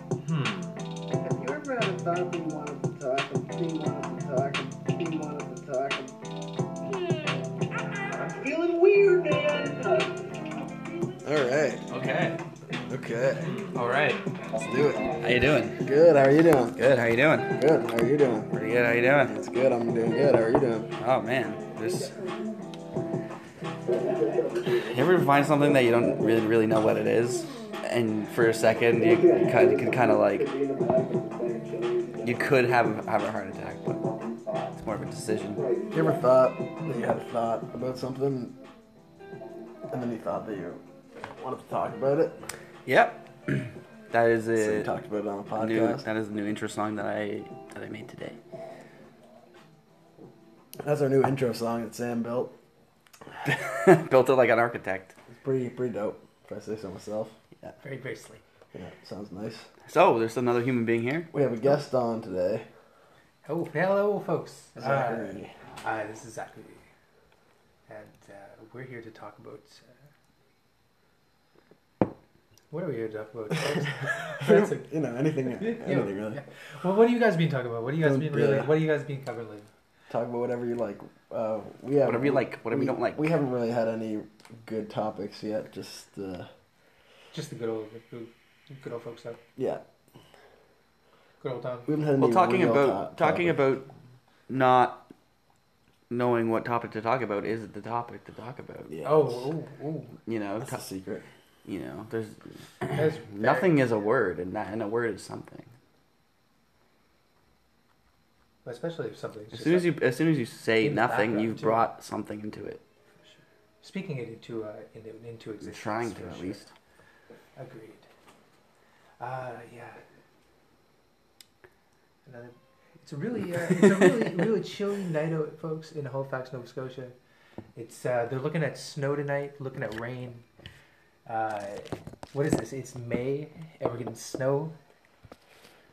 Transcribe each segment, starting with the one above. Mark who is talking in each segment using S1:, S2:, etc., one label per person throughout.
S1: Have you ever had a dog who wanted to talk and he wanted to talk and he wanted to talk and I'm feeling weird, man.
S2: All right.
S3: Okay.
S2: Okay.
S3: All right.
S2: Let's do it.
S3: How you doing?
S2: Good. How are you doing?
S3: Good. How you doing?
S2: Good. How are you doing?
S3: Pretty good. How you doing?
S2: It's good. I'm doing good. How are you doing?
S3: Oh man, there's. You ever find something that you don't really really know what it is, and for a second you kind of could kind of like you could have have a heart attack, but it's more of a decision.
S2: You ever thought that you had a thought about something and then you thought that you wanted to talk about it?
S3: Uh, Yep, that is
S2: So you
S3: a
S2: talked about it on a
S3: new
S2: podcast.
S3: that is the new intro song that I that I made today.
S2: That's our new intro song that Sam built.
S3: Built it like an architect.
S2: It's pretty pretty dope, if I say so myself.
S3: Very gracefully.
S2: Yeah, sounds nice.
S3: So there's another human being here.
S2: We have a guest on today.
S4: Oh, hello, folks.
S2: Zachary.
S4: Uh, uh, this is Zachary. And uh, we're here to talk about. Uh, what are we here to talk about? That's a,
S2: you know, anything anything
S4: yeah,
S2: really.
S4: yeah. Well, what have you guys been talking about? What do you guys
S2: Don't
S4: been
S2: do
S4: really?
S2: that.
S4: What do you guys been covering lately?
S2: Talk about whatever you like. Uh, we have
S3: Whatever you like, whatever
S2: we,
S3: you don't like.
S2: We haven't really had any good topics yet. Just uh,
S4: Just the good old, good, good old folks stuff.
S2: yeah,
S4: Good old time.
S2: we haven't had any.
S3: Well, talking
S2: real to-
S3: about talking
S2: topic.
S3: about not knowing what topic to talk about is the topic to talk about.
S2: Yeah,
S4: Oh, oh, oh.
S3: You know,
S2: that's,
S3: to-
S2: that's the secret.
S3: you know, there's
S4: That's very-
S3: nothing is a word, and that, and a word is something.
S4: Especially if something's.
S3: As
S4: just
S3: soon as
S4: like-
S3: you as soon as you say
S4: In the
S3: nothing,
S4: background,
S3: you've
S4: too.
S3: brought something into it.
S4: Speaking it into, uh, into, into
S3: You're
S4: existence.
S3: trying to
S4: for
S3: at
S4: sure.
S3: least.
S4: Agreed. Uh, yeah. Another. It's a really, uh, it's a really, really chilly night out, folks, in Halifax, Nova Scotia. It's uh, they're looking at snow tonight, looking at rain. Uh, what is this? It's May, and we're getting snow.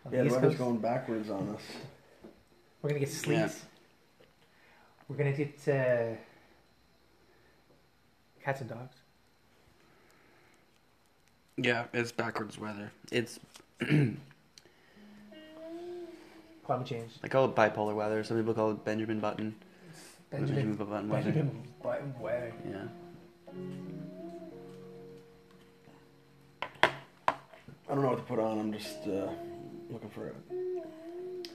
S4: On the
S2: Yeah, the
S4: East
S2: weather's
S4: Coast.
S2: going backwards on us.
S4: We're gonna get sleet.
S3: Yeah.
S4: We're gonna get uh, cats and dogs.
S3: Yeah, it's backwards weather. It's
S4: Climate change.
S3: I call it bipolar weather. Some people call it Benjamin Button.
S4: Benjamin.
S3: Button weather.
S4: Benjamin. Button weather.
S3: Yeah.
S2: I don't know what to put on. I'm just uh, looking for a,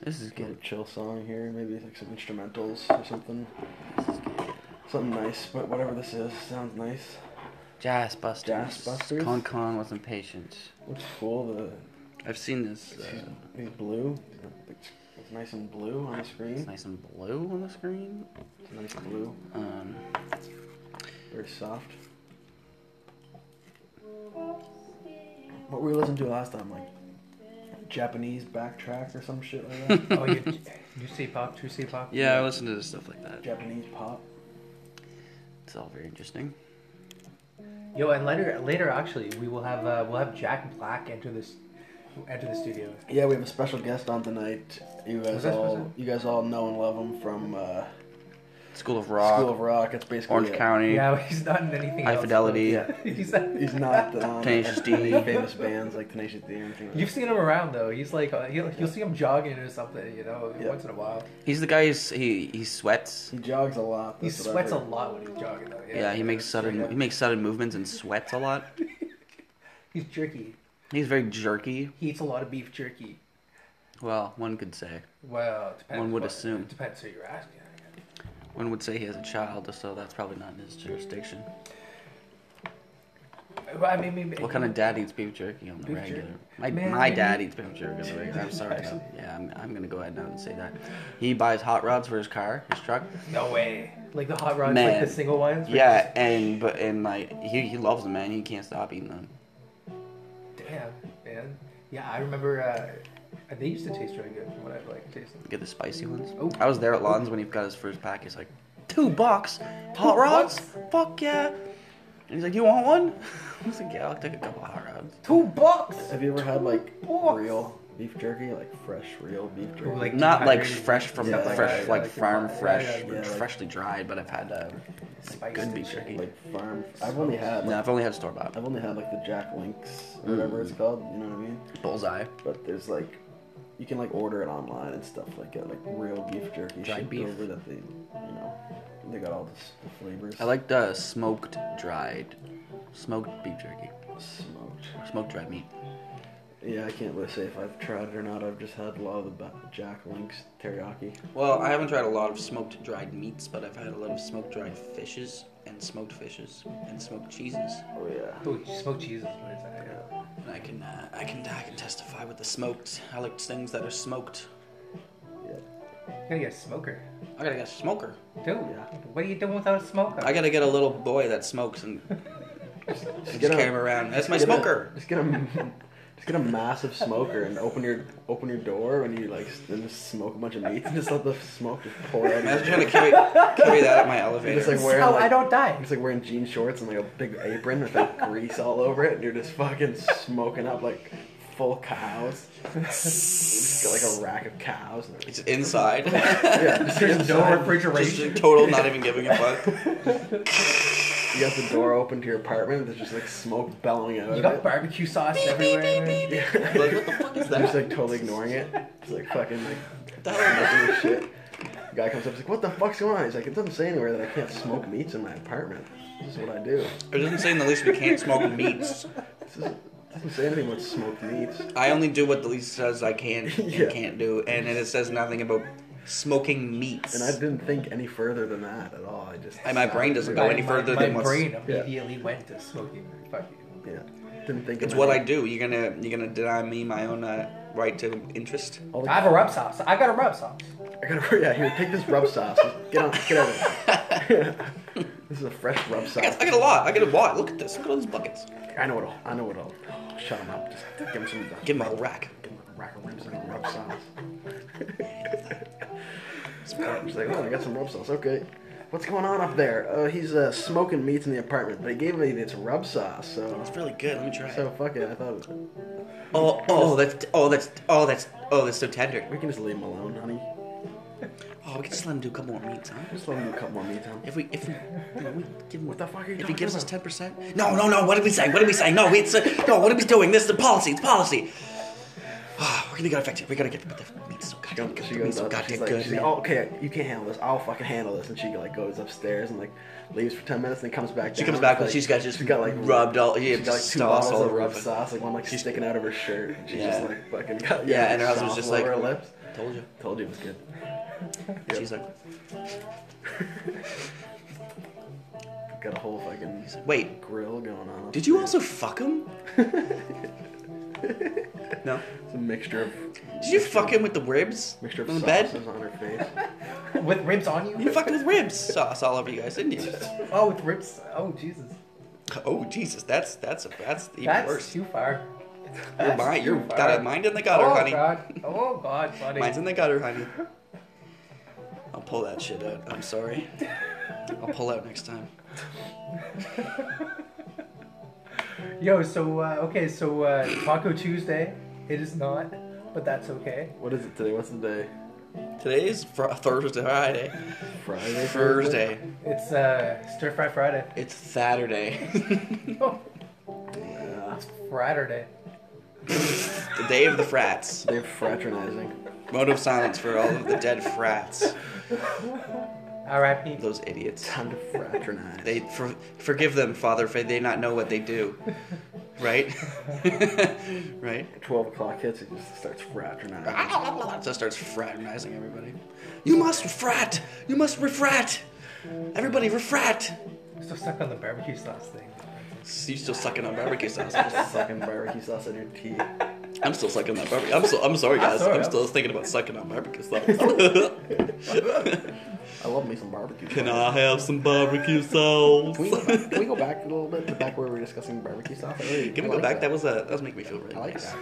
S3: This is
S2: kind of
S3: good.
S2: a chill song here. Maybe like some instrumentals or something. Something nice, but whatever this is, sounds nice.
S3: Jazz Busters.
S2: Jazz Busters?
S3: Con Con wasn't patient.
S2: Looks cool. The
S3: I've seen this.
S2: Excuse
S3: Uh,
S2: me. It's blue. It's, it's nice and blue on the
S3: it's
S2: screen.
S3: nice and blue on the screen.
S2: It's nice blue.
S3: Um,
S2: Very soft. What were we listening to last time? Like Japanese backtrack or some shit like that?
S4: Oh, you, you see pop, true see pop.
S3: yeah, I listen to stuff like that.
S2: Japanese pop.
S3: It's all very interesting.
S4: Yo, and later, later actually, we will have uh, we'll have Jack Black enter this enter the studio.
S2: Yeah, we have a special guest on tonight. You guys
S4: Was that
S2: all
S4: supposed
S2: you guys all know and love him from uh,
S3: School of Rock,
S2: School of Rock. It's basically
S3: Orange
S2: it.
S3: County,
S4: Yeah, he's not in anything.
S3: High
S4: else.
S3: Fidelity.
S2: Yeah.
S4: he's not,
S2: He's not um,
S3: Tenacious D.
S2: any famous bands like Tenacious D or anything. like
S4: You've seen him around though. He's like uh, you'll, you'll see him jogging or something. You know,
S2: Yeah.
S4: once in a while.
S3: He's the guy who's, he he sweats.
S2: that. He jogs a lot.
S4: He
S2: that's what I've
S4: sweats a
S2: heard.
S4: lot when he's jogging though. Yeah,
S3: Yeah, he makes sudden he makes sudden movements and sweats a lot.
S4: He's jerky.
S3: He's very jerky.
S4: He eats a lot of beef jerky.
S3: Well, one could say
S4: Well, it depends.
S3: One would
S4: what-
S3: assume.
S4: it Depends who you're asking. I guess.
S3: one would say he has a child, so that's probably not in his jurisdiction.
S4: Well, I mean, maybe,
S3: What kind of dad eats beef jerky on the
S4: Beef
S3: regular?
S4: jerky.
S3: My,
S4: Man,
S3: my
S4: you
S3: dad
S4: need-
S3: eats beef jerky on the regular. I'm sorry. though. Yeah, I'm, I'm gonna go ahead now and say that. He buys hot rods for his car, his truck.
S4: No way. Like the hot rods,
S3: Man.
S4: like the single ones. where
S3: Yeah, and but and like he he loves them, man. He can't stop eating them.
S4: you just- Damn, man. Yeah, I remember. Uh, they used to taste really good from what I like tasted.
S3: Get the spicy ones.
S4: Oh.
S3: I was there at Lon's when he got his first pack. He's like, two bucks, hot rods, fuck yeah. And he's like, you want one? I was like, yeah, I'll take a couple hot rods.
S4: Two bucks.
S2: Have you ever had like
S4: What?
S2: real beef jerky, like fresh, real beef jerky.
S4: Ooh, like
S3: Not like
S4: dehydrated
S3: fresh from
S2: stuff like
S3: fresh,
S2: that,
S3: like
S4: like the-
S3: farm
S4: yeah,
S3: fresh,
S4: yeah,
S2: yeah, like-
S3: freshly dried. But I've had uh,
S4: Spiced
S3: good
S4: and
S3: beef
S4: shit.
S3: jerky.
S2: like farm. I've only had
S3: no,
S2: like,
S3: I've only had store bought.
S2: I've only had like the Jack Links or whatever it's called. You know what I mean?
S3: Bullseye.
S2: But there's like, you can like order it online and stuff like that, like real beef jerky
S3: Dried
S2: shipped
S3: beef.
S2: over that they, you know, they got all this- the flavors.
S3: I like the smoked dried, smoked beef jerky,
S2: smoked.
S3: smoked dried meat.
S2: Yeah, I can't really say if I've tried it or not. I've just had a lot of the ba- Jack Links teriyaki.
S3: Well, I haven't tried a lot of smoked dried meats, but I've had a lot of smoked dried fishes and smoked fishes and smoked cheeses.
S2: Oh yeah.
S4: Ooh, smoked cheese is what it's like, yeah.
S3: And I can, uh, I can, I can testify with the smoked. I like things that are smoked.
S4: Gotta get a smoker.
S3: I gotta get a smoker.
S4: Dude, what are you doing without a smoker?
S3: I gotta get a little boy that smokes and just
S2: Get a-
S3: carry him around. That's my
S2: Get a-
S3: smoker.
S2: just get a just get a massive smoker and open your open your door when you like s- and just smoke a bunch of meats and just let the smoke just pour out.
S3: Imagine
S2: Imagine
S3: trying to carry, carry that at my
S2: it's
S3: elevator.
S2: like wearing
S4: oh,
S2: like,
S4: I don't die.
S2: it's like wearing jean shorts and like a big apron with like grease all over it and you're just fucking smoking up like full cows. You just got like a rack of cows. And
S3: It's inside.
S2: yeah, just
S4: There's no
S2: inside.
S3: just
S4: refrigeration.
S3: in total, not even giving a fuck.
S2: You got the door open to your apartment. and There's just like smoke bellowing out
S4: You
S2: of
S4: got
S2: it.
S4: barbecue sauce everywhere.
S2: Yeah.
S3: Like, what the fuck is
S2: I'm just
S3: that?
S2: like totally ignoring it. It's like fucking like
S3: The hell is that?
S2: looking at shit. Guy comes up, he's like, "What the fuck's going on?" He's like, "It doesn't say anywhere that I can't smoke meats in my apartment. This is what I do.
S3: It doesn't say in the least we can't smoke meats.
S2: This is, it doesn't say anything about smoked meats."
S3: I only do what the least says I can and
S2: Yeah.
S3: can't do, and then it says nothing about smoking meats.
S2: And I didn't think any further than that at all. I just
S3: And my brain doesn't go
S4: My-
S3: any further
S4: my,
S3: than
S4: my
S3: what's-
S4: brain
S2: Yeah.
S4: immediately went to smoking. Fuck you.
S2: Yeah, didn't think. of
S3: It's what I
S2: any-
S3: do. You're gonna you're gonna deny me my own uh, right to interest.
S2: All the,
S4: I have a rub sauce. I got a rub sauce.
S2: I gotta. Yeah, here, take this rub sauce. Just Get on. Get over it. this is a fresh rub
S3: I
S2: sauce.
S3: got, I got a lot. I got a lot. Look at this. Look at all these buckets.
S2: I know it all. I know it all. Shut him up. Just give him some.
S3: Give him a rack.
S2: give him a rack of ribs and rub sauce.
S3: It's
S2: I'm
S3: fine.
S2: just like, oh, I got some rub sauce. Okay. What's going on up there? Uh, he's uh, smoking meats in the apartment. They gave me this rub sauce, so
S3: Oh, It's really good. Let me try it.
S2: so fuck it. I thought
S3: Oh, oh, that's, oh, that's, oh, that's, oh, that's so tender.
S2: we can just leave him alone, honey.
S3: Oh, we can just let him do a couple more meats, huh?
S2: Just let him do a couple more meats. Huh?
S3: If we, if we, you know, we give him.
S2: What the fuck are you
S3: If he
S2: talking
S3: gives us
S2: about?
S3: ten percent? No, no, no. What did we say? What did we say? No, it's uh, no. What are we doing? This is the policy. It's policy. Ah, we're gonna get affected. We're gonna get. But the meat's so
S2: She
S3: goddamn
S2: goes,
S3: good.
S2: she
S3: The
S2: goes
S3: meat's so
S2: up.
S3: goddamn
S2: She's like,
S3: good.
S2: she's like,
S3: man.
S2: oh, okay, you can't handle this. I'll fucking handle this. And she like goes upstairs and like leaves for ten minutes and then comes back.
S3: She
S2: down
S3: comes back
S2: and,
S3: when
S2: like,
S3: she's got just
S2: she's got like
S3: rubbed all- yeah,
S2: she's got like
S3: just
S2: two
S3: sauce
S2: bottles
S3: all
S2: of
S3: over
S2: rub
S3: her.
S2: sauce, like one like sticking out of her shirt. And she's
S3: Yeah.
S2: just like fucking got
S3: Yeah, and her husband's
S2: sauce
S3: just
S2: all
S3: like-
S2: over her lips.
S3: Told you.
S2: Told you it was good.
S3: And She's like,
S2: Got a whole fucking
S3: wait.
S2: grill going on.
S3: Did you
S2: upstairs.
S3: also fuck him? no.
S2: It's a mixture of
S3: Did you fuck him with the ribs?
S2: mixture of
S3: on the
S2: sauces
S3: bed?
S2: on her face.
S4: With ribs on you?
S3: You fucked with ribs sauce all over you guys, didn't you?
S4: Oh, with ribs. Oh, Jesus.
S3: Oh Jesus, that's that's that's even
S4: That's
S3: worse.
S4: too far.
S3: Your mind, your that mind in the gutter,
S4: oh,
S3: honey.
S4: God. Oh, God, buddy.
S3: Mine's in the gutter, honey. I'll pull that shit out. I'm sorry. I'll pull out next time.
S4: Yo, so, uh, okay, so uh, Taco Tuesday, it is not, but that's okay.
S2: What is it today? What's the day?
S3: Today is fr- Thursday, Friday,
S2: Friday.
S3: Thursday.
S4: It's uh, Stir Fry Friday.
S3: It's Saturday,
S4: Oh,
S2: Yeah.
S4: Friday.
S3: the day of the frats.
S2: They're fraternizing.
S3: Mode of silence for all of the dead frats.
S4: R.I.P.
S3: Those idiots.
S2: Time to fraternize.
S3: They for, forgive them, Father, for they not know what they do. Right, right.
S2: Twelve o'clock hits. He just starts fraternizing.
S3: Just starts fraternizing everybody. You must frat. You must refrat. Everybody refrat.
S4: I'm still stuck on the barbecue sauce thing.
S3: You still sucking on barbecue sauce. I'm just-
S2: Sucking barbecue sauce on your teeth.
S3: I'm still sucking on barbecue. I'm so I'm sorry guys.
S4: sorry,
S3: I'm
S4: I'm-
S3: still thinking about sucking on barbecue sauce.
S2: I love me some barbecue.
S3: Can
S2: sauce.
S3: I have some barbecue sauce?
S2: Can we, go back, can we go back a little bit to back where we were discussing barbecue sauce? I really-
S3: Can
S2: I
S3: we go
S2: like
S3: back? That was uh, that was making me feel really
S2: I like
S3: nice.
S2: that.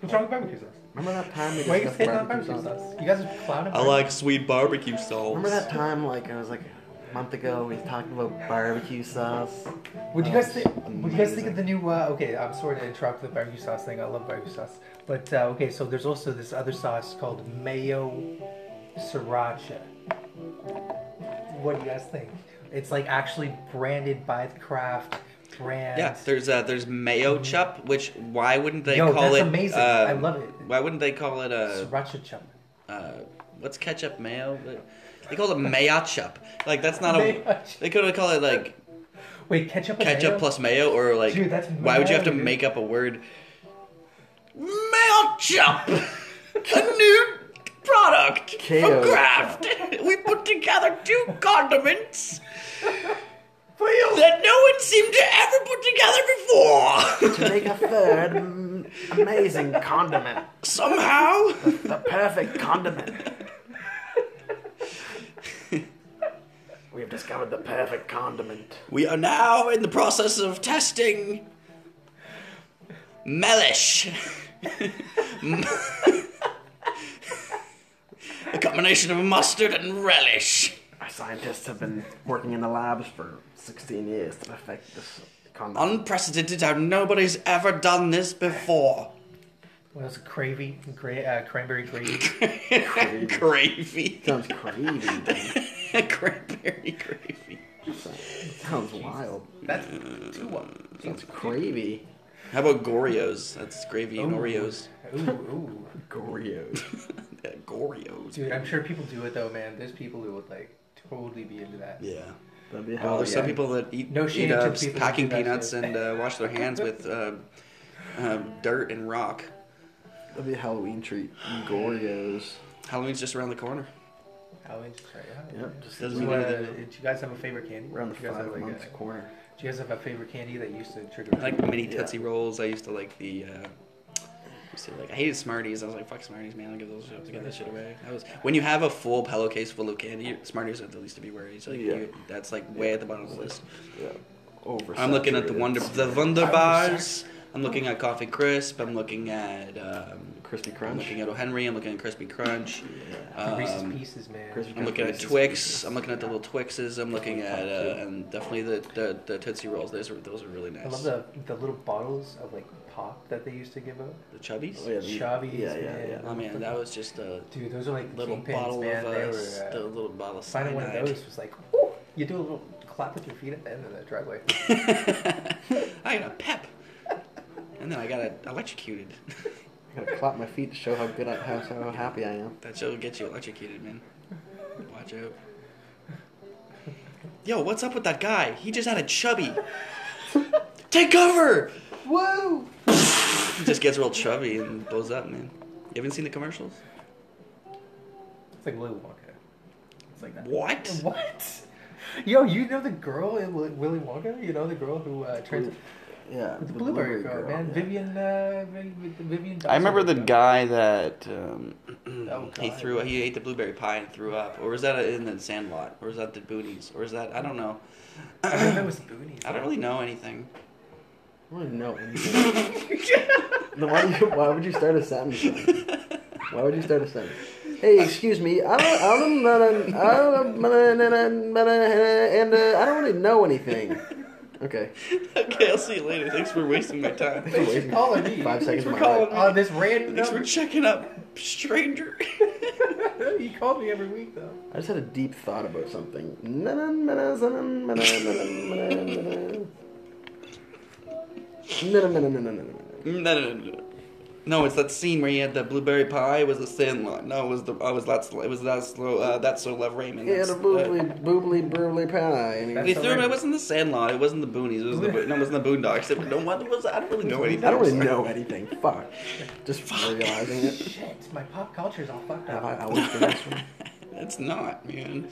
S4: What's wrong with barbecue sauce?
S2: Remember that time we
S4: Why are you
S2: discussed
S4: hitting on
S2: barbecue
S4: barbecue
S2: sauce?
S4: sauce? You guys are clowning.
S3: I like sweet barbecue sauce.
S2: Remember that time? Like I was like, a month ago. We talked about barbecue sauce.
S4: Would you
S2: That
S4: guys
S2: was
S4: think? Would you guys think
S2: amazing.
S4: of the new? Uh, okay, I'm sorry to interrupt the barbecue sauce thing. I love barbecue sauce, but uh, okay. So there's also this other sauce called mayo sriracha. What do you guys think? It's like actually branded by the craft brand.
S3: Yeah, there's uh, there's mayo chup, which why wouldn't they
S4: Mm-hmm. Yo,
S3: call
S4: that's
S3: it?
S4: amazing.
S3: uh,
S4: I love it.
S3: Why wouldn't they call it a
S4: sriracha chum.
S3: uh, what's ketchup mayo? They call it mayo chup. Like that's not a.
S4: Mayo chup.
S3: They could have called it like
S4: Wait, ketchup. and
S3: ketchup
S4: mayo?
S3: plus mayo, or like
S4: Dude, that's
S3: why would you have to
S4: mayo, dude.
S3: make up a word? Mayo chup, a new product
S2: Kale
S3: from Kraft. we put together two condiments. That no one seemed to ever put together
S2: To
S3: before.
S2: make a third mm, amazing condiment.
S3: Somehow,
S2: The perfect condiment. we have discovered the perfect condiment.
S3: we are now in the process of testing Mellish. a combination of mustard and relish.
S2: Our scientists have been working in the labs for 16 years to perfect this condiment.
S3: Unprecedented how nobody's ever done this before.
S4: What else? Gravy, gra- uh, cranberry gravy.
S3: gravy.
S2: Sounds crazy.
S3: Cranberry gravy.
S2: Sounds wild.
S4: That's two one.
S2: Sounds cravey.
S3: How about Goryos? That's gravy and Oreos.
S4: Ooh, ooh.
S2: Goryos.
S3: Yeah, Goryos.
S4: Dude, I'm sure people do it though, man. There's people who would like totally be into that.
S3: Yeah.
S2: That'd be
S3: Well,
S2: hell
S3: there's
S2: Oh, yeah.
S3: some people that eat,
S4: No shade
S3: eat uh,
S4: to the people that
S3: packing
S4: do that
S3: peanuts
S4: shit.
S3: and uh, wash their hands with uh, uh, dirt and rock.
S2: That'd be a Halloween treat. Goryos.
S3: Halloween's just around the corner.
S4: Halloween's just right. yeah.
S2: Yep. Just
S3: Doesn't
S4: So,
S3: mean
S4: uh,
S3: anything.
S4: do you guys have a favorite candy?
S2: around the
S4: do you guys
S2: five
S4: have like
S2: months
S4: a,
S2: corner.
S4: Do you guys have a favorite candy that you used to trigger?
S3: I like mini
S2: Yeah.
S3: Tootsie Rolls. I used to like the. Uh, I used to like I hated Smarties. I was like, "Fuck Smarties, man! I'll give those shit, give that shit away." That was when you have a full pillowcase full of candy. Smarties are the least to be worried. So like,
S2: Yeah.
S3: you, that's like way at the bottom of the list.
S2: Yeah. Over.
S3: I'm looking at the Wonder the Wonder Bars. I'm looking at Coffee Crisp. I'm looking at um,
S2: Crispy
S3: I'm
S2: Crunch.
S3: looking at O Henry. I'm looking at Crispy Crunch. Um,
S4: Reese's Pieces, man.
S2: Christmas-
S3: I'm looking at
S2: Reese's
S3: Twix.
S2: Pieces.
S3: I'm looking at the little Twixes. I'm looking at uh, and definitely the, the the Tootsie Rolls. Those are those are really nice.
S4: I love the the little bottles of like pop that they used to give out.
S3: the Chubbies.
S2: Oh, yeah, the-
S4: Chubbies,
S2: Yeah, yeah,
S4: man.
S2: yeah.
S3: Oh man, that was just a
S4: Dude, those are like
S3: little
S4: kingpins,
S3: bottle
S4: man.
S3: of uh,
S4: they were,
S3: s-
S4: uh,
S3: the little bottle of
S4: finding one
S3: cyanide.
S4: of those was like, Ooh, you do a little clap with your feet at the end of the driveway.
S3: I got a pep, and then I got electrocuted.
S2: I gotta clap my feet to show how good I how, how happy I am.
S3: that show'll get you electrocuted, man. Watch out. Yo, what's up with that guy? He just had a chubby. Take cover!
S4: Whoa!
S3: He just gets real chubby and blows up, man. You haven't seen the commercials?
S4: It's like Willy Wonka. It's like that.
S3: What?
S4: What? Yo, you know the girl in Wi- Willy Wonka? You know the girl who uh, turns
S2: Yeah.
S4: the blueberry, girl, man.
S2: yeah.
S4: Vivian, uh, Viv- Vivian.
S5: I remember the
S4: Dawson.
S5: guy that um,
S4: Oh,
S3: He
S4: God.
S3: threw. He ate the blueberry pie and threw up. Or was that in the Sandlot? Or was that the Boonies? Or is that I don't know.
S4: I remember it was Boonies.
S3: I don't really know anything.
S2: I don't know anything. then why, do you, why would you start a sentence? then? Why would you start a sentence? Hey, excuse me. I don't. I don't. I don't. And uh, I don't really know anything. Okay.
S3: Okay, I'll see you later. Thanks for wasting my time.
S2: Thanks for
S4: calling me.
S2: Five seconds of
S3: for
S2: my
S3: calling
S2: life.
S3: me.
S4: Oh, this random
S3: Thanks for
S4: number.
S3: checking up, stranger.
S4: he called me every week though.
S2: I just had a deep thought about something. No, no, no, no, no, no, no.
S3: Mm, no, no, no, no. No, it's that scene where he had the blueberry pie. It was the Sandlot. No, it was the. I was that's. It was that's. Lo- Uh, that's so love Raymond.
S2: He had
S3: That's-
S2: a
S3: uh,
S2: boobly, boobly, boobly pie. And he
S3: They
S2: was,
S3: threw him. It wasn't the Sandlot. It wasn't the Boonies. It was the. Bo- No, it wasn't the Boondocks. It, no, what was? I don't really know anything.
S2: I don't really
S3: Sorry.
S2: know anything. Fuck. Just realizing it.
S4: Shit, my pop culture's all fucked
S2: Have
S4: up.
S2: I always been this way?
S3: It's not, man.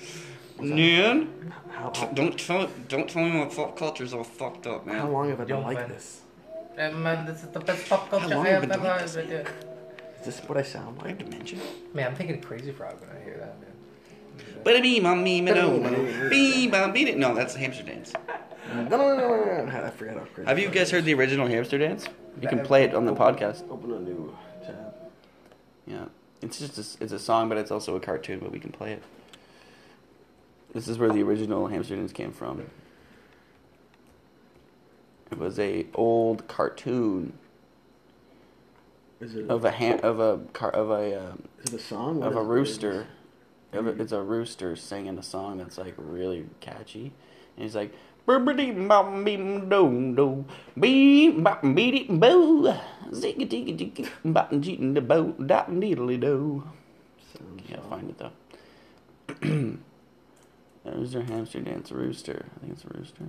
S3: Man,
S2: How, how,
S3: don't tell don't tell me my pop culture's all fucked up, man.
S2: how long have I been
S4: Yo,
S2: like
S4: man.
S2: this?
S4: Hey, man, this is the best pop
S2: How
S4: culture
S2: long
S4: I
S2: have
S4: have
S2: we been
S4: ever
S2: doing this,
S4: heard.
S2: Is this what I sound
S3: I
S2: like?
S3: have dementia.
S4: Man, I'm thinking of Crazy Frog when I hear that, man.
S3: But me, mommy, me, no, bee, bum, beat it. No, that's the hamster dance.
S2: No, no, no, no, no. I forgot how crazy.
S3: Have you
S2: it
S3: guys
S2: is.
S3: heard the original hamster dance? You can play it on the
S2: Oh.
S3: podcast.
S2: Open a new tab.
S5: yeah, it's just a, it's a song, but it's also a cartoon. But we can play it.
S3: This is where the original Hamsterdams came from. It was a old cartoon
S2: Is it,
S3: of a ham, of a car, of a um,
S2: is it a song? What
S3: of a
S2: is it?
S3: rooster. Of a- It's a rooster singing a song that's like really catchy, and he's like, "Bibbidi bop beem doo doo, beep bop beady boo, ziggy diggy diggy bop jeetin' the bow dot needly doo."
S2: Sounds-
S3: Can't find it though. that was their hamster dance rooster. I think it's a rooster.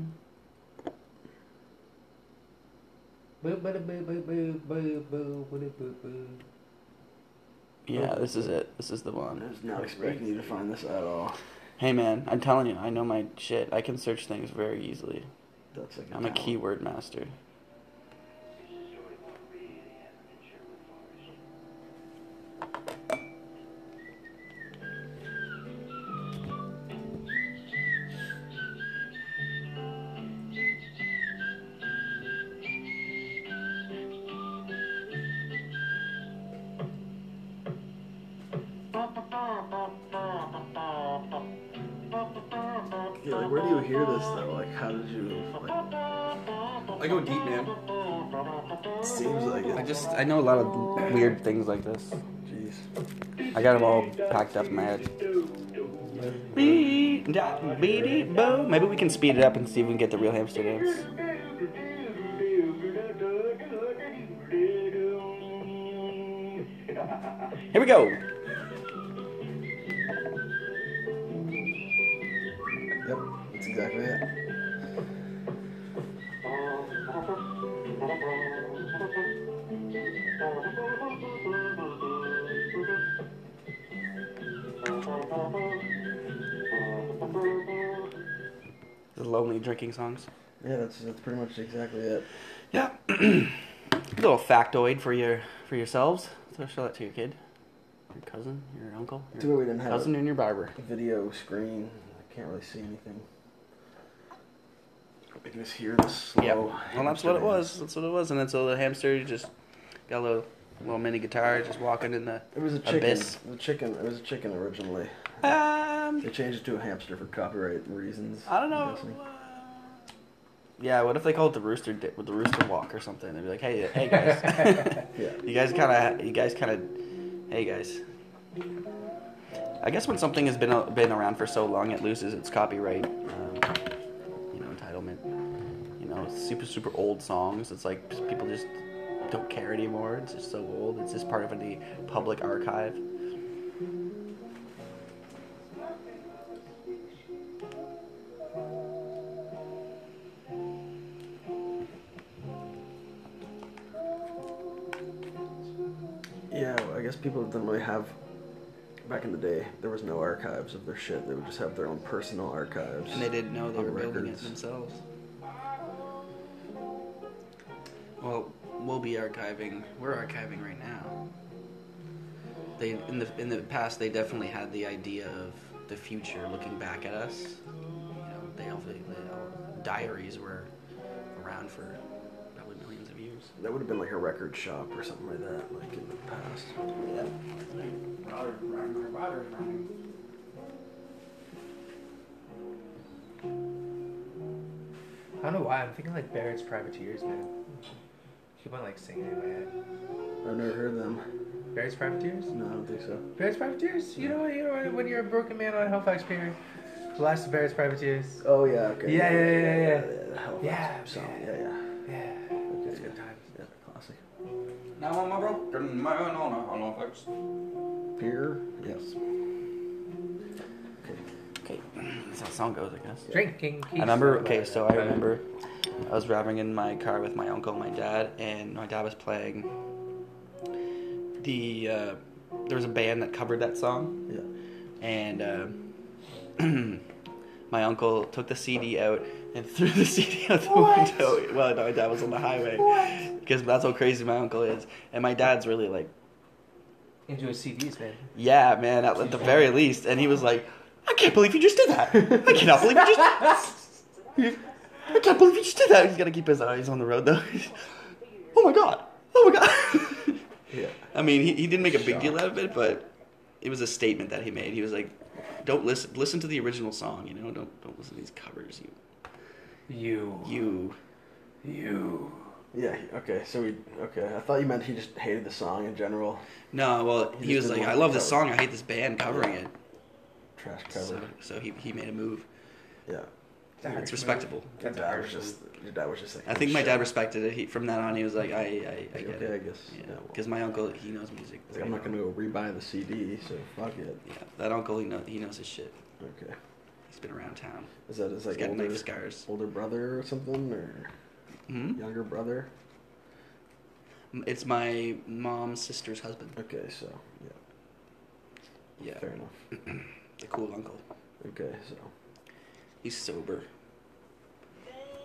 S4: Boo, boo, boo, boo, boo, boo, boo, boo, boo, boo.
S3: Yeah, this is it. This is the
S2: I
S3: one.
S2: was not expecting you to find this at all.
S3: Hey man, I'm telling you, I know my shit. I can search things very easily.
S2: That's like
S3: I'm a
S2: talent.
S3: keyword master.
S2: Yeah, like where do you hear this though? Like how did you? Like,
S6: I go deep, man.
S2: it seems like it.
S3: I just I know a lot of weird things like this.
S2: Jeez.
S3: I got them all packed up in my head. Bee, dot, beady, bo. Maybe we can speed it up and see if we can get the real hamster dance. Here we go.
S2: Yep, that's exactly it.
S3: The lonely drinking songs.
S2: Yeah, that's that's pretty much exactly it.
S3: Yeah. little factoid for your for yourselves. So show that to your kid, your cousin, your uncle,
S2: Too bad
S3: your
S2: we didn't have
S3: cousin, and your barber.
S2: a video screen. I can't really see anything. I can just hear the slow.
S3: Yep. Well, that's what it was. That's what it was. And then so the hamster just got a little, little mini guitar, just walking in the.
S2: It was a chicken.
S3: Abyss.
S2: The chicken. It was a chicken originally.
S3: Um,
S2: They changed it to a hamster for copyright reasons.
S3: I don't
S2: I'm
S3: know.
S2: guessing.
S3: Yeah, what if they called it the rooster di- with the rooster walk or something? They'd be like, hey, hey guys,
S2: Yeah.
S3: you guys kind of, you guys kind of, hey guys. I guess when something has been uh, been around for so long, it loses its copyright, um, you know, entitlement. You know, super super old songs. It's like people just don't care anymore. It's just so old. It's just part of the public archive.
S2: Yeah, well, I guess people didn't really have. Back in the day, there was no archives of their shit. They would just have their own personal archives.
S6: And they didn't know they
S2: On
S6: were building it
S2: records.
S6: themselves. Well, we'll be archiving. We're archiving right now. They in the in the past they definitely had the idea of the future looking back at us. You know, they all, they, all diaries were around for probably millions of years.
S2: That would have been like a record shop or something like that, like in the past.
S4: I don't know why. I'm thinking like Barrett's Privateers, man. Keep on like singing it in my head.
S2: I've never heard them.
S4: Barrett's Privateers?
S2: No, I don't think so.
S4: Barrett's Privateers? You know, you know when you're a broken man on Halifax Pier. Blast the Barrett's Privateers.
S2: Oh yeah, okay.
S4: Yeah, yeah, yeah, yeah, yeah.
S2: The Halifax
S4: Yeah,
S2: song. Yeah, yeah.
S4: Yeah. That's good times.
S2: Yeah, classic.
S3: Now I'm a broken man on a Halifax.
S2: Beer. Yes. Okay.
S3: Okay, that's how the song goes, I guess.
S4: Drinking
S3: I
S4: keeps
S3: remember.
S4: the
S3: Okay,
S4: light
S3: so
S4: up.
S3: I remember I was driving in my car with my uncle and my dad, and my dad was playing the. Uh, there was a band that covered that song,
S2: Yeah.
S3: and um my uncle took the CD out and threw the CD out the window. Well, no, my dad was on the highway because that's how crazy my uncle is, and my dad's really like
S4: Enjoy CDs, man.
S3: yeah, man, at, at the very least. And he was like, I can't believe you just did that. I cannot believe you just. I can't believe you just did that. He's gotta keep his eyes on the road though. oh my god! Oh my god!
S2: Yeah.
S3: I mean, he, he didn't make a big deal out of it, but it was a statement that he made. He was like, don't listen listen to the original song. You know, don't don't listen to these covers. You
S4: You.
S3: you.
S4: You.
S2: Yeah. he- Okay. So we. Okay. I thought you meant he just hated the song in general.
S3: No, well,
S2: He
S3: he
S2: just didn't
S3: was like,
S2: want
S3: I
S2: to
S3: love this
S2: cover
S3: song. I hate this band covering it.
S2: Trash cover.
S3: So, so he he made a move.
S2: yeah.
S3: That's respectable.
S2: Your
S4: That's a
S2: dad was
S4: harsh
S2: just. Your dad was just like. "Oh,
S3: I think my
S2: "Shit."
S3: dad respected it. He, from that on, he was like, I I, I
S2: Like,
S3: get
S2: okay,
S3: it.
S2: I guess.
S3: Yeah,
S2: Yeah, well.
S3: because my uncle he knows music.
S2: He's like, I'm not gonna go rebuy the CD. So fuck it.
S3: Yeah, that uncle he knows he knows his shit.
S2: Okay.
S3: He's been around town.
S2: Is that his
S3: He's
S2: like
S3: got
S2: older,
S3: knife scars.
S2: older brother or something or
S3: Hmm?
S2: younger brother?
S3: It's my mom's sister's husband.
S2: Okay. So yeah.
S3: Yeah,
S2: Fair enough.
S3: the cool uncle.
S2: Okay. So
S3: He's sober.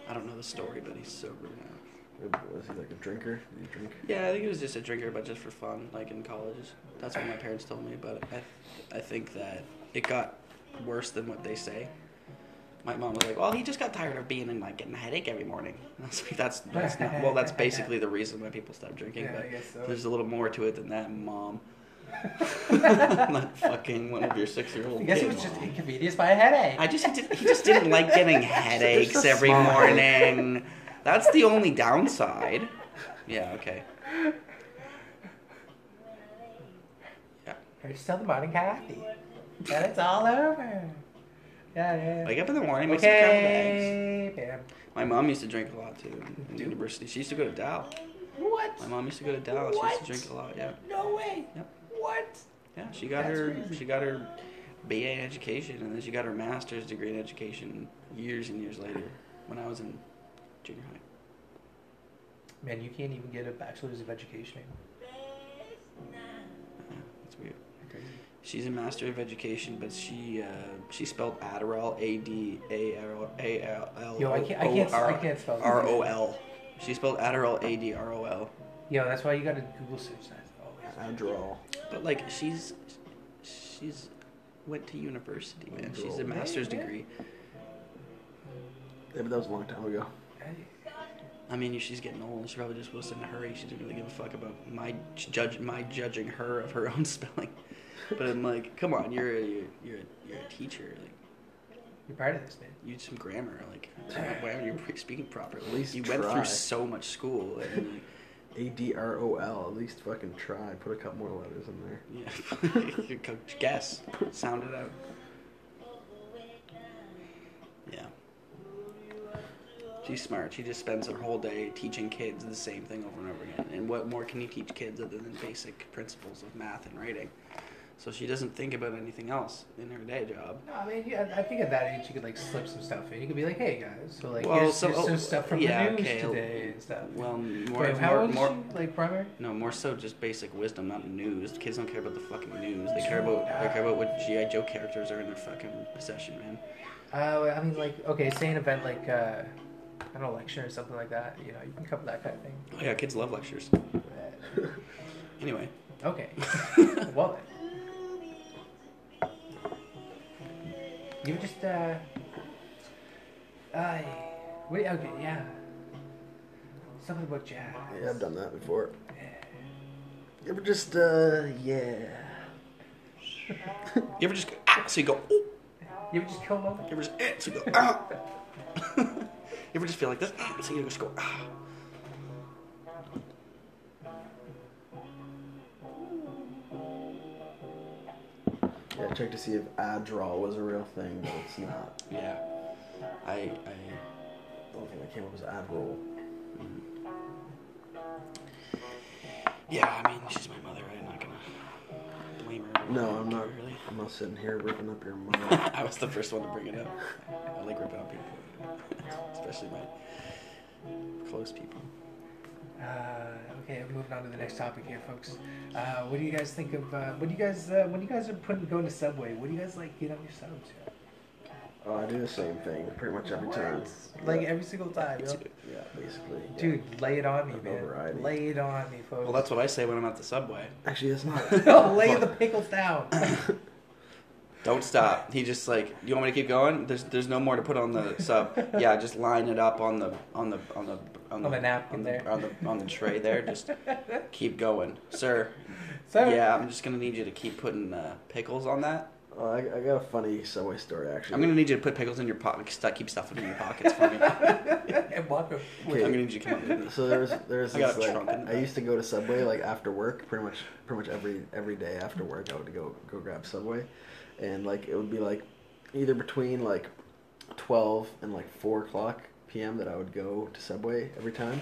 S3: I don't know the story, but he's sober now.
S2: was he like a drinker? Did he drink?
S3: Yeah, I think he was just a drinker, but just for fun, like in college. That's what my parents told me. But I, I think that it got worse than what they say. My mom was like, "Well, he just got tired of being in like getting a headache every morning." And I was like, "That's that's not well. That's basically the reason why people stop drinking."
S4: Yeah, I
S3: but
S4: guess so.
S3: there's a little more to it than that, mom. not fucking one of your six-year-old.
S4: I guess he was
S3: kids.
S4: just inconvenienced by a headache.
S3: I just did, he just didn't like getting headaches every
S2: small
S3: morning. That's the only downside. Yeah. Okay. Yeah.
S4: There's still the morning coffee. And it's all over. Yeah, yeah.
S3: Wake up in the morning, make
S4: Okay. Bam.
S3: some crumb bags. My mom used to drink a lot too in- in university. She used to go to Dow.
S4: What?
S3: My mom used to go to Dow. She used to drink a lot. Yeah.
S4: No way.
S3: Yep.
S4: What?
S3: Yeah. She got
S4: That's
S3: her
S4: crazy.
S3: she got her BA in education and then she got her master's degree in education years and years later when I was in junior high.
S4: Man, you can't even get a bachelor's of education.
S3: Yeah, that's weird. She's a master of education, but she uh, she spelled Adderall A D A L A L L
S4: Yo, I can't- I can't- I can't spell that.
S3: R O L. She spelled Adderall A D R O L.
S4: Yo, that's why you gotta Google search that. Always.
S2: Adderall.
S3: But like she's she's went to university, man. She's a master's degree.
S2: Yeah, but that was a long time ago.
S3: I mean, she's getting old. She probably just was in a hurry. She didn't really give a fuck about my judge my judging her of her own spelling. But I'm like, come on, you're a, you're you're a, you're a teacher. Like
S4: You're part of this, man.
S3: you did some grammar. Like, why aren't you pre- speaking properly?
S2: At least
S3: you went
S2: try.
S3: through so much school. And
S2: A D R O L. At least fucking try. Put a couple more letters in there.
S3: you, yeah, you go guess, sound it out. Yeah. She's smart. She just spends her whole day teaching kids the same thing over and over again. And what more can you teach kids other than basic principles of math and writing? So she doesn't think about anything else in her day job.
S4: No, I mean, yeah, I think at that age you could like slip some stuff in. You could be like, "Hey guys, so like
S3: Well,
S4: here's,
S3: so-
S4: here's
S3: oh,
S4: some stuff from
S3: yeah,
S4: the news
S3: okay,
S4: today and stuff."
S3: Well, more,
S4: Wait, how
S3: more,
S4: old is
S3: more,
S4: she? Like primary?
S3: No, more so just basic wisdom, not news. Kids don't care about the fucking news. They care about they care about what GI Joe characters are in their fucking possession, man.
S4: Uh, I mean, like, okay, say an event like, uh, I don't know, lecture or something like that. You know, you can cover that kind of thing.
S3: Oh yeah, kids love lectures. Anyway,
S4: Okay. well, then. you were just, uh, I, wait, okay, yeah. Something about jazz.
S2: Yeah, I've done that before. You ever just uh yeah.
S3: you ever just go ah, so you go oh.
S4: You were just killed over?
S3: You ever just eh, so you go ah. you ever just feel like this ah, so you just go ah.
S2: Yeah, check to see if Adderall was a real thing, but it's not.
S3: Yeah, I I
S2: The only thing that came up was Adderall.
S3: yeah. I mean, she's my mother. I'm not gonna blame her.
S2: No,
S3: I
S2: I'm
S3: don't
S2: not.
S3: care, really.
S2: I'm not sitting here ripping up your mom.
S3: I was the first one to bring it up. I like ripping on people, especially my close people.
S4: Uh, okay, we're moving on to the next topic here, folks. Uh, what do you guys think of, uh, what do you guys, uh, when you guys are putting, going to Subway, what do you guys like get on your subs?
S2: oh, I do the same thing pretty much every time.
S4: Like
S2: yeah,
S4: every single time, yo.
S2: yeah, basically. yeah.
S4: Dude, lay it on me,
S2: No
S4: man.
S2: variety.
S4: Lay it on me, folks.
S3: Well, that's what I say when I'm at the subway.
S2: Actually, that's not.
S4: No, lay the pickles down.
S3: Don't stop. He just like, you want me to keep going? There's there's no more to put on the sub. yeah, just line it up on the on the on the
S4: On the napkin
S3: on the,
S4: there.
S3: on the on the tray there. Just keep going, sir.
S4: So
S3: Yeah, I'm just gonna need you to keep putting uh, pickles on that.
S2: Oh, I, I got a funny subway story actually.
S3: I'm gonna need you to put pickles in your pocket. St- keep stuffing them in your pockets for me. I'm
S4: and walk over.
S2: Okay.
S3: gonna need you to come up with this.
S2: So there was there was
S3: I got
S2: this,
S3: a trunk
S2: like,
S3: in the
S2: I used to go to Subway like after work, pretty much pretty much every every day after work I would go go grab Subway, and like it would be like either between like twelve and like four o'clock p.m. that I would go to Subway every time,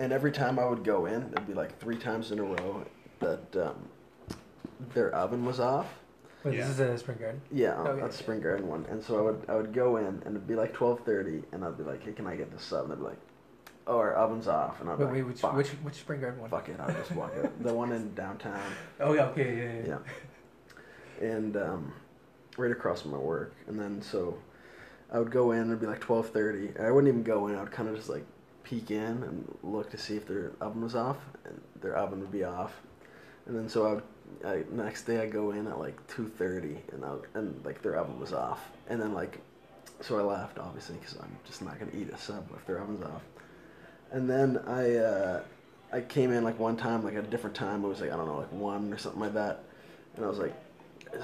S2: and every time I would go in, it'd be like three times in a row that um, their oven was off.
S4: Wait,
S3: Yeah.
S4: this is a spring garden.
S2: Yeah,
S4: Oh, yeah,
S2: that's
S4: yeah.
S2: Spring Garden one. And so I would I would go in and it'd be like twelve thirty, and I'd be like, "Hey, can I get this sub?" And they'd be like, "Oh, our oven's off." And I'm
S4: Wait,
S2: like,
S4: wait, which
S2: fuck,
S4: which which spring garden one?
S2: fuck it, I'll just walk out. The one in downtown,
S4: Oh yeah, okay, yeah, yeah. yeah.
S2: yeah, and um, right across from my work. And then so I would go in. It'd be like twelve thirty. I wouldn't even go in. I would kind of just like peek in and look to see if their oven was off, and their oven would be off. And then so I would. I, next day I go in at like two thirty, and I would- and like their oven was off. And then like, so I left obviously because I'm just not gonna eat a sub if their oven's off. And then I uh, I came in like one time, like at a different time. It was like I don't know, like one or something like that. And I was like,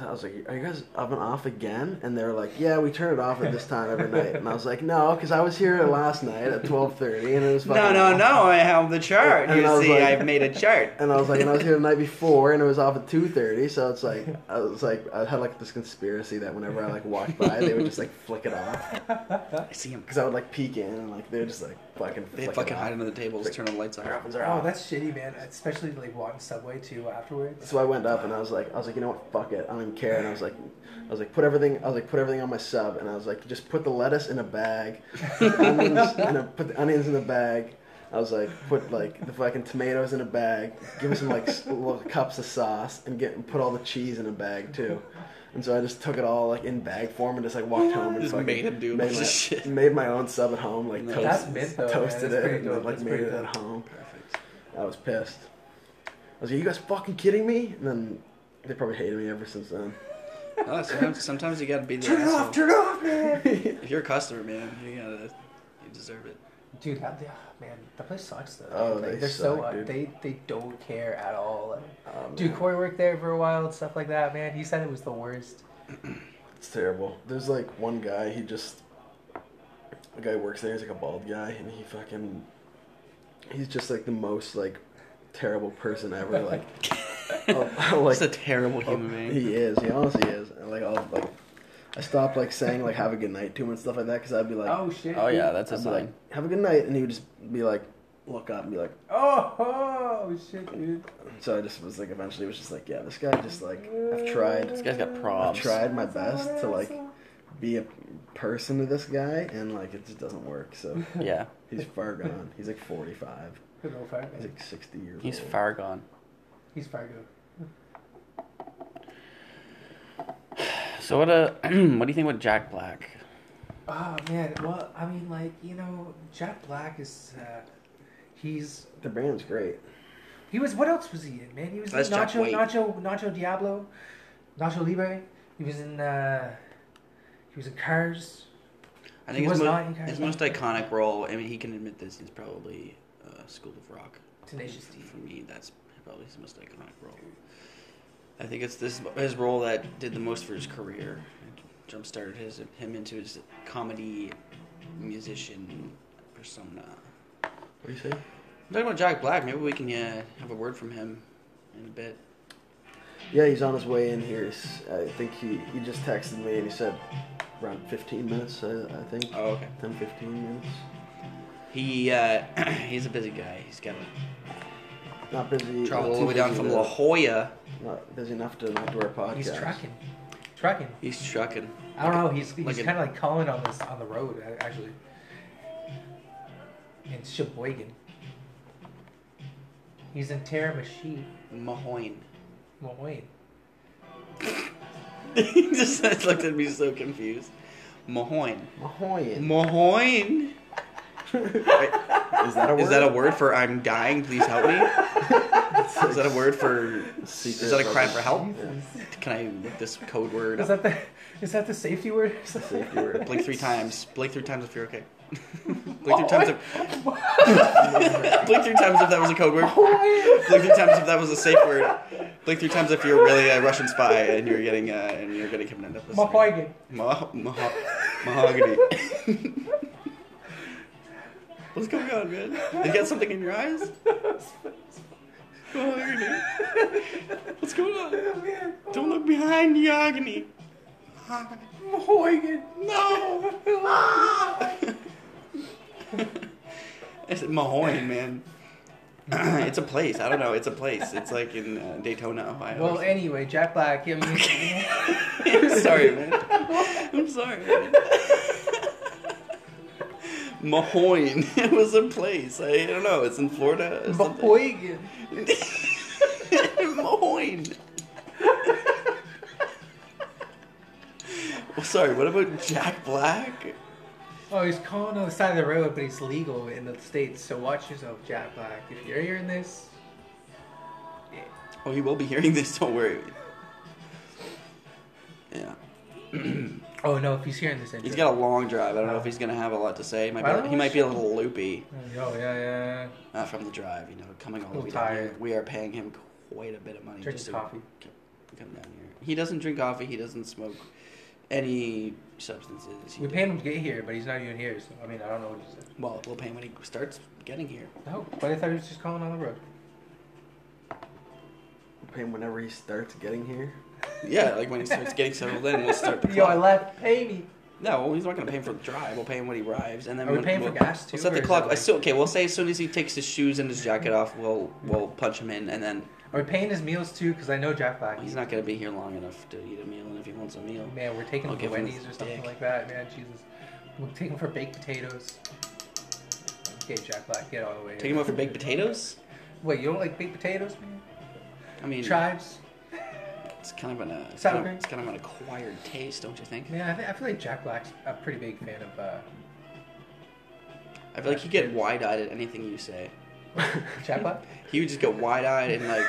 S2: I was like, are you guys oven off again? And they were like, yeah, we turn it off at this time every night. And I was like, no, because I was here last night at twelve thirty, and it was
S3: No,
S2: fucking
S3: no,
S2: off."
S3: no! I have the chart.
S2: And
S3: you
S2: I was
S3: see,
S2: like-
S3: I've made a chart.
S2: And I was like, and I was here the night before, and it was off at two thirty. So it's like, I was like, I had like this conspiracy that whenever I like walked by, they would just like flick it off
S3: I see him.
S2: because I would like peek in, and like they're just like fucking.
S3: They
S2: flick
S3: fucking
S2: it off.
S3: hide under the tables, turn the lights
S2: Their
S3: off.
S2: ovens are
S4: Oh,
S2: off.
S4: that's shitty, man. Especially like walking subway too afterwards.
S2: So I went up and I was like, I was like, you know what, fuck it, I don't even care. And I was like, I was like, put everything, I was like, put everything on my sub, and I was like, just put the lettuce in a bag, onions, and I put the onions in the bag. I was like, put like the fucking tomatoes in a bag, give me some like s- little cups of sauce, and get and put all the cheese in a bag too. And so I just took it all like in bag form and just like walked home and
S3: Just
S2: fucking
S3: made him do
S2: made
S3: this
S2: my,
S3: shit.
S2: made my own sub at home, like
S3: Nice.
S2: toast,
S4: That's mint, though, man.
S2: toasted
S4: That's
S2: it,
S4: pretty
S2: and then,
S4: dope.
S2: like
S4: That's
S2: made
S4: pretty
S2: it at
S4: dope.
S2: home.
S3: Perfect.
S2: I was pissed. I was like, "You guys fucking kidding me?" And then they probably hated me ever since then.
S3: Oh, sometimes, sometimes you gotta be the
S4: Turn it
S3: asshole.
S4: off, turn it off, man.
S3: If you're a customer, man, you gotta, you deserve it.
S4: dude, how, yeah, man, the place sucks though.
S2: Oh,
S4: like,
S2: they
S4: are so
S2: suck,
S4: uh,
S2: dude.
S4: they they don't care at all. Like,
S2: Um,
S4: dude, Corey worked there for a while and stuff like that, man. He said it was the worst.
S2: it's terrible. There's like one guy. He just a guy works there. He's like a bald guy, and he fucking he's just like the most like terrible person ever. Like,
S3: Oh,
S2: I'll- I'll,
S3: Just a terrible human being.
S2: He is. He honestly is. And, like, I'll, like, I stopped like saying like "Have a good night" to him and stuff like that because I'd be like,
S4: oh shit.
S3: Oh yeah, that's a
S2: I'd be like,
S3: sign.
S2: "Have a good night," and he would just be like, look up and be like.
S4: Oh, oh shit, dude.
S2: So I just was like, eventually, was just like, yeah, this guy just like, I've tried,
S3: This guy's got
S2: I've
S3: problems.
S2: tried my best to like be a person to this guy, and like it just doesn't work. So
S3: Yeah,
S2: he's far gone. He's like 45.
S4: Good old
S2: He's
S4: Fargo.
S2: like 60 years
S3: he's
S2: old.
S3: far gone.
S4: He's Fargo.
S3: So what? Uh, what do you think about Jack Black?
S4: Oh man, well, I mean, like you know, Jack Black is. Uh, he's
S2: The brand's great.
S4: He was what else was he in, man? He was
S3: That's
S4: in
S3: Jack
S4: Nacho
S3: White.
S4: Nacho Nacho Diablo, Nacho Libre. He was in uh he was in Cars.
S3: I
S4: He
S3: think his,
S4: was
S3: mo-
S4: not in Harry
S3: his
S4: Potter.
S3: most iconic role. I mean, he can admit this. He's probably uh, School of Rock.
S4: Tenacious D.
S3: For me, that's probably his most iconic role. I think it's this his role that did the most for his career. It jumpstarted his him into his comedy musician persona.
S2: What do you say?
S3: I'm talking about Jack Black. Maybe we can uh, have a word from him in a bit.
S2: Yeah, he's on his way in here. He's, I think he he just texted me and he said around 15 minutes. I, I think
S3: Oh, okay.
S2: 10, 15 minutes.
S3: He uh, he's a busy guy. He's got to
S2: Not busy.
S3: travel
S2: not
S3: all the
S2: too
S3: way down
S2: busy
S3: from
S2: to-
S3: La Jolla.
S2: Not busy enough to not do our podcast.
S4: He's trucking. Trucking.
S3: He's trucking.
S4: I don't know, he's he's
S3: Like a-
S4: kinda like calling on this on the road a- actually. In Sheboygan. He's in Terramachine,
S3: Mahoyne.
S4: Moyne.
S3: he just looked at me so confused. Mahoyne.
S2: Mahoyan.
S3: Mahoyne.
S2: Is that a word?
S3: Is that a word for I'm dying? Please help me. Is that a word for?
S2: Secret
S3: Is that a cry
S2: fucking
S3: for help?
S4: Jesus.
S3: Can I look this code word
S4: Is
S3: up?
S4: that the is that the safety word?
S2: Safety word.
S3: Blink three times. Blink three times if you're okay. Blink three times if. Blink three times if that was a code word. Blink three times if that was a safe word. Blink three times if you're really a Russian spy and you're getting uh, and you're getting kidnapped. That's-
S4: Mahogany.
S3: Ma- maho- mahogany. What's going on, man? You got something in your eyes? Mahogany. What's going on? Don't look behind the agony.
S4: Mahogany.
S3: No! it's Mahoyne, man. it's a place. I don't know. It's a place. It's like in uh, Daytona, Ohio.
S4: Well, anyway, Jack Black. I mean,
S3: I'm sorry, man. I'm sorry. Man. Mahoyne. It was a place. I, I don't know. It's in Florida. or something.
S4: Mahogany.
S3: Mahoyne. well, sorry. What about Jack Black?
S4: Oh, he's calling on the side of the road, but he's legal in the states. So watch yourself, Jack Black. If you're hearing this,
S3: Oh, he will be hearing this. Don't worry. Yeah.
S4: oh no, if he's hearing this,
S3: He's got a long drive. I don't know if he's gonna have a lot to say. He might
S4: I don't
S3: be,
S4: know
S3: he might be a little loopy
S4: Oh yeah, yeah, yeah.
S3: uh, from the drive. You know, coming all the
S4: Little
S3: way down here.
S4: tired.
S3: We are paying him quite a bit of money
S4: Drink
S3: just
S4: the
S3: to
S4: coffee.
S3: co- come down here. He doesn't drink coffee. He doesn't smoke any substances. He
S4: We paid him to get here, but he's not even here. So I mean, I don't know what he said.
S3: Well, we'll pay him when he starts getting here.
S4: No, but I thought he was just calling on the road.
S2: Pay him whenever he starts getting here.
S3: Yeah, like when he starts getting settled in, we'll start the
S4: Yo, I
S3: clock.
S4: left. Pay me.
S3: No, well, he's not gonna pay him for the drive. We'll pay him when he arrives, and then
S4: Are we
S3: when-
S4: paying for
S3: we'll,
S4: gas, too,
S3: We'll set
S4: or
S3: the
S4: is
S3: clock.
S4: that
S3: I still, okay, we'll say as soon as he takes his shoes and his jacket off, we'll we'll punch him in, and then
S4: Are we paying his meals too? Because I know Jack Black.
S3: He's not gonna be here long enough to eat a meal, and if he wants a meal,
S4: Man, we're taking
S3: I'll
S4: him to
S3: give him
S4: Wendy's
S3: his
S4: or something
S3: dick.
S4: like that, man. Jesus. We'll take him for baked potatoes. Okay, Jack Black, get out of the way.
S3: take him out for baked potatoes.
S4: Wait, you don't like baked potatoes, man?
S3: I mean,
S4: Tribes?
S3: it's kind of an uh, it's,
S4: Sour
S3: kind of,
S4: cream?
S3: it's kind of an acquired taste, don't you think?
S4: Man, I, th- I feel like Jack Black's a pretty big fan of uh,
S3: I feel like he'd get wide eyed at anything you say.
S4: Jack Black.
S3: He would just get wide eyed and like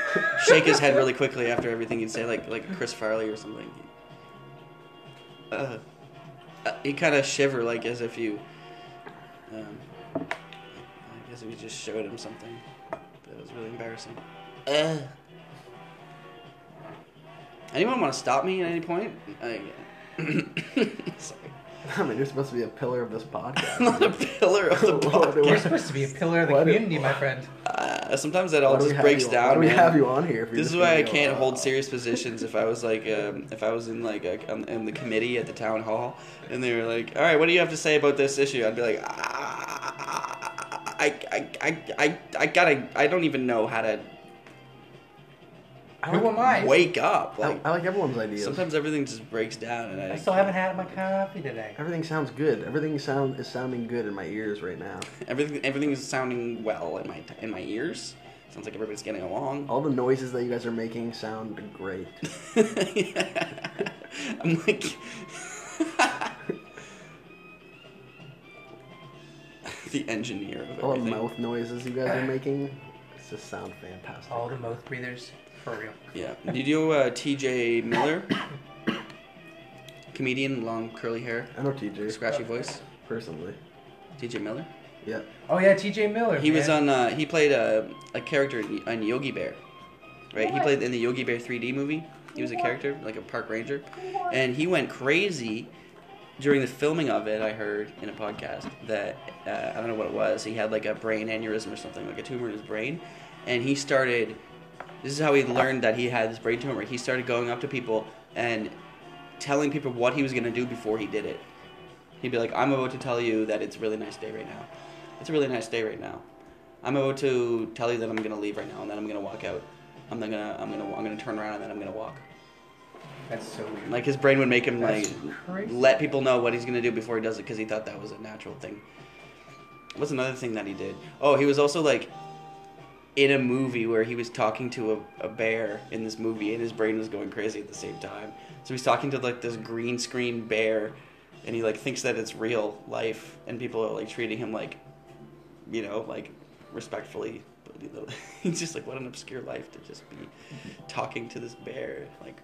S3: shake his head really quickly after everything you'd say, like like Chris Farley or something. Uh, uh, he'd kind of shiver, like as if you, um, I guess if you just showed him something that was really embarrassing. Uh. Anyone want to stop me at any point? I, sorry,
S2: I mean, you're supposed to be a pillar of this podcast.
S3: I'm not a pillar of the
S2: Why do-
S3: podcast.
S4: You're supposed to be a pillar of the
S2: Why do-
S4: community, my friend.
S3: Uh, sometimes that
S2: why
S3: all
S2: do we
S3: just
S2: have
S3: breaks
S2: you-
S3: down.
S2: Why do we
S3: man.
S2: have you on here? if you're
S3: This
S2: just
S3: is why
S2: gonna
S3: I
S2: go,
S3: can't
S2: uh,
S3: hold serious positions. If I was like, um, if I was in like a, on, in the committee at the town hall, and they were like, "All right, what do you have to say about this issue?" I'd be like, "Ah, "I, I, I, I, I gotta. I don't even know how to
S4: Who am I?
S3: wake up."
S2: I,
S3: Like
S2: I like everyone's ideas.
S3: sometimes everything just breaks down, and I,
S4: I still haven't had my coffee today.
S2: everything sounds good. Everything sound is sounding good in my ears right now.
S3: everything everything is sounding well in my in my ears. Sounds like everybody's getting along.
S2: All the noises that you guys are making sound great.
S3: I'm like. the engineer of
S2: All the
S3: everything.
S2: mouth noises you guys are making it's just sound fantastic.
S4: All the mouth breathers, for real.
S3: Yeah. Did you know uh, TJ Miller? Comedian, long curly hair,
S2: I know TJ
S3: scratchy voice.
S2: personally.
S3: TJ Miller.
S2: Yeah.
S4: Oh yeah, T.J. Miller.
S3: He was
S4: man.
S3: on. Uh, he played a, a character in- on Yogi Bear, right? He played in the Yogi Bear 3D movie. He was a character, like a park ranger, and he went crazy during the filming of it. I heard in a podcast that uh, I don't know what it was. He had like a brain aneurysm or something, like a tumor in his brain, and he started. This is how he learned that he had this brain tumor. He started going up to people and telling people what he was gonna do before he did it. He'd be like, "I'm about to tell you that it's a really nice day right now. It's a really nice day right now. I'm about to tell you that I'm gonna leave right now, and then I'm gonna walk out. I'm not gonna, I'm gonna, I'm gonna turn around, and then I'm gonna walk.
S4: That's so weird.
S3: Like his brain would make him like
S4: That's crazy.
S3: let people know what he's gonna do before he does it because he thought that was a natural thing. What's another thing that he did? Oh, he was also like in a movie where he was talking to a, a bear in this movie, and his brain was going crazy at the same time. So he's talking to like this green screen bear, and he like thinks that it's real life, and people are like treating him like, you know, like respectfully. But, you know, he's just like what an obscure life to just be talking to this bear, like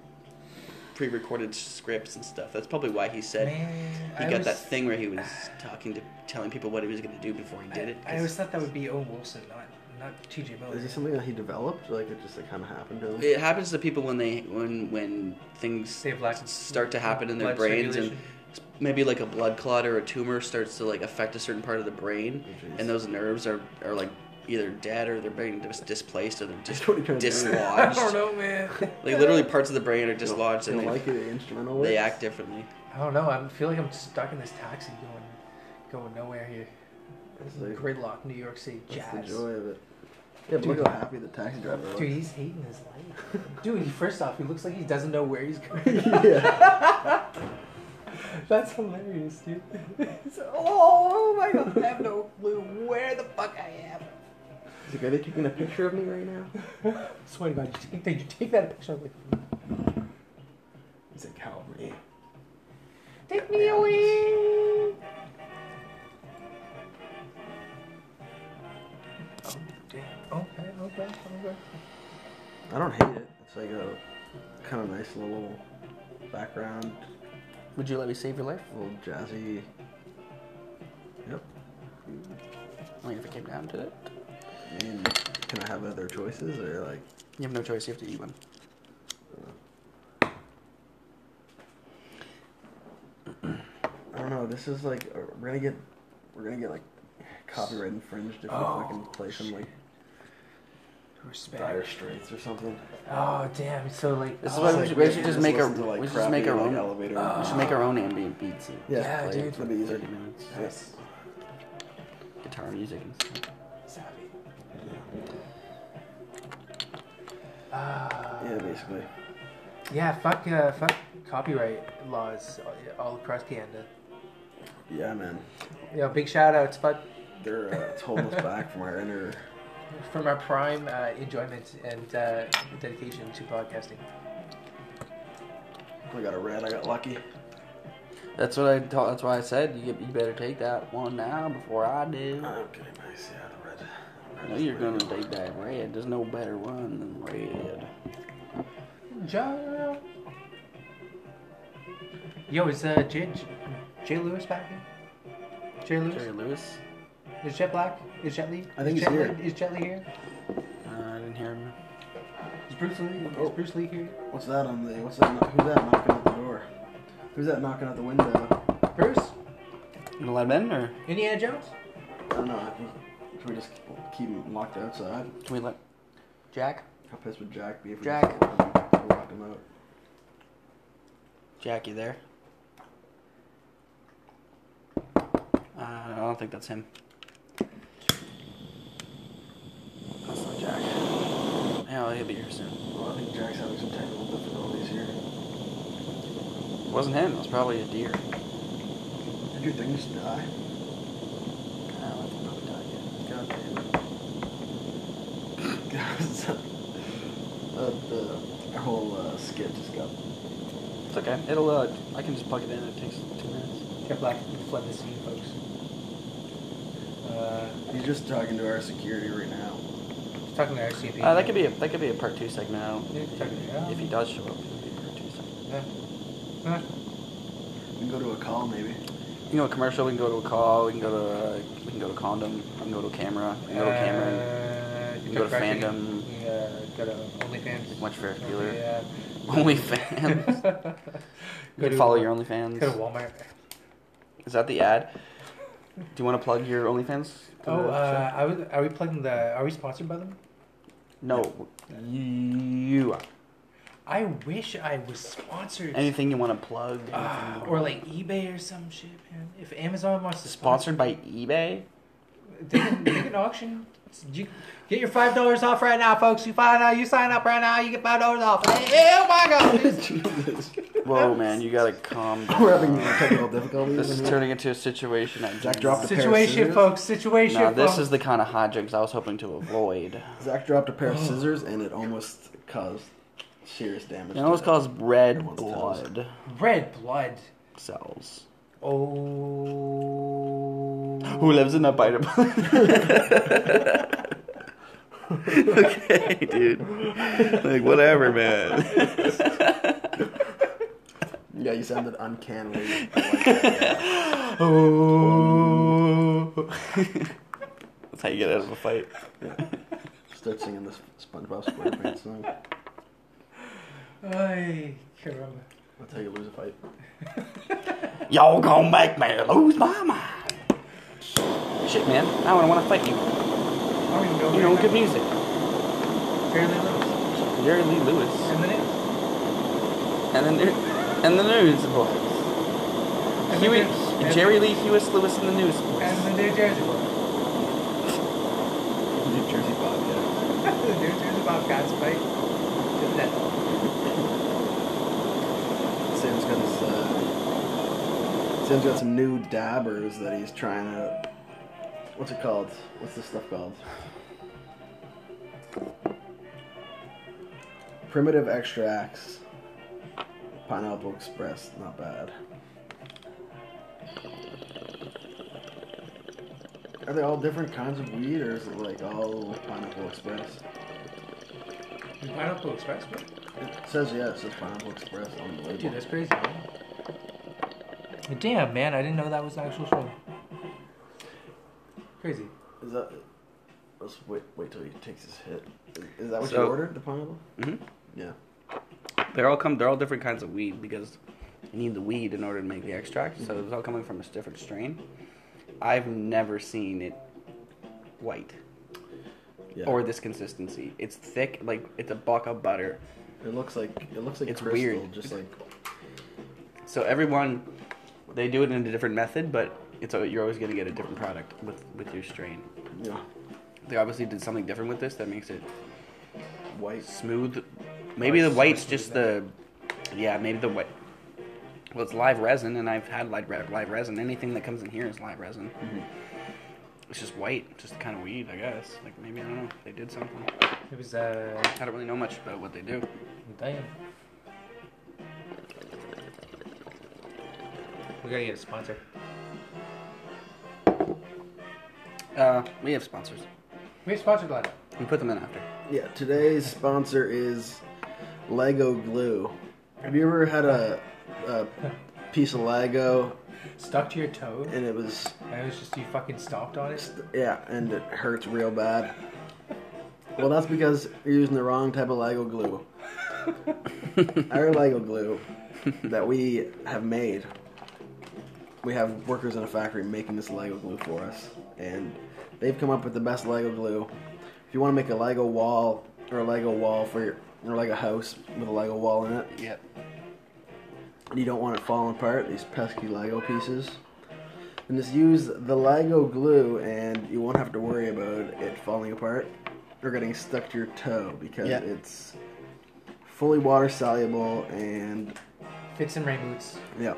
S7: pre-recorded scripts and stuff. That's probably why he said
S4: Man,
S7: he
S4: I
S7: got
S4: was-
S7: that thing where he was talking to telling people what he was going to do before he did it.
S4: I, I
S7: 'cause-
S4: always thought that would be Owen Wilson, not not T.J. Miller.
S2: Is this something that he developed? Like it just like kind of happened to him?
S7: It happens to people when they when when things
S4: They have lack-
S7: start to happen in their
S4: blood
S7: brains and
S4: circulation.
S7: maybe like a blood clot or a tumor starts to like affect a certain part of the brain
S2: Oh, jeez.
S7: and those nerves are are like either dead or they're being dis- displaced or they're just
S2: That's what he kinda did.
S4: I
S7: dislodged.
S4: don't know, man.
S7: Like literally parts of the brain are dislodged
S2: You
S7: and
S2: don't
S7: they,
S2: like it, the instrumental works?
S7: they act differently.
S4: I don't know. I feel like I'm stuck in this taxi going going nowhere here.
S2: That's like-
S4: Gridlock, New York City,
S2: That's the
S4: jazz.
S2: joy of it. Yeah, but
S4: Dude.
S2: look how happy the taxi driver looks.
S4: Dude, he's hating his life. Dude, he, first off, he looks like he doesn't know where he's going.
S2: yeah.
S4: That's hilarious, dude. He's, oh my god, I have no clue where the fuck I am.
S2: He's like, are they taking a picture of me right now?
S4: swear to God, you take, that- you take that picture. I'm like,
S2: He's like, help me.
S4: take me away. Oh, damn. Okay, okay, okay.
S2: I don't hate it. It's like a kind of nice little background,
S3: Would you let me save your life?
S2: little jazzy. Yep.
S3: I mean, if it came down to it,
S2: I mean, can I have other choices or like?
S3: you have no choice. You have to eat one.
S2: I don't know. This is like uh, we're gonna get we're gonna get like copyright infringed if
S4: Oh,
S2: we fucking play some like
S4: Respect.
S2: Dire Straits or something.
S4: Oh damn! So like,
S3: This is
S4: oh,
S3: why
S2: It's
S3: we
S2: like
S3: should, we should
S2: we
S3: just
S2: just
S3: make our
S2: listen to, like,
S3: we should just make
S2: crappy,
S3: our
S2: like,
S3: own
S2: elevator
S3: We should make our own ambient beats. and
S2: Yeah,
S4: Yeah,
S2: play it
S4: dude.
S2: for the easier.
S3: 30 minutes.
S4: Nice.
S3: Guitar music and stuff.
S4: savvy. Ah.
S2: Yeah, basically.
S4: Yeah, fuck, uh, fuck copyright laws uh, all across Canada.
S2: Yeah, man.
S4: You know, big shout outs fuck,
S2: They're uh, it's holding us back from our inner.
S4: from our prime uh, enjoyment and uh, dedication to podcasting.
S2: I got a red. I got lucky.
S3: That's what I taught. That's why I said you, get- you better take that one now before I do.
S2: Okay, nice. Yeah, the red.
S3: No, you're gonna take that red. There's no better one than red.
S4: Ja- Yo, is uh, Jay, Jay Lewis back here? Jay Lewis?
S3: Jerry Lewis.
S4: Is Jet Black? Is Jet Lee?
S2: I think
S4: is
S2: he's
S4: Jet
S2: here.
S4: Li- Is Jet Lee here?
S3: Uh, I didn't hear him.
S4: Is Bruce Lee? Is
S2: Oh.
S4: Bruce Lee here?
S2: What's that on the? What's that? Who's that knocking at the door? Who's that knocking at the window?
S4: Bruce?
S3: You gonna let him in, or
S4: Indiana Jones?
S2: I don't know. I think should we just keep him locked outside?
S3: can we let Jack?
S2: How pissed would Jack be if we
S3: Jack.
S2: just locked him, locked him out?
S3: Jack, you there? Uh, I don't think that's him.
S2: That's not Jack.
S3: Yeah, he'll be here soon.
S2: Well, I think Jack's having some technical difficulties here.
S3: It wasn't him. It was probably a deer.
S2: Did your thing just die?
S3: Uh, probably died yet.
S2: God damn it. God, so- uh, the, our whole uh, skit just got.
S3: It's okay. It'll. Uh, I can just plug it in. It takes two minutes.
S4: Jet Black fled the scene, folks. Uh,
S2: He's just talking to our security right now.
S4: just talking to RCP.
S3: Uh, that could be a that could be a part two segment. I don't-
S4: Yeah, check it out.
S3: If he does show up, it'll be a part two segment.
S4: Yeah. Huh?
S2: We can go to a call maybe.
S3: We can go to commercial. We can go to a call. We can go to uh, we can go to condom. We can go to camera. We can go to camera.
S4: Uh,
S3: You go to
S4: Chuck Berry,
S3: fandom.
S4: we, uh, go to OnlyFans.
S3: Watch Ferris
S4: Go
S3: Bueller.
S4: to, uh,
S3: OnlyFans. You can follow your OnlyFans.
S4: Go to Walmart.
S3: Is that the ad? Do you want to plug your OnlyFans? to
S4: Oh,
S3: the
S4: uh, are we, are we plugging the? Are we sponsored by them?
S3: show? no, you are.
S4: I wish I was sponsored.
S3: Anything you want to plug? anything
S4: Ah,
S3: you wanna-
S4: or like eBay or some shit, man. If Amazon wants to sponsor,
S3: sponsored by eBay.
S4: they can, they can auction. You get your five dollars off right now, folks. You find out, you sign up right now, you get five dollars off. Hey, oh my god!
S3: Whoa, man, you gotta calm down.
S2: We're having technical difficulties.
S3: This
S2: in
S3: is
S2: here.
S3: turning into a situation. I do
S2: Zach dropped
S3: not-
S2: a pair of
S4: Situation,
S2: scissors.
S4: folks. Situation.
S3: No, this
S4: folks.
S3: is the kind of hot jokes I was hoping to avoid.
S2: Zach dropped a pair
S3: Oh.
S2: of scissors and it almost caused serious damage.
S3: It
S2: to
S3: almost
S2: the-
S3: caused red
S2: Everyone's toes.
S3: blood
S4: red blood.
S3: cells.
S4: Oh.
S3: Who lives in a biter? okay, dude. Like whatever, man.
S2: Yeah, you sounded uncannily. I like that, yeah.
S3: Oh. That's how you get out of a fight.
S2: Start singing this SpongeBob SquarePants song.
S4: Ay, caramba.
S2: That's how you lose a fight.
S3: Y'all gonna make me lose my mind. Shit, man. I don't want to fight you.
S4: I don't even know.
S3: You know, good music.
S4: Fairly little.
S3: Jerry Lee Lewis.
S4: And then it.
S3: And the new, and the news boys.
S4: And
S3: Huey,
S4: the news. And-
S3: Jerry Lee Hewis Lewis and the news
S4: And
S3: boys.
S4: the New Jersey boy.
S3: New Jersey Bob,
S4: the New Jersey Bobcats fight. to the death.
S2: Sam's got his, uh, Sam's got some new dabbers that he's trying to. What's it called? What's this stuff called? Primitive extracts. Pineapple Express, not bad. Are they all different kinds of weed, or is it like all Pineapple Express?
S4: The Pineapple Express boy?
S2: It says yes, it says Pineapple Express on the label.
S4: Dude, that's crazy. Man. Damn, man, I didn't know that was the actual show. Crazy.
S2: Is that? Let's wait. Wait till he takes his hit. Is- Is that what
S3: So-
S2: you ordered? The pineapple?
S3: yeah.
S2: Yeah.
S3: Mm-hmm. They're all come. They're all different kinds of weed because you need the weed in order to make the extract. So it's all coming from a different strain. I've never seen it white
S2: Yeah.
S3: or this consistency. It's thick, like it's a block of butter.
S2: it looks like it looks like
S3: It's
S2: crystal,
S3: weird.
S2: just like
S3: So everyone, they do it in a different method, but it's a, you're always gonna get a different product with with your strain.
S2: you know,
S3: They obviously did something different with this that makes it
S2: white.
S3: smooth. Maybe
S4: Oh,
S3: the
S4: it's so
S3: white's
S4: smooth
S3: just the, yeah, maybe the white. Well, it's live resin, and I've had live, re- live resin. Anything that comes in here is live resin.
S4: Mm-hmm.
S3: It's just white, just kind of weed, I guess. Like maybe I don't know. They did something.
S4: It was, uh,
S3: I don't really know much about what they do.
S4: damn. We gotta get a sponsor.
S3: Uh, we have sponsors.
S4: We have sponsored lineup.
S3: We put them in after.
S2: Yeah. Today's sponsor is Lego glue. Have you ever had a, a piece of Lego
S4: Stuck to your toe,
S2: and it was
S4: and it was just you fucking stomped on it.
S2: yeah and it hurts real bad? Well, that's because you're using the wrong type of Lego glue. Our Lego glue that we have made we have workers in a factory making this Lego glue for us, and they've come up with the best Lego glue. If you want to make a Lego wall or a Lego wall for your or like a house with a Lego wall in it,
S3: Yep.
S2: and you don't want it falling apart, these pesky Lego pieces, then just use the Lego glue, and you won't have to worry about it falling apart or getting stuck to your toe because
S3: Yeah.
S2: it's fully water soluble and
S4: Fits in rain boots.
S2: yeah.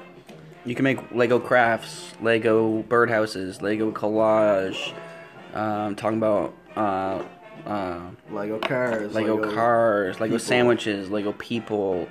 S3: You can make Lego crafts, Lego birdhouses, Lego collage. Um, talking about uh, uh,
S2: Lego cars,
S3: Lego, cars, Lego
S2: people.
S3: sandwiches, Lego people,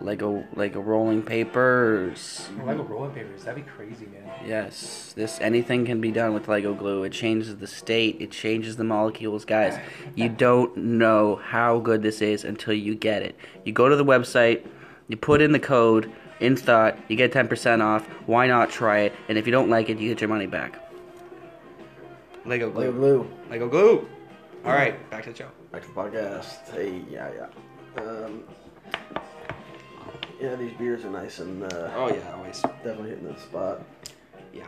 S3: Lego Lego rolling papers.
S4: Lego rolling papers. That'd be crazy, man.
S3: Yes, this anything can be done with Lego glue. It changes the state, it changes the molecules, guys. You don't know how good this is until you get it. You go to the website, you put in the code in thought, you get 10% off. Why not try it? And if you don't like it, you get your money back. Lego
S2: Lego
S3: glue.
S2: glue.
S3: Lego glue. All right, back to the show.
S2: Back to the podcast. Hey, yeah, yeah. Um, yeah, these beers are nice and uh,
S3: Oh yeah, always.
S2: definitely hitting the spot.
S3: Yeah.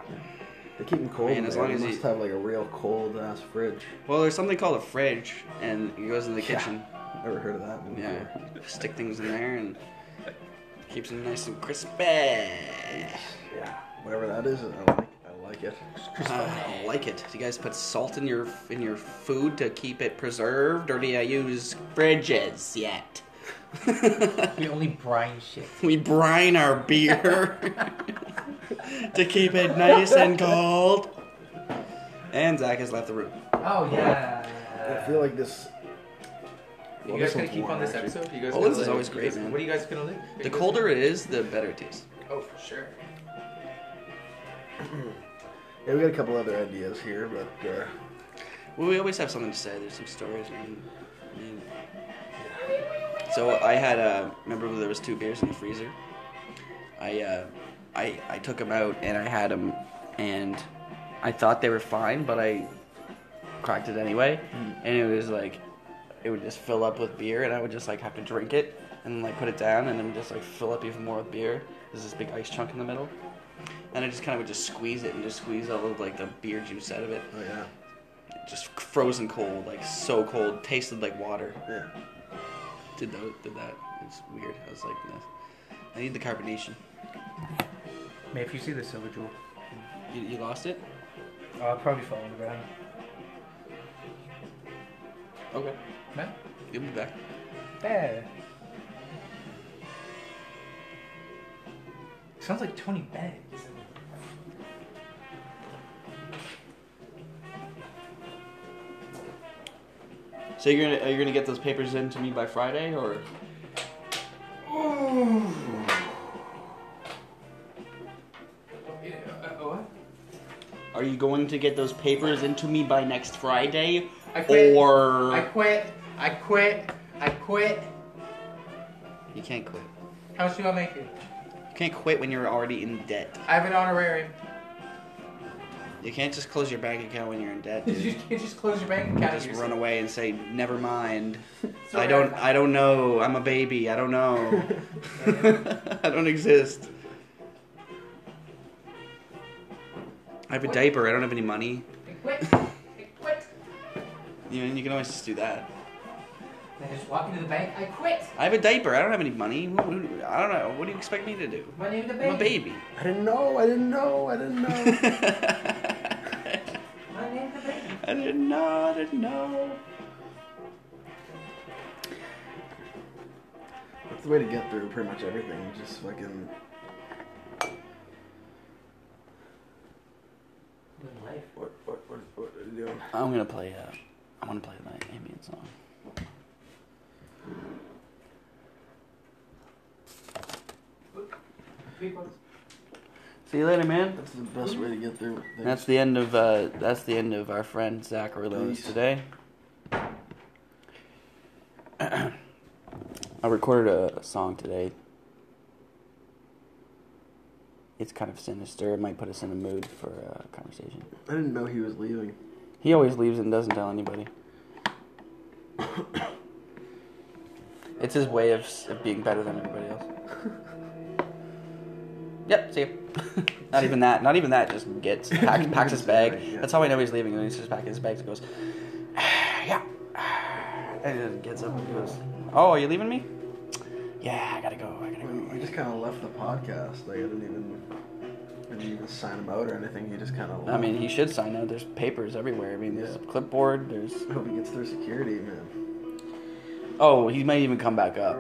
S2: They keep them cold.
S3: Man,
S2: in
S3: as
S2: there.
S3: long
S2: They
S3: as you-
S2: must have like a real cold ass fridge.
S3: Well, there's something called a fridge, and it goes in the
S2: Yeah.
S3: kitchen.
S2: Never heard of that. One
S3: Yeah,
S2: before.
S3: stick things in there and keeps them nice and crispy.
S2: yeah. Whatever that is, I like. I like it.
S3: I Uh, like it. Do you guys put salt in your in your food to keep it preserved, or do you use fridges yet?
S4: We only brine shit.
S3: we brine our beer to keep it nice and cold. And Zach has left the room.
S4: Oh yeah.
S2: I feel like this.
S4: you
S2: well,
S4: guys gonna
S2: one's
S4: keep
S2: warm,
S4: on this
S2: actually.
S4: episode? You guys
S3: Oh,
S4: gonna
S3: this is
S4: like-
S3: always great,
S4: you guys-
S3: man.
S4: What are you guys gonna do?
S3: The colder it is, the better it tastes.
S4: Oh, for sure.
S2: Yeah, we got a couple other ideas here, but uh,
S3: Well, we always have something to say. There's some stories. Man. So I had a. Remember, there was two beers in the freezer, I, uh, I, I took them out and I had them, and I thought they were fine, but I cracked it anyway, and it was like, it would just fill up with beer, and I would just like have to drink it, and like put it down, and then just like fill up even more with beer. There's this big ice chunk in the middle, and I just kind of would just squeeze it and just squeeze all of like the beer juice out of it,
S2: Oh yeah.
S3: just frozen cold, like so cold, tasted like water.
S2: Yeah.
S3: Did that? Did that? It's weird. I was like, no. I need the carbonation.
S4: Man, if you see the silver jewel, Uh,
S3: You, you lost it?
S4: I'll probably fall on the ground.
S3: Okay.
S4: No?
S3: You'll be back.
S4: Yeah. Sounds like Tony Bennett.
S3: So you're gonna are you gonna get those papers in to me by Friday or?
S4: what?
S3: Are you going to get those papers into me by next Friday?
S4: I quit.
S3: Or
S4: I quit. I quit. I quit.
S3: you can't quit.
S4: How much do I make you?
S3: You can't quit when you're already in debt.
S4: I have an honorarium.
S3: You can't just close your bank account when you're in debt.
S4: You
S3: Dude.
S4: just, you just close your bank account.
S3: just
S4: and
S3: run away and say never mind.
S4: Sorry,
S3: I don't.
S4: I-
S3: I don't know. I'm a baby. I don't know. I don't exist. I have a diaper. I don't have any money.
S4: I quit. I quit.
S3: You know, you can always just do that.
S4: Then just walk into the bank. I quit.
S3: I have a diaper. I don't have any money. Who- who- I don't know. What do you expect me to do?
S4: My name is the
S3: I'm
S4: baby.
S3: a baby.
S2: I didn't know. I didn't know. I didn't know.
S3: I
S4: My name is the baby.
S3: didn't know. I didn't know.
S2: That's the way to get through pretty much everything. You Just fucking.
S4: Live life.
S2: What? What? What? What are you doing?
S3: I'm gonna play. Uh, I want to play my ambient song.
S4: Three bucks.
S3: See you later, man.
S2: That's the best way to get through. Things.
S3: And That's the end of uh, that's the end of our friend Zachary Lewis
S2: Peace.
S3: today. I recorded a, a song today. It's kind of sinister. It might put us in a mood for a conversation.
S2: I didn't know he was leaving.
S3: He always leaves and doesn't tell anybody. it's his way of, s- of being better than everybody else. yep, see you. not even that. Not even that. Just gets pack, packs his bag.
S2: Right, yeah.
S3: That's how I know he's leaving. When he's just packing his bags, he goes, yeah, and then gets up and goes, oh, are you leaving me? Yeah, I gotta go. I gotta go.
S2: We just kind of left the podcast. Like I didn't even, I didn't even sign him out or anything. He just kind of.
S3: I mean, he should sign out. There's papers everywhere. I mean, there's a clipboard. There's
S2: I hope he gets through security, man.
S3: oh, he might even come back up.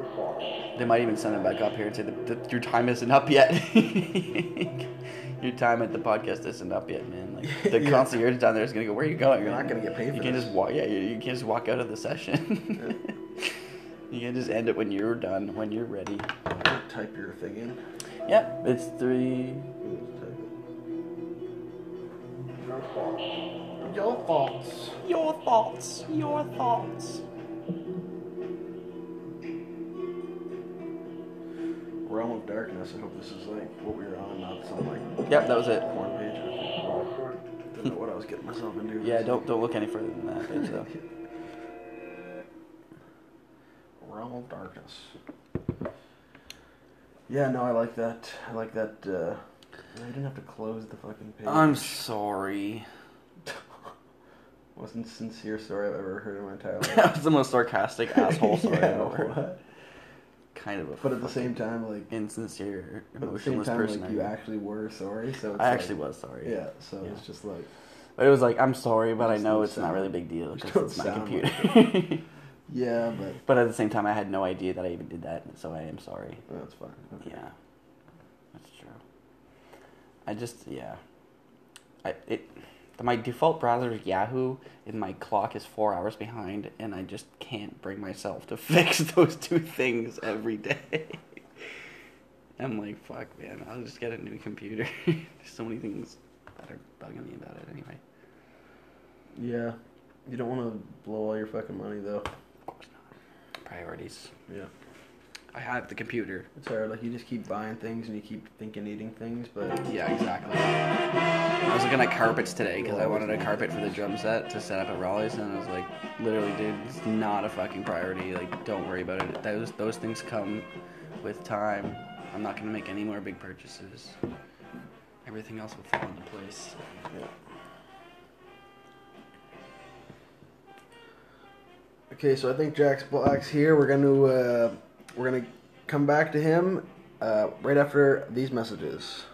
S3: They might even send him back up here and say that, that your time isn't up yet. your time at the podcast isn't up yet, man. Like the
S2: Yeah.
S3: concierge down there is gonna go, "Where are you going?"
S2: You're not
S3: man?"
S2: gonna get paid for
S3: You can't
S2: this.
S3: just walk. Yeah, you, you can't just walk out of the session. you can just end it when you're done, when you're ready.
S2: Type your thing in.
S3: Yep, it's three.
S2: Your faults.
S3: Your thoughts. Your thoughts.
S2: Realm of Darkness. I hope this is like what we were on, not some like
S3: Yep, that was it.
S2: porn page. or anything. Don't know what I was getting myself into.
S3: Yeah, don't don't look any further than that. Page, though.
S2: Realm of Darkness. Yeah, no, I like that. I like that. Uh, I didn't have to close the fucking page.
S3: I'm sorry.
S2: Wasn't sincere story I've ever heard in my entire life.
S3: that was the most sarcastic asshole story
S2: Yeah,
S3: I've ever heard.
S2: what?
S3: Kind of a
S2: But at the same time, like,
S3: insincere,
S2: but at the same
S3: emotionless
S2: time,
S3: person.
S2: like,
S3: I,
S2: you
S3: am.
S2: actually were sorry. So it's
S3: I actually
S2: like,
S3: was sorry.
S2: Yeah. So
S3: Yeah.
S2: it's just like
S3: But it was like, I'm sorry, but I
S2: Just
S3: know
S2: don't
S3: it's not
S2: sound-
S3: really a big deal
S2: just
S3: because it's my
S2: don't sound
S3: computer.
S2: yeah, but
S3: but at the same time, I had no idea that I even did that, so I am sorry.
S2: that's fine. Okay.
S3: Yeah, that's true. I just yeah, I it. My default browser is Yahoo, and my clock is four hours behind, and I just can't bring myself to fix those two things every day. I'm like, fuck, man, I'll just get a new computer. There's so many things that are bugging me about it anyway.
S2: Yeah. You don't want to blow all your fucking money though.
S3: Of course not. Priorities.
S2: Yeah.
S3: I have the computer.
S2: It's hard. Like you just keep buying things and you keep thinking eating things, but
S3: Yeah, exactly. I was looking at carpets today because I wanted a carpet for the drum set to set up at Raleigh's, and I was like, literally, dude, it's not a fucking priority. Like, don't worry about it. Those those things come with time. I'm not gonna make any more big purchases. Everything else will fall into place.
S2: Okay, so I think Jack's block's here. We're gonna uh, we're gonna come back to him uh, right after these messages.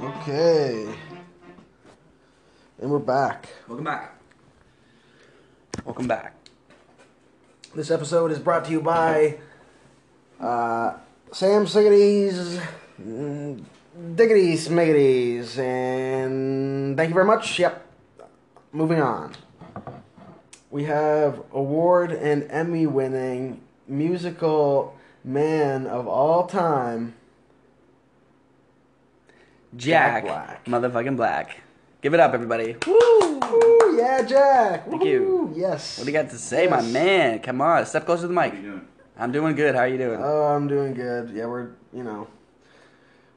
S2: Okay, and we're back.
S3: Welcome back. Welcome back.
S2: This episode is brought to you by uh, Sam Siggity's mm, Diggity Smiggities, and thank you very much. Yep. Moving on. We have award and Emmy winning musical man of all time.
S3: Jack,
S2: Jack Black.
S3: motherfucking Black. Give it up, everybody. What
S2: Woo! Yeah, Jack!
S3: Thank you.
S2: Woohoo! Yes.
S3: do you got to say, my
S2: Yes.
S3: man? Come on, step closer to the mic.
S8: How you doing?
S3: I'm doing good. How are you doing?
S2: Oh, I'm doing good. Yeah, we're, you know,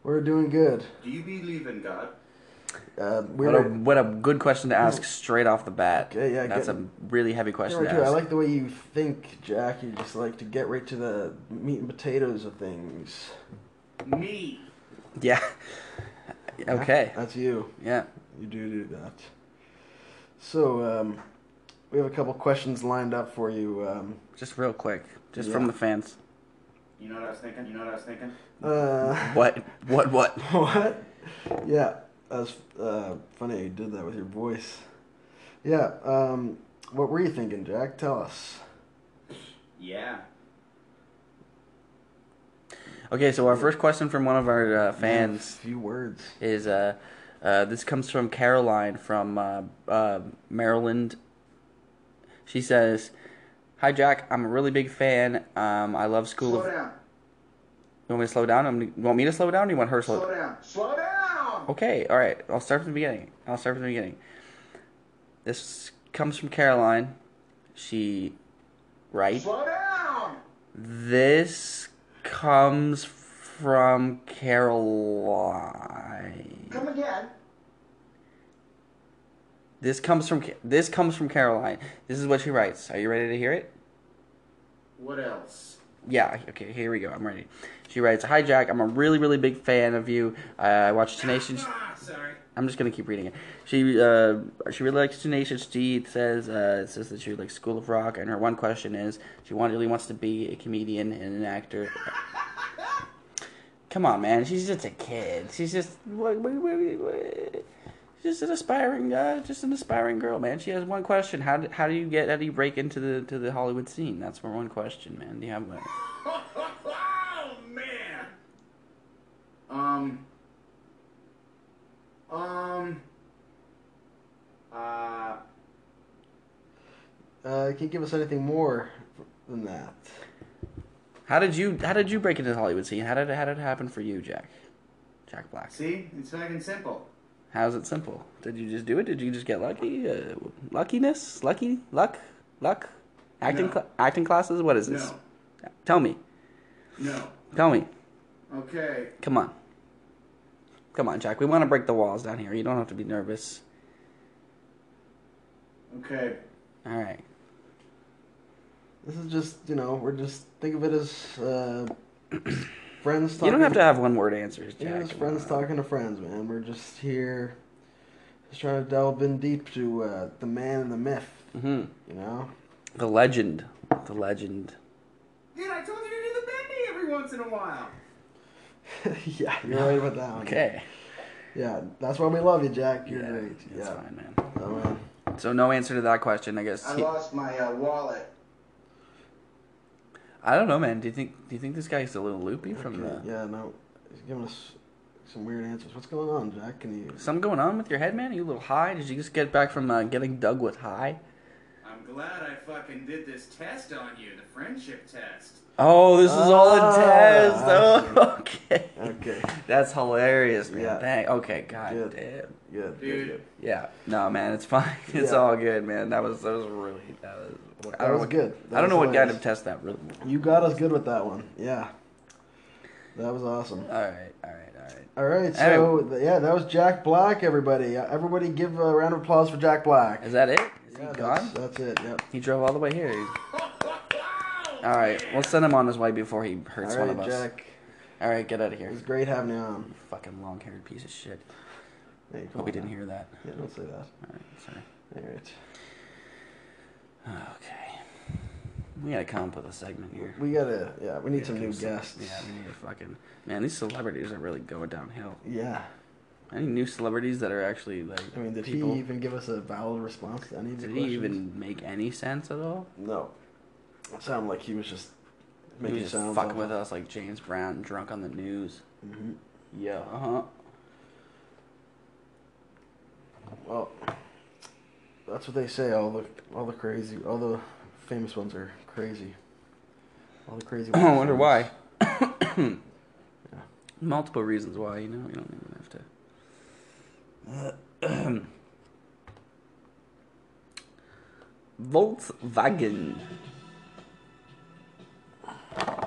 S2: we're doing good.
S8: Do you believe in God?
S2: Uh,
S3: What a,
S2: we're
S3: what a good question to ask straight off the bat.
S2: Okay, yeah,
S3: that's
S2: get-
S3: a really heavy
S2: Yeah,
S3: question
S2: right
S3: to
S2: here. I
S3: ask.
S2: like the way you think, Jack. You just like to get right to the meat and potatoes of things.
S8: Me.
S3: yeah. okay.
S2: That's you.
S3: Yeah.
S2: You do do that. So, um, we have a couple questions lined up for you. Um,
S3: Just real quick, just
S2: Yeah.
S3: from the fans.
S8: You know what I was thinking? You know what I was thinking?
S2: uh,
S3: What? What? What?
S2: what? Yeah, that's uh, funny you did that with your voice. Yeah, um, what were you thinking, Jack? Tell us.
S8: Yeah.
S3: Okay. So our first question from one of our uh, fans
S2: A few words.
S3: is uh, uh, this comes from Caroline from uh, uh, Maryland. She says, "Hi Jack, I'm a really big fan. Um, I love School
S8: Slow
S3: of.
S8: down.
S3: You want me to slow down? Um, You want me to slow down? Or you want her to slow
S8: Slow down. Slow down.
S3: Okay, all right. I'll start from the beginning. I'll start from the beginning. This comes from Caroline. She, right?
S8: Slow down.
S3: This comes from Caroline.
S8: Come again.
S3: This comes from Ca- this comes from Caroline. This is what she writes. Are you ready to hear it?
S8: What else?
S3: Yeah, okay, here we go. I'm ready. She writes, "Hi Jack, I'm a really really big fan of you. Uh, I watch Tenacious
S8: Ah, sorry.
S3: I'm just gonna keep reading it. She uh, she really likes Tenacious D. It says uh, it says that she likes School of Rock, and her one question is she want, really wants to be a comedian and an actor. Come on, man, she's just a kid. She's just what, what, what, what- she's just an aspiring uh, just an aspiring girl, man. She has one question: how do, how do you get how do you break into the to the Hollywood scene? That's her one question, man. Do you have one?
S8: Oh man. Um. Um. Uh.
S2: Uh, can you give us anything more than that?
S3: How did you how did you break into the Hollywood scene? How did it- how did it happen for you, Jack? Jack Black.
S8: See, it's fucking simple.
S3: How's it simple? Did you just do it? Did you just get lucky? Uh, luckiness? Lucky? Luck? Luck? Acting
S8: No.
S3: cla acting classes? What is this?
S8: No.
S3: Tell me.
S8: No.
S3: Tell me.
S8: Okay.
S3: Come on. Come on, Jack. We want to break the walls down here. You don't have to be nervous.
S8: Okay.
S3: All right.
S2: This is just, you know, we're just think of it as uh, friends talking.
S3: You don't have to have one word answers,
S2: Yeah,
S3: Jack.
S2: it's friends
S3: Come on.
S2: talking to friends, man. We're just here, just trying to delve in deep to uh, the man and the myth.
S3: Mhm.
S2: You know,
S3: The legend. The legend.
S8: Dude, I told you to do the bendy every once in a while.
S2: yeah, you're right about that one.
S3: Okay.
S2: Yeah, that's why we love you, Jack. You're
S3: Yeah,
S2: great.
S3: That's
S2: yeah.
S3: fine, man.
S2: Oh, man.
S3: So no answer to that question, I guess.
S8: I
S3: He-
S8: lost my uh, wallet.
S3: I don't know, man. Do you think do you think this guy's a little loopy from the
S2: Okay, Yeah, no, he's giving us some weird answers. What's going on, Jack? Can you?
S3: Something going on with your head, man? Are you a little high? Did you just get back from uh, getting dug with high?
S8: I'm I'm glad I fucking did this test on you, the friendship test.
S3: Oh, this is all a
S2: Ah,
S3: test. Oh,
S2: I
S3: okay.
S2: Okay.
S3: That's hilarious, man.
S2: Yeah.
S3: Dang. Okay, god
S2: Good.
S3: damn.
S2: Good.
S8: Dude.
S2: Good.
S3: Yeah. No, man, it's fine. It's
S2: Yeah.
S3: all good, man. That was that was really that was. I
S2: That
S3: don't
S2: was
S3: know-
S2: good. That
S3: I don't
S2: was
S3: know what kind
S2: hilarious.
S3: of test that really.
S2: good. You got us good with that one. Yeah. That was awesome.
S3: All right, all right, all right.
S2: All right, so th- yeah, that was Jack Black. Everybody, Uh, everybody, give a round of applause for Jack Black.
S3: Is that it? Is
S2: Yeah,
S3: he
S2: that's,
S3: gone?
S2: that's it. Yep.
S3: He drove all the way here. All right, we'll send him on his way before he hurts
S2: All
S3: one
S2: right,
S3: of us.
S2: Jack.
S3: All right, get out of
S2: It
S3: here.
S2: was great having you on.
S3: Fucking long-haired piece of shit.
S2: Hey, come
S3: Hope he
S2: on
S3: didn't
S2: now.
S3: hear that.
S2: Yeah, don't say that.
S3: All right, sorry.
S2: All right,
S3: Okay. We gotta come up with a segment here.
S2: we gotta. Yeah, we need some new
S3: Some-
S2: guests.
S3: Yeah, we need a fucking man. These celebrities are really going downhill.
S2: Yeah.
S3: Any new celebrities that are actually like?
S2: I mean, did he even give us a valid response to any of the
S3: Did he
S2: questions?
S3: even make any sense at all?
S2: No. It sounded like he was just
S3: He
S2: making
S3: was just
S2: sounds.
S3: fucking with us like James Brown, drunk on the news.
S2: hmm
S3: Yeah. Uh huh.
S2: Well, that's what they say. All the all the crazy, all the famous ones are crazy. All the crazy. ones
S3: I
S2: are
S3: wonder
S2: famous.
S3: why. Multiple reasons why, you know, you don't even have to. Volkswagen.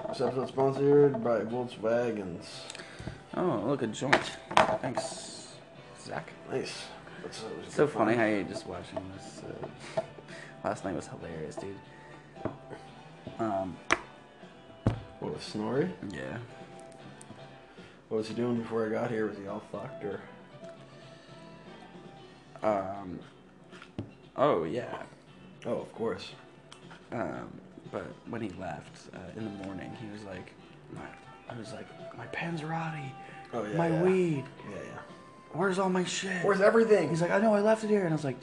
S2: This episode sponsored by Volkswagens.
S3: Oh, look, a joint. Thanks, Zach.
S2: Nice. That's, that was a
S3: It's so
S2: good
S3: funny
S2: find.
S3: how you're just watching this. Uh, last night was hilarious, dude. Um,
S2: What was Snorri?
S3: yeah.
S2: What was he doing before I got here? Was he all fucked or?
S3: Um, oh, yeah.
S2: Oh, of course.
S3: Um, but when he left uh, in the morning, he was like, my, I was like, my pen's rotty,
S2: Oh yeah.
S3: my
S2: yeah.
S3: weed,
S2: Yeah, yeah.
S3: where's all my shit?
S2: Where's everything?
S3: He's like, I know, I left it here, and I was like,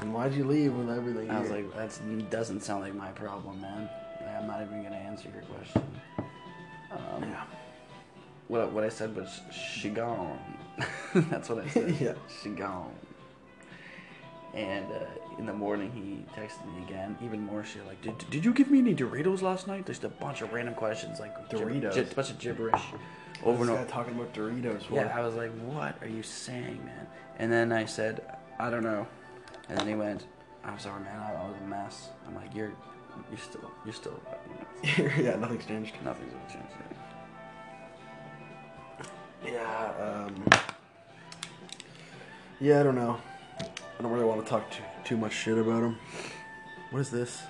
S2: And why'd you leave with everything?
S3: I was
S2: here?
S3: like, that doesn't sound like my problem, man. Like, I'm not even gonna answer your question. Um, What what I said was, she gone. That's what I said.
S2: Yeah.
S3: She gone. And uh, in the morning, he texted me again, even more shit. Like, did, did you give me any Doritos last night? Just a bunch of random questions, like gib-
S2: Doritos?
S3: gi- bunch of gibberish,
S2: What's
S3: over and
S2: this
S3: over.
S2: guy talking about Doritos. for?
S3: Yeah, I was like, what are you saying, man? And then I said, I don't know. And then he went, I'm sorry, man. I, I was a mess. I'm like, you're, you're still, you're still. a fucking mess."
S2: yeah, nothing's changed.
S3: Nothing's gonna change. Yet.
S2: Yeah. Um, yeah, I don't know. I don't really want to talk too, too much shit about him. What is this?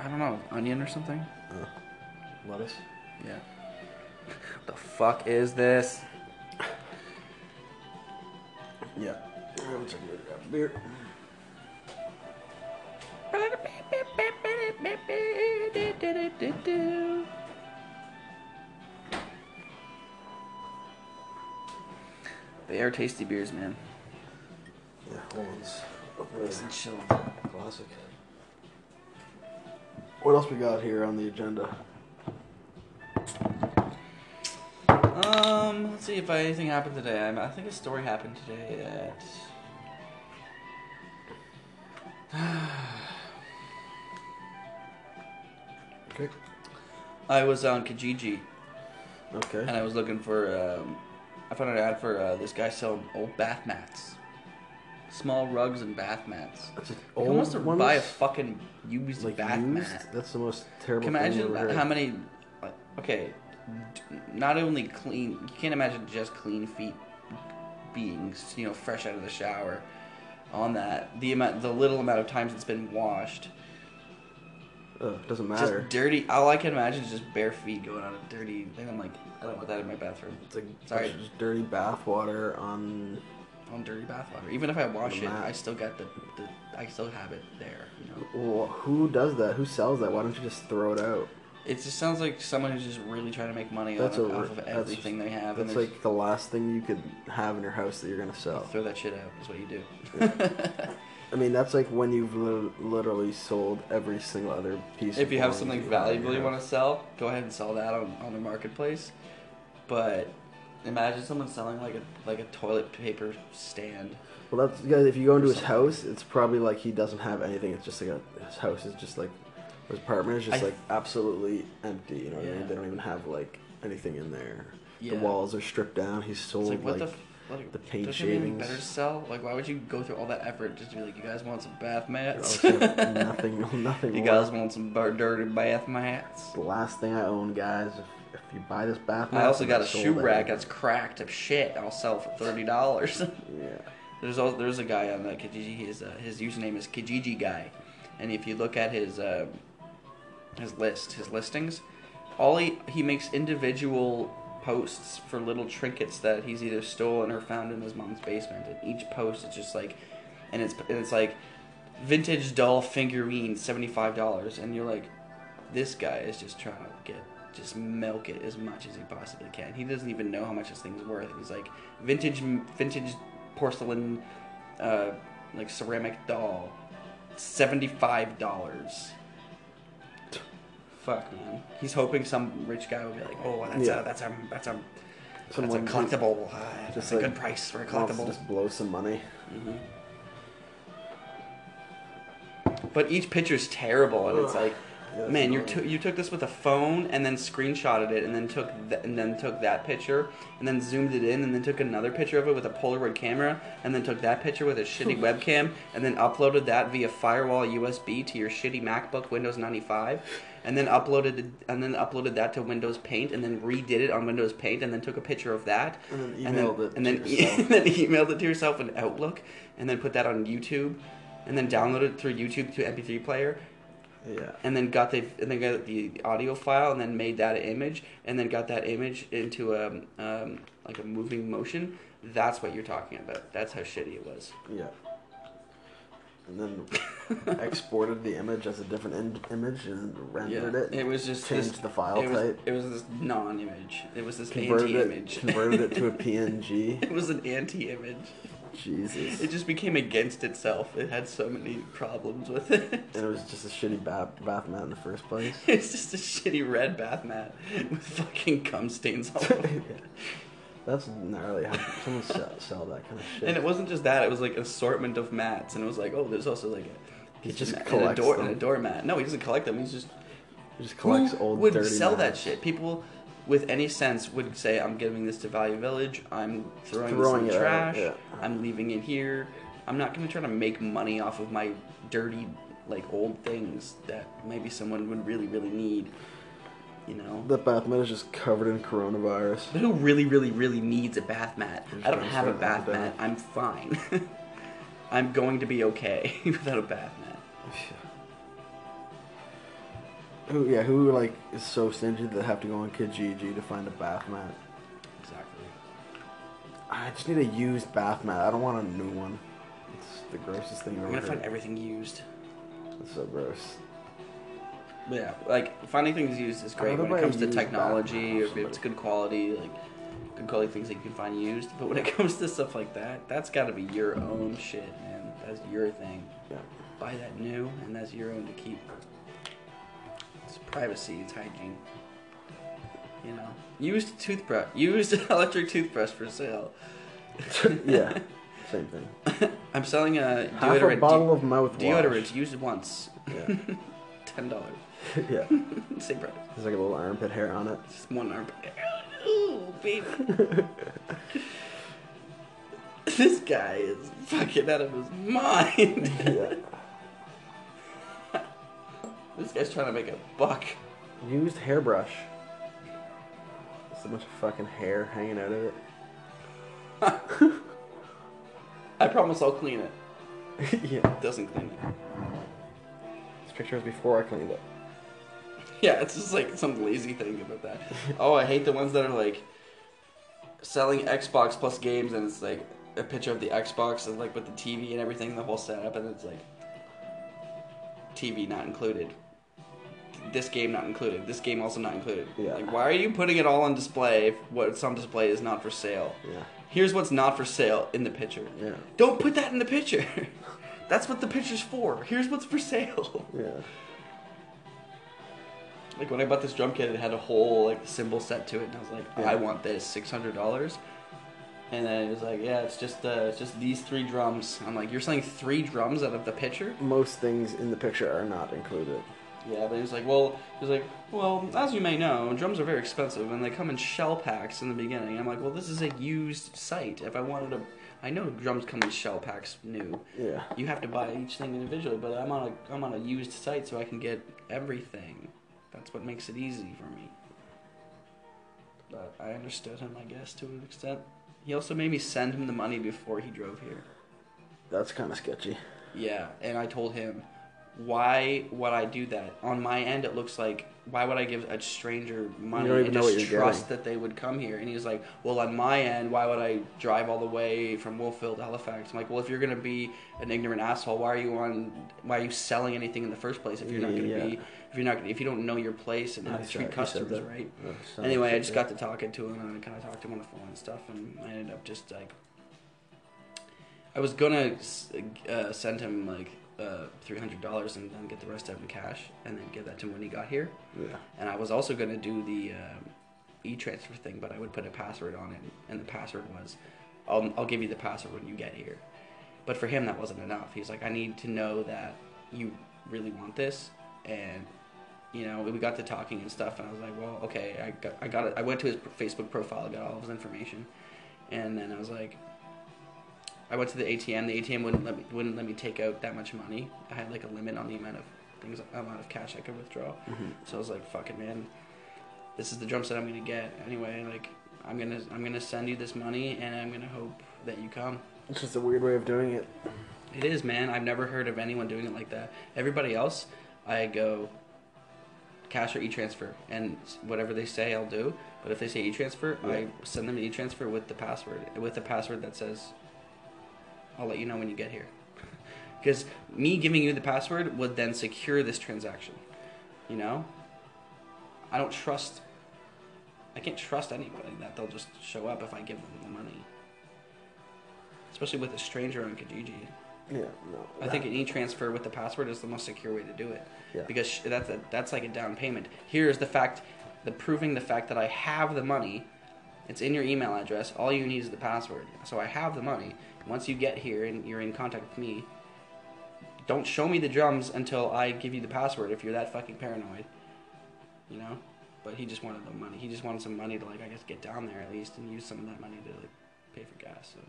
S3: I don't know, onion or something.
S2: Lettuce.
S3: Yeah. What the fuck is this?
S2: Yeah. Alright, one second, I'm gonna grab a beer.
S3: They are tasty beers, man.
S2: Yeah, Holland's.
S3: Nice and chilled.
S2: Classic. What else we got here on the agenda?
S3: Um, let's see if anything happened today. I, I think a story happened today at.
S2: Okay.
S3: I was on Kijiji and
S2: Okay.
S3: I was looking for. Um, I found an ad for uh, this guy selling old bath mats, small rugs and bath mats.
S2: That's an
S3: Like, Who wants to
S2: ones?
S3: buy a fucking used
S2: like
S3: bath
S2: used?
S3: mat?
S2: That's the most terrible.
S3: Can
S2: thing I've
S3: imagine
S2: ever heard.
S3: how many? Like, okay, d- not only clean. You can't imagine just clean feet being you know fresh out of the shower. On that, the amount, the little amount of times it's been washed,
S2: Ugh, doesn't matter.
S3: just dirty. All I can imagine is just bare feet going on a dirty. And I'm like, I don't want that in my bathroom.
S2: It's like
S3: Sorry.
S2: it's just dirty bath water on.
S3: On dirty bathwater. Even if I wash
S2: The
S3: it,
S2: mat.
S3: I still got the, the. I still have it there. You know.
S2: Well, who does that? Who sells that? Why don't you just throw it out?
S3: It just sounds like someone who's just really trying to make money
S2: That's
S3: off,
S2: a-
S3: off of
S2: that's-
S3: everything they have.
S2: That's
S3: and they
S2: like the last thing you could have in your house that you're gonna sell.
S3: just throw that shit out. Is what you do.
S2: I mean, that's like when you've li- literally sold every single other piece.
S3: if you have something valuable you want to sell, go ahead and sell that on, on the marketplace. But imagine someone selling like a like a toilet paper stand
S2: Well, that's because if you go into his house, it's probably like he doesn't have anything. It's just like a, his house is just like his apartment is just
S5: I-
S2: like absolutely empty. You know what I
S3: Yeah.
S2: mean? They don't even have like anything in there. The
S3: Yeah.
S2: walls are stripped down. He's sold
S3: It's
S2: like,
S3: like, what the f- like,
S2: the paint
S3: doesn't it even
S2: shavings.
S3: better sell? Like, why would you go through all that effort just to be like, you guys want some bath mats?
S2: oh, shit, nothing, nothing.
S3: you
S2: more.
S3: guys want some bar- dirty bath mats?
S2: the last thing I own, guys. If, if you buy this bath,
S3: I
S2: mat,
S3: also
S2: it's
S3: got a
S2: sold
S3: shoe
S2: out.
S3: rack that's cracked up shit. I'll sell for thirty dollars.
S2: Yeah.
S3: There's all there's a guy on that Kijiji. His uh, his username is Kijiji guy, and if you look at his um his list, his listings, all he he makes individual posts for little trinkets that he's either stolen or found in his mom's basement. And each post is just like, and it's and it's like vintage doll figurine, seventy five dollars, and you're like, this guy is just trying to get just milk it as much as he possibly can. He doesn't even know how much this thing's worth. He's like vintage vintage porcelain uh, like ceramic doll, seventy five dollars. Fuck man, he's hoping some rich guy will be like, oh that's
S2: Yeah.
S3: a that's a that's a that's a
S2: Someone just-
S3: collectible. Uh,
S2: just
S3: that's
S2: like
S3: a good price for a
S2: wants to
S3: collectible.
S2: Just blow some money.
S3: But each picture's terrible, and it's like,
S2: Yeah,
S3: man, you
S2: that's annoying.
S3: took you took this with a phone, and then screenshotted it, and then took th- and then took that picture, and then zoomed it in, and then took another picture of it with a Polaroid camera, and then took that picture with a shitty webcam, and then uploaded that via firewall USB to your shitty MacBook Windows ninety five. And then uploaded and then uploaded that to Windows Paint, and then redid it on Windows Paint, and then took a picture of that,
S2: And then
S3: and then,
S2: emailed it
S3: and
S2: to
S3: then, e-
S2: yourself.
S3: and then emailed it to yourself in Outlook, and then put that on YouTube, and then downloaded it through YouTube to MP3 player,
S2: Yeah.
S3: and then got the and then got the audio file, and then made that an image, and then got that image into a um, like a moving motion. That's what you're talking about. That's how shitty it was.
S2: Yeah. And then exported the image as a different in- image and rendered it.
S3: it was just
S2: changed
S3: this,
S2: the file
S3: it was,
S2: type.
S3: It was this non-image. It was this
S2: converted
S3: anti-image.
S2: it. Converted it to a PNG.
S3: it was an anti-image.
S2: Jesus.
S3: It just became against itself. It had so many problems with it.
S2: and it was just a shitty bath, bath mat in the first place.
S3: It's just a shitty red bath mat with fucking cum stains all over it.
S2: That's gnarly. How someone sell, sell that kind of shit?
S3: And it wasn't just that; it was like assortment of mats, and it was like, oh, there's also like a
S2: He just
S3: and a
S2: collects
S3: door
S2: them.
S3: and a doormat. No, he doesn't collect them. He's just
S2: It just collects
S3: who
S2: old
S3: would
S2: dirty
S3: sell that
S2: mats.
S3: shit. People with any sense would say, I'm giving this to Value Village. I'm throwing,
S2: Throwing
S3: this
S2: it
S3: in
S2: out,
S3: the trash.
S2: yeah.
S3: I'm leaving it here. I'm not gonna try to make money off of my dirty, like old things that maybe someone would really, really need. You know,
S2: The bath mat is just covered in coronavirus.
S3: But who really, really, really needs a bath mat?
S2: There's
S3: I don't
S2: no
S3: have
S2: sort
S3: a
S2: of
S3: bath mat.
S2: epidemic.
S3: I'm fine. I'm going to be okay without a bath mat.
S2: Who? Yeah. Who like is so stingy that they have to go on Kijiji to find a bath mat?
S3: Exactly.
S2: I just need a used bath mat. I don't want a new one. It's the grossest thing I've
S3: I'm
S2: ever.
S3: gonna find
S2: heard.
S3: everything used.
S2: It's so gross.
S3: But yeah, like finding things used is great
S2: How do
S3: when it
S2: I
S3: comes to
S2: use
S3: technology.
S2: bath
S3: If it's
S2: mat?
S3: good quality, like good quality things that you can find used. But when it comes to stuff like that, that's got to be your own shit, man. That's your thing.
S2: Yeah.
S3: Buy that new, and that's your own to keep. It's privacy. It's hygiene. You know, used toothbrush, used electric toothbrush for sale.
S2: yeah. Same thing.
S3: I'm selling a
S2: Half
S3: deodorant.
S2: a bottle of mouthwash.
S3: deodorant used once,
S2: Yeah.
S3: ten dollars.
S2: yeah.
S3: Same price.
S2: There's like a little armpit hair on it.
S3: Just one arm. Ooh, baby. this guy is fucking out of his mind.
S2: Yeah.
S3: this guy's trying to make a buck.
S2: Used hairbrush. Just a bunch of fucking hair hanging out of it.
S3: I promise I'll clean it.
S2: yeah.
S3: Doesn't clean it.
S2: This picture was before I cleaned it.
S3: Yeah, it's just like some lazy thing about that. Oh, I hate the ones that are like selling Xbox plus games, and it's like a picture of the Xbox and like with the TV and everything, the whole setup, and it's like TV not included. This game not included. This game also not included.
S2: Yeah.
S3: Like, why are you putting it all on display if what's on display is not for sale?
S2: Yeah.
S3: Here's what's not for sale in the picture.
S2: Yeah.
S3: Don't put that in the picture. That's what the picture's for. Here's what's for sale.
S2: Yeah.
S3: Like when I bought this drum kit, it had a whole like symbol set to it, and I was like,
S2: Yeah.
S3: I want this six hundred dollars. And then it was like, yeah, it's just uh, it's just these three drums. I'm like, you're selling three drums out of the picture?
S2: Most things in the picture are not included.
S3: Yeah, but he was like, well, he was like, well, as you may know, drums are very expensive, and they come in shell packs in the beginning. I'm like, well, this is a used site. If I wanted to, I know drums come in shell packs new.
S2: Yeah.
S3: You have to buy each thing individually, but I'm on a I'm on a used site, so I can get everything. That's what makes it easy for me. But I understood him, I guess, to an extent. He also made me send him the money before he drove here.
S2: That's kind of sketchy.
S3: Yeah, and I told him, why would I do that? On my end, it looks like why would I give a stranger money
S2: don't even
S3: and
S2: know what
S3: just
S2: you're
S3: trust that they would come here? And he was like, well, on my end, why would I drive all the way from Wolfville to Halifax? I'm like, well, if you're gonna be an ignorant asshole, why are you on? Why are you selling anything in the first place if you're not gonna
S2: Yeah.
S3: be? If you're not gonna, if you don't know your place and how to
S2: That's
S3: treat
S2: right, you said
S3: customers,
S2: that.
S3: right?
S2: That sounds
S3: anyway, I
S2: like
S3: just
S2: it.
S3: got to talking to him and I kind of talked to him on the phone and stuff, and I ended up just like, I was gonna s- uh, send him like uh, three hundred dollars and then get the rest of it in cash, and then give that to him when he got here.
S2: Yeah.
S3: And I was also gonna do the um e-transfer thing, but I would put a password on it, and the password was, I'll, I'll give you the password when you get here. But for him, that wasn't enough. He's like, I need to know that you really want this, and you know, we got to talking and stuff, and I was like, well, okay, I got, I got it. I went to his Facebook profile, got all of his information, and then I was like, I went to the ATM. The ATM wouldn't let me wouldn't let me take out that much money. I had like a limit on the amount of things, amount of cash I could withdraw. So I was like, fuck it, man. This is the drum set I'm gonna get anyway. Like, I'm gonna I'm gonna send you this money, and I'm gonna hope that you come.
S2: It's just a weird way of doing it.
S3: It is, man. I've never heard of anyone doing it like that. Everybody else, I go cash or e-transfer, and whatever they say, I'll do. But if they say e-transfer, I send them an e-transfer with the password, with a password that says, "I'll let you know when you get here," because me giving you the password would then secure this transaction. You know, I don't trust. I can't trust anybody that they'll just show up if I give them the money. Especially with a stranger on Kijiji.
S2: Yeah. No.
S3: I think an e-transfer with the password is the most secure way to do it.
S2: Yeah.
S3: Because sh- that's a, that's like a down payment. Here's the fact, the proving the fact that I have the money. It's in your email address. All you need is the password. So I have the money. Once you get here and you're in contact with me, don't show me the drums until I give you the password. If you're that fucking paranoid, you know. But he just wanted the money. He just wanted some money to like I guess get down there at least and use some of that money to like pay for gas. So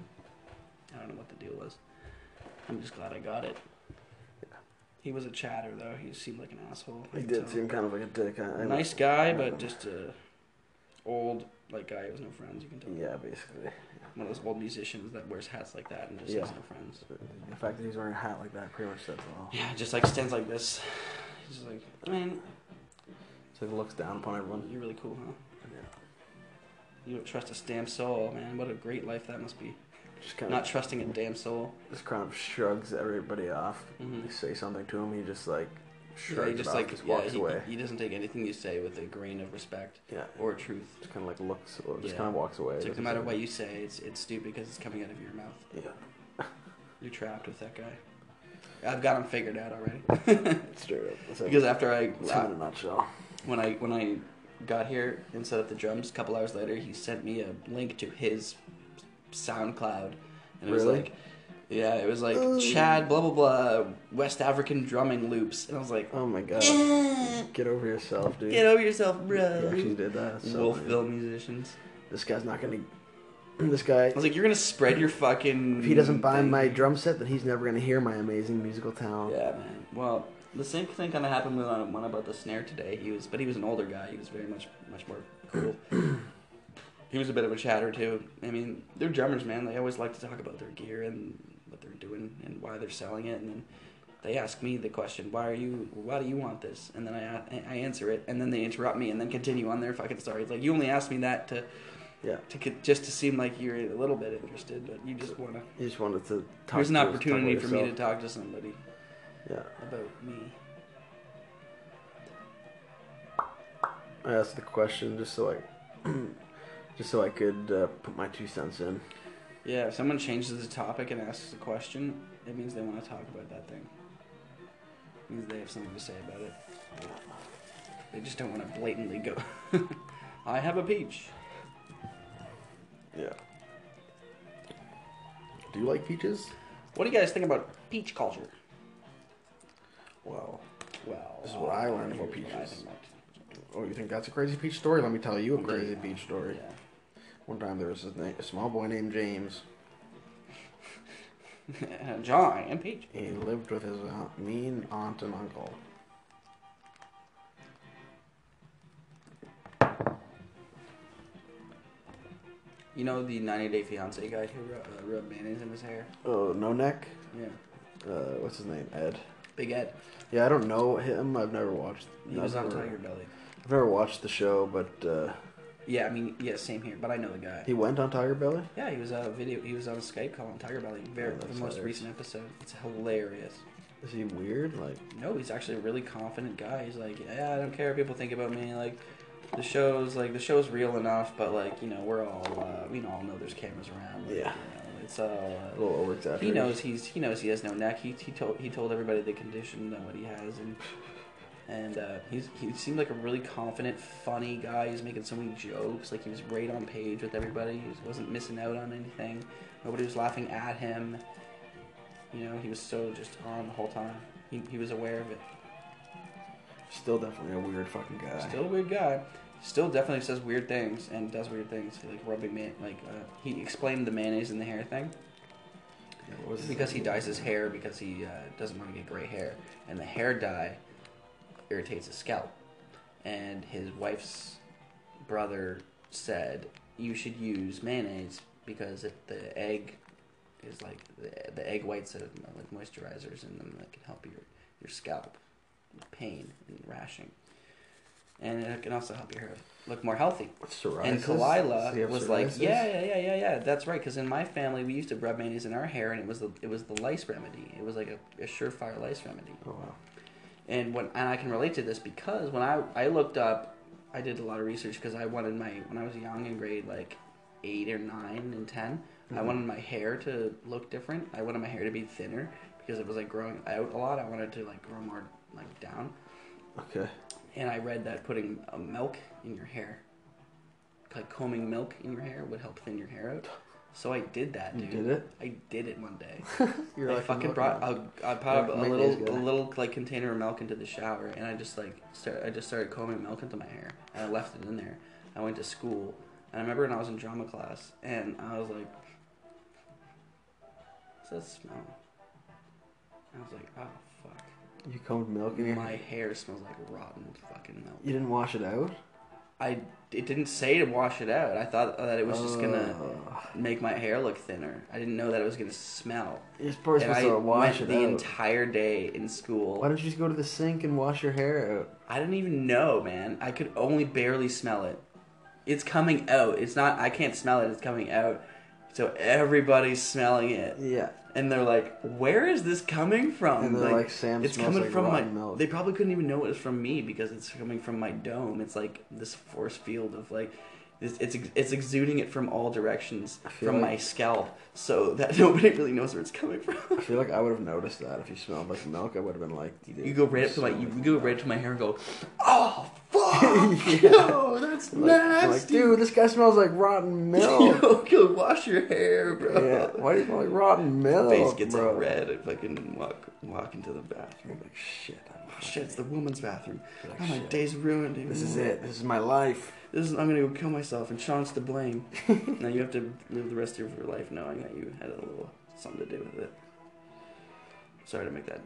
S3: I don't know what the deal was. I'm just glad I got it. He was a chatter though. He seemed like an asshole.
S2: He
S3: You
S2: did
S3: could
S2: seem kind of like a dick. I, I-
S3: tell. nice guy, but just a old like guy who has no friends. You can tell.
S2: Yeah, basically.
S3: One of those old musicians that wears hats like that and just
S2: Yeah.
S3: has no friends.
S2: The fact that he's wearing a hat like that pretty much says it all.
S3: Yeah, just like stands like this. He's just like, I mean,
S2: So he looks down upon everyone.
S3: you're really cool, huh?
S2: Yeah.
S3: You don't trust a damn soul, man. What a great life that must be.
S2: Just kind
S3: Not
S2: of
S3: trusting a damn soul.
S2: just kind of shrugs everybody off.
S3: Mhm.
S2: They say something to him. He just like
S3: Yeah,
S2: shrugs
S3: he
S2: it
S3: just
S2: off,
S3: like
S2: just
S3: yeah,
S2: walks
S3: he,
S2: away.
S3: he doesn't take anything you say with a grain of respect
S2: yeah.
S3: or truth.
S2: Just kind of like looks. Or just
S3: Yeah.
S2: kind of walks away.
S3: It's like
S2: Doesn't
S3: no matter
S2: say
S3: what you say, it's it's stupid because it's coming out of your mouth.
S2: anything. Yeah.
S3: You're trapped with that guy. I've got him figured out already.
S2: Straight up. That's
S3: because
S2: it.
S3: after I uh,
S2: That's him in a nutshell.
S3: when I when I got here and set up the drums, a couple hours later, he sent me a link to his SoundCloud, and it was
S2: Really?
S3: like, yeah, it was like Chad blah blah blah West African drumming loops, and I was like,
S2: Oh my god. Get over yourself, dude.
S3: get over yourself,
S2: He actually
S3: bro.
S2: did that. So
S3: Wolfville musicians.
S2: This guy's not gonna. This guy.
S3: I was like, you're gonna spread your fucking.
S2: If he doesn't buy
S3: thing."
S2: my drum set, then he's never gonna hear my amazing musical talent.
S3: Yeah, man. Well, the same thing kind of happened with uh, one about the snare today. He was, but he was an older guy. He was very much, much more cool. he was a bit of a chatter too. I mean, they're drummers, man. They always like to talk about their gear and what they're doing and why they're selling it. And then they ask me the question, "Why are you? Why do you want this?" And then I, I answer it, and then they interrupt me, and then continue on their fucking story. It's like you only asked me that to,
S2: Yeah.
S3: to get- just to seem like you're a little bit interested, but you just wanna.
S2: He just wanted to talk.
S3: There's an
S2: to us, talk
S3: opportunity
S2: about
S3: for me to
S2: yourself.
S3: talk to somebody
S2: Yeah.
S3: about me.
S2: I asked the question just so I, just so I could uh, put my two cents in.
S3: Yeah, if someone changes the topic and asks a question, it means they want to talk about that thing. It means they have something to say about it. They just don't want to blatantly go, I have a peach.
S2: Yeah. Do you like peaches?
S3: What do you guys think about peach culture?
S2: Well,
S3: Well,
S2: This is what I learned about
S3: here's what I
S2: peaches.
S3: think about-
S2: oh, you think that's a crazy peach story? Let me tell you a crazy peach story.
S3: Yeah.
S2: One time there was a, na- a small boy named James.
S3: John and Peach.
S2: He lived with his aunt, mean aunt and uncle.
S3: You know the 90 Day Fiance guy who ru- uh, rubbed mayonnaise in his hair?
S2: Oh, no neck.
S3: Yeah.
S2: Uh, what's his name? Ed.
S3: Big Ed.
S2: Yeah, I don't know him. I've never watched.
S3: He was on
S2: never-
S3: Tiger Belly.
S2: I've never watched the show, but uh,
S3: Yeah, I mean, yeah, same here, but I know the guy.
S2: he went on Tiger Belly.
S3: yeah, he was on a video. He was on a Skype call on Tiger Belly. Very
S2: Oh,
S3: the
S2: that's
S3: most
S2: hilarious.
S3: recent episode. It's hilarious.
S2: Is he weird? Like,
S3: No, he's actually a really confident guy. He's like, yeah, I don't care what people think about me. Like, the show's like the show's real enough, but like you know we're all uh, we all know there's cameras around. Like,
S2: Yeah.
S3: you know, it's all.
S2: a
S3: Uh,
S2: little over
S3: He knows he's he knows he has no neck. He, he told he told everybody the condition that what he has and and uh, he's he seemed like a really confident, funny guy. He's making so many jokes. Like he was right on page with everybody. He just wasn't missing out on anything. Nobody was laughing at him. You know, he was so just on the whole time. He, he was aware of it.
S2: Still definitely a weird fucking guy.
S3: Still a weird guy. Still definitely says weird things and does weird things like rubbing man. Like uh, he explained the mayonnaise in the hair thing.
S2: Yeah, what was his
S3: Because he
S2: name?
S3: dyes his hair because he uh, doesn't want to get gray hair, and the hair dye irritates his scalp. And his wife's brother said you should use mayonnaise because it, the egg is like the, the egg whites have like moisturizers in them that can help your your scalp with pain and rashing, and it can also help your hair look more healthy.
S2: Psoriasis?
S3: And
S2: Does he
S3: Kalila
S2: have
S3: was like,
S2: psoriasis?
S3: yeah, yeah, yeah, yeah, yeah. That's right. Because in my family, we used to rub mayonnaise in our hair, and it was the it was the lice remedy. It was like a, a surefire lice remedy.
S2: Oh wow.
S3: And when and I can relate to this because when I I looked up, I did a lot of research because I wanted my when I was young in grade like eight or nine and 10 I wanted my hair to look different. I wanted my hair to be thinner because it was like growing out a lot. I wanted to like grow more like down.
S2: Okay.
S3: And I read that putting uh, milk in your hair, like combing milk in your hair, would help thin your hair out. So I did that,
S2: You
S3: dude.
S2: did it?
S3: I did it one day.
S2: You're
S3: I
S2: like a
S3: fucking
S2: milk
S3: brought.
S2: man.
S3: I, I put up
S2: You're
S3: a
S2: like a
S3: little,
S2: mayonnaise
S3: a
S2: guy.
S3: little like container of milk into the shower, and I just like, start, I just started combing milk into my hair, and I left it in there. I went to school, and I remember when I was in drama class, and I was like, "What's that smell?" I was like, "Oh fuck."
S2: You combed milk in your
S3: My hair smells like rotten fucking milk.
S2: You didn't wash it out?
S3: I it didn't say to wash it out. I thought that it was just gonna
S2: Oh.
S3: make my hair look thinner. I didn't know that it was gonna smell.
S2: You're probably
S3: and
S2: supposed
S3: I
S2: to wash it
S3: went the
S2: out.
S3: entire day in school.
S2: Why don't you just go to the sink and wash your hair out?
S3: I didn't even know, man. I could only barely smell it. It's coming out. It's not. I can't smell it. It's coming out. So everybody's smelling it,
S2: Yeah.
S3: and they're like, "Where is this coming from?"
S2: And they're like, "Sam
S3: it's
S2: smells
S3: coming
S2: like
S3: from my."
S2: rotten milk."
S3: They probably couldn't even know it was from me because it's coming from my dome. It's like this force field of like, it's it's, ex- it's exuding it from all directions
S2: feel
S3: from
S2: like-
S3: my scalp, so that nobody really knows where it's coming
S2: I
S3: from.
S2: feel like I would have noticed that if you smelled like milk. I would have been like, dude,
S3: you go right up to my,
S2: smell
S3: you
S2: like
S3: go
S2: milk.
S3: right up to my hair and go, "Oh fuck,
S2: Yeah.
S3: yo, that's
S2: I'm like, I'm like,
S3: nasty."
S2: dude, this guy smells like rotten milk.
S3: Yo, go wash your hair, bro.
S2: yeah. Why do you smell like rotten
S3: My
S2: milk?
S3: face gets
S2: bro?
S3: all red if I can walk walk into the bathroom.
S2: I'm like, shit. I'm
S3: Oh, shit, it's the woman's bathroom.
S2: Like,
S3: oh, my
S2: shit.
S3: day's ruined. even
S2: This is
S3: more.
S2: it. This is my life.
S3: This is, I'm gonna go kill myself, and Sean's to blame. now you have to live the rest of your life knowing that you had a little something to do with it. Sorry to make that.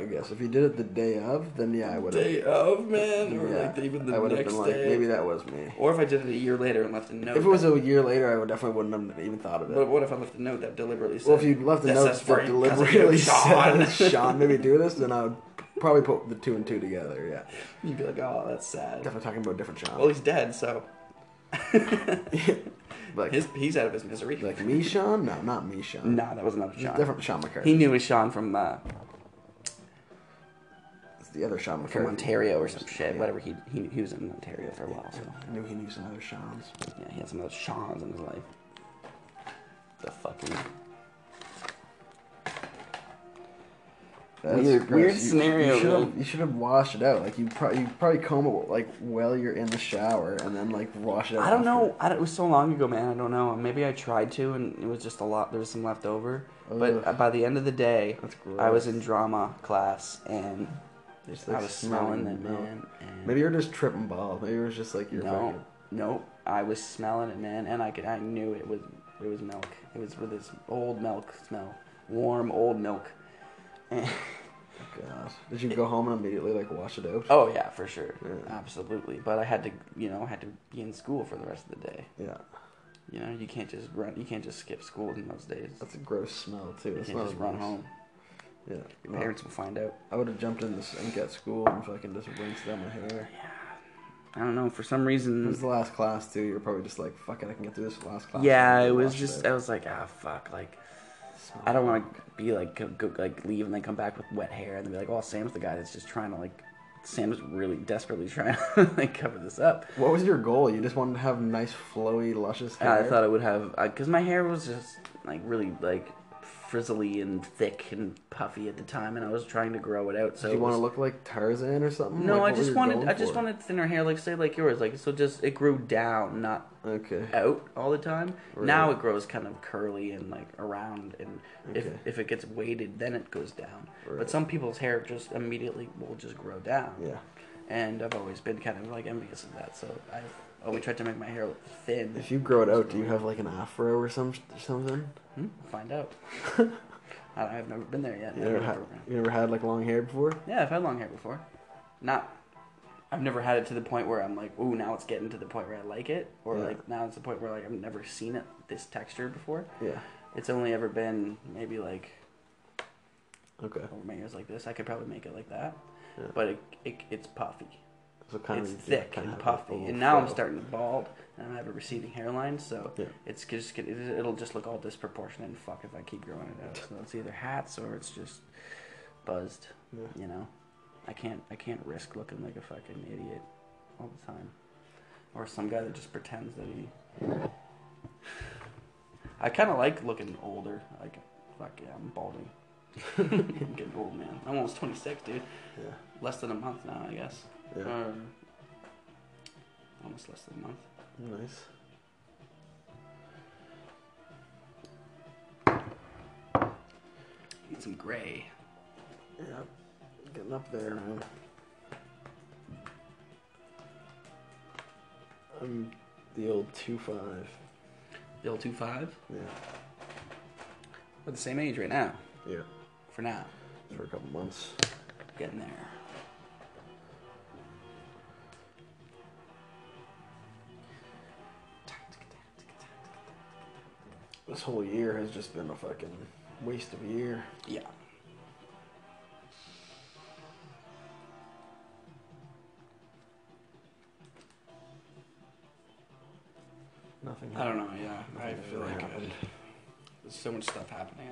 S2: I guess if you did it the day of, then yeah, I would have.
S3: Day of, man, or
S2: yeah,
S3: like even the
S2: I would have
S3: next
S2: been like,
S3: day.
S2: maybe that was me.
S3: Or if I did it a year later and left a note.
S2: If it was a year later, I would definitely wouldn't have even thought of
S3: but
S2: it.
S3: what if I left a note that deliberately said?
S2: Well, if you left the
S3: "This
S2: note
S3: is for
S2: that
S3: you, cousin
S2: deliberately
S3: Sean."
S2: said, "Sean, maybe do this," then I would probably put the two and two together. Yeah,
S3: You'd be like, oh, that's sad.
S2: definitely talking about a different Sean.
S3: Well, he's dead, so
S2: like,
S3: his, he's out of his misery.
S2: like me, Sean? No, not me, Sean.
S3: nah, that was another
S2: It's
S3: Sean.
S2: different Sean McCarthy.
S3: He knew it was Sean from uh,
S2: It's the other Sean McCarthy.
S3: from Ontario or some shit.
S2: Yeah.
S3: Whatever he, he he was in Ontario for a while, so
S2: I knew he knew some other Sean's.
S3: yeah, he had some of those Sean's in his life. The fucking
S2: That's
S3: Weird-
S2: gross.
S3: weird
S2: You-
S3: scenario,
S2: You should
S3: man.
S2: have you should have washed it out. Like you probably you probably comb it like while you're in the shower and then like wash it out.
S3: I don't
S2: after.
S3: know. I don't, it was so long ago, man. I don't know. Maybe I tried to, and it was just a lot. There was some left over. But uh, by the end of the day,
S2: That's
S3: I
S2: gross.
S3: was in drama class, and
S2: Just,
S3: I
S2: like,
S3: was smelling it,
S2: milk.
S3: man. and-
S2: Maybe you're just tripping balls. Maybe it was just like you're
S3: no,
S2: fucking.
S3: nope. I was smelling it, man, and I could. I knew it was. It was milk. It was with this old milk smell, warm old milk.
S2: Gosh. oh, Did you go home and immediately like wash it out?
S3: Oh yeah, for sure,
S2: Yeah.
S3: absolutely. But I had to, you know, I had to be in school for the rest of the day.
S2: Yeah.
S3: You know, you can't just run. You can't just skip school in those days.
S2: That's a gross smell too.
S3: You
S2: That's
S3: can't
S2: not
S3: just run
S2: nice.
S3: home.
S2: Yeah.
S3: Your
S2: no.
S3: parents will find out.
S2: I would have jumped in the sink at school and fucking just rinsed down my hair.
S3: I don't know. For some
S2: It
S3: reason,
S2: was the last class too. You're probably just like, fuck it, I can get through this last class.
S3: yeah,
S2: And
S3: it
S2: then
S3: was
S2: wash
S3: just. I
S2: out.
S3: was like, ah, fuck. Like,
S2: Smell.
S3: I don't want to be like, go, go, like leave and then come back with wet hair and then be like, oh, Sam's the guy that's just trying to like. Sam's really desperately trying to like cover this up.
S2: What was your goal? You just wanted to have nice, flowy, luscious
S3: And
S2: hair.
S3: I thought it would have because my hair was just like really like frizzly and thick and puffy at the time, and I was trying to grow it out. So
S2: Did you
S3: it
S2: want to
S3: was-
S2: look like Tarzan or something?
S3: No,
S2: Like, what
S3: I
S2: were
S3: just
S2: you
S3: wanted
S2: going
S3: I just
S2: for?
S3: wanted thinner hair, like say like yours, like so just it grew down, not
S2: Okay.
S3: out all the time. Now
S2: Right.
S3: it grows kind of curly and like around, and if
S2: Okay.
S3: if it gets weighted, then it goes down.
S2: Right.
S3: But some people's hair just immediately will just grow down.
S2: Yeah.
S3: And I've always been kind of like envious of that, so I've always tried to make my hair look thin.
S2: If you grow it out, do you have like an afro or some something?
S3: Hmm? We'll Find out. I I've never been there yet.
S2: You never
S3: I've never
S2: had
S3: been around.
S2: you never had like long hair before?
S3: Yeah, I've had long hair before. Not. I've never had it to the point where I'm like, ooh, now it's getting to the point where I like it, or
S2: Yeah.
S3: like now it's the point where like I've never seen it this texture before.
S2: Yeah.
S3: It's only ever been maybe like oh,
S2: Okay.
S3: over my ears like this. I could probably make it like that,
S2: Yeah.
S3: but it, it it's puffy.
S2: So kind
S3: it's
S2: of yeah,
S3: thick
S2: kind
S3: and
S2: of like a
S3: puffy,
S2: little
S3: and now I'm
S2: fro.
S3: starting to bald, and I have a receding hairline, so
S2: Yeah.
S3: it's just gonna- it- it'll just look all disproportionate and fuck if I keep growing it out. So it's either hats or it's just buzzed,
S2: Yeah.
S3: you know. I can't I can't risk looking like a fucking idiot all the time, or some guy that just pretends that he. I kind of like looking older. Like, fuck yeah, I'm balding. I'm getting old, man. I'm almost 26, dude.
S2: Yeah.
S3: Less than a month now, I guess.
S2: Yeah.
S3: Um, almost less than a month.
S2: Nice.
S3: Need some gray.
S2: Yep. Getting up there, man. I'm the old two five.
S3: Bill two five.
S2: Yeah.
S3: We're the same age right now.
S2: Yeah.
S3: For now,
S2: For a couple months.
S3: getting there.
S2: This whole year has just been a fucking waste of a year.
S3: Yeah.
S2: Nothing.
S3: I don't know. Yeah, I
S2: Nothing
S3: feel
S2: really
S3: like uh,
S2: happened.
S3: there's so much stuff happening.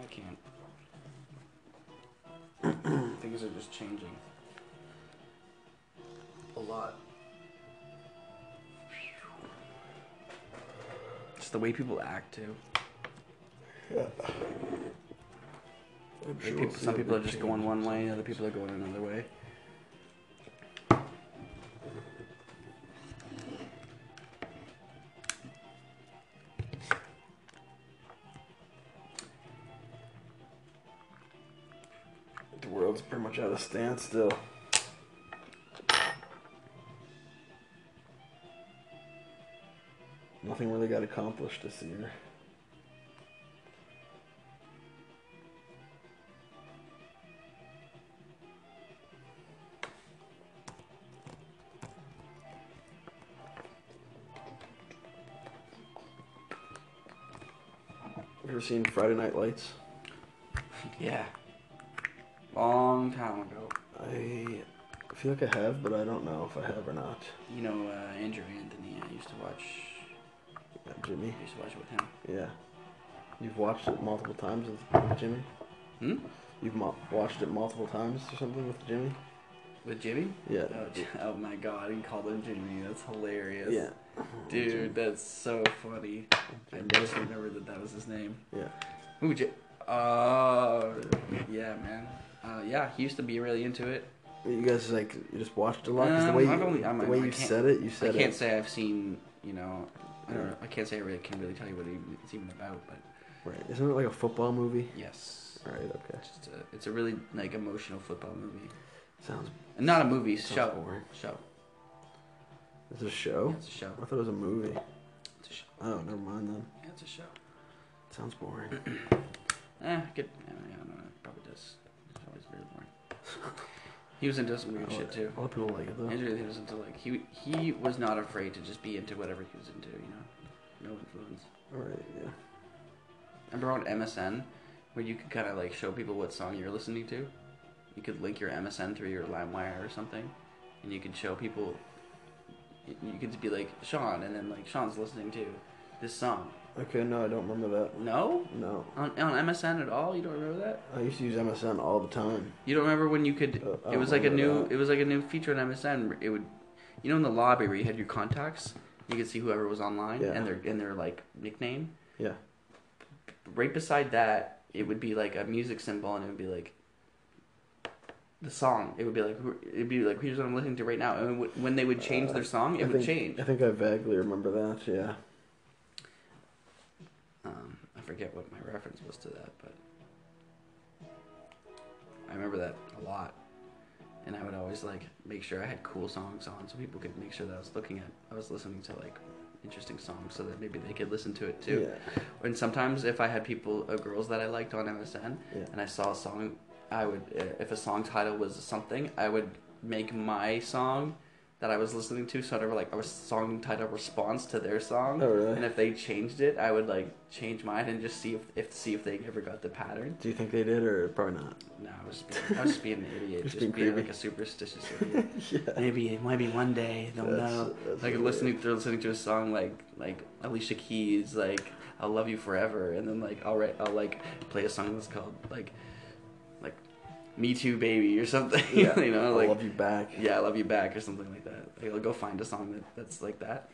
S3: I can't. Things are just changing. A lot. Just the way people act too.
S2: I'm
S3: Like
S2: sure
S3: people,
S2: we'll see
S3: some
S2: a
S3: people are
S2: big
S3: just
S2: change
S3: going
S2: in
S3: one
S2: some
S3: way, other
S2: things.
S3: people are going another way.
S2: The world's pretty much at a standstill. Nothing really got accomplished this year. You ever seen Friday Night Lights?
S3: Yeah. Long time ago.
S2: I feel like I have, but I don't know if I have or not.
S3: You know, uh, Andrew Anthony, I used to watch
S2: Yeah, Jimmy.
S3: I used to watch it with him.
S2: Yeah. You've watched it multiple times with with Jimmy?
S3: Hmm?
S2: You've mo- watched it multiple times or something with Jimmy?
S3: With Jimmy?
S2: Yeah.
S3: Oh, J- oh my god, he called him Jimmy. That's hilarious.
S2: Yeah.
S3: Dude, that's so funny. I just remembered that that was his name.
S2: Yeah.
S3: Ooh, J- Oh, yeah, man. Uh, yeah, he used to be really into it.
S2: You guys like you just watched a lot because the way
S3: Um, I've
S2: you,
S3: only- I'm-
S2: the
S3: I'm-
S2: way
S3: I
S2: you
S3: can't-
S2: said it, you
S3: I
S2: said
S3: can't
S2: it.
S3: say I've seen, you know, I don't know. I can't say I really can really tell you what it- it's even about, but
S2: Right? Isn't it like a football movie?
S3: yes,
S2: Right. Okay.
S3: it's, just a, it's a really like emotional football movie.
S2: Sounds.
S3: And not a movie,
S2: sounds
S3: show.
S2: boring.
S3: Show.
S2: Is it a
S3: Yeah,
S2: show?
S3: it's a show.
S2: I thought it was a movie.
S3: It's a show.
S2: Oh, never mind then.
S3: Yeah, it's a show.
S2: Sounds boring.
S3: Eh, good. Yeah, yeah, I don't know. It probably does. It's always very boring. He was into some weird shit too.
S2: A lot of people like it though.
S3: Andrew he was into like he he was not afraid to just be into whatever he was into, you know, no influence.
S2: All right. Yeah.
S3: Remember on MSN where you could kind of like show people what song you're listening to? You could link your MSN through your LimeWire or something, and you could show people. y- You could be like Sean, and then like Sean's listening to this song.
S2: Okay. No, I don't remember that.
S3: No,
S2: No.
S3: on, on MSN at all? You don't remember that?
S2: I used to use MSN all the time.
S3: You don't remember when you could?
S2: Uh, I
S3: it was
S2: don't
S3: like a
S2: remember
S3: new.
S2: that.
S3: It was like a new feature on MSN. where It would, you know, in the lobby where you had your contacts, you could see whoever was online
S2: Yeah.
S3: and their and their like nickname.
S2: Yeah.
S3: Right beside that, it would be like a music symbol, and it would be like the song. It would be like who- it'd be like here's what I'm listening to right now. And w- when they would change their song, it
S2: Uh, I
S3: would
S2: think,
S3: change.
S2: I think I vaguely remember that. Yeah.
S3: Um, I forget what my reference was to that, but I remember that a lot. And I would always like make sure I had cool songs on so people could make sure that I was looking at I was listening to like interesting songs so that maybe they could listen to it too.
S2: Yeah.
S3: And sometimes if I had people uh, girls that I liked on MSN
S2: Yeah.
S3: and I saw a song I would uh, if a song title was something, I would make my song that I was listening to sort of like a song title response to their song.
S2: Oh, really?
S3: And if they changed it, I would like change mine and just see if, if see if they ever got the pattern.
S2: Do you think they did or probably not?
S3: No, I was just being, I was just being an
S2: Just
S3: idiot, just,
S2: being
S3: being,
S2: creepy.
S3: like a superstitious idiot. Maybe it might be one day they'll
S2: That's-
S3: know.
S2: that's
S3: like
S2: hilarious.
S3: listening, they're listening to a song like like Alicia Keys, like "I'll Love You Forever," and then like I'll write, I'll like play a song that's called like like "Me Too Baby" or something. you know,
S2: I
S3: like
S2: love you back.
S3: yeah, I love you back or something like that. Like, I'll go find a song that, that's like that.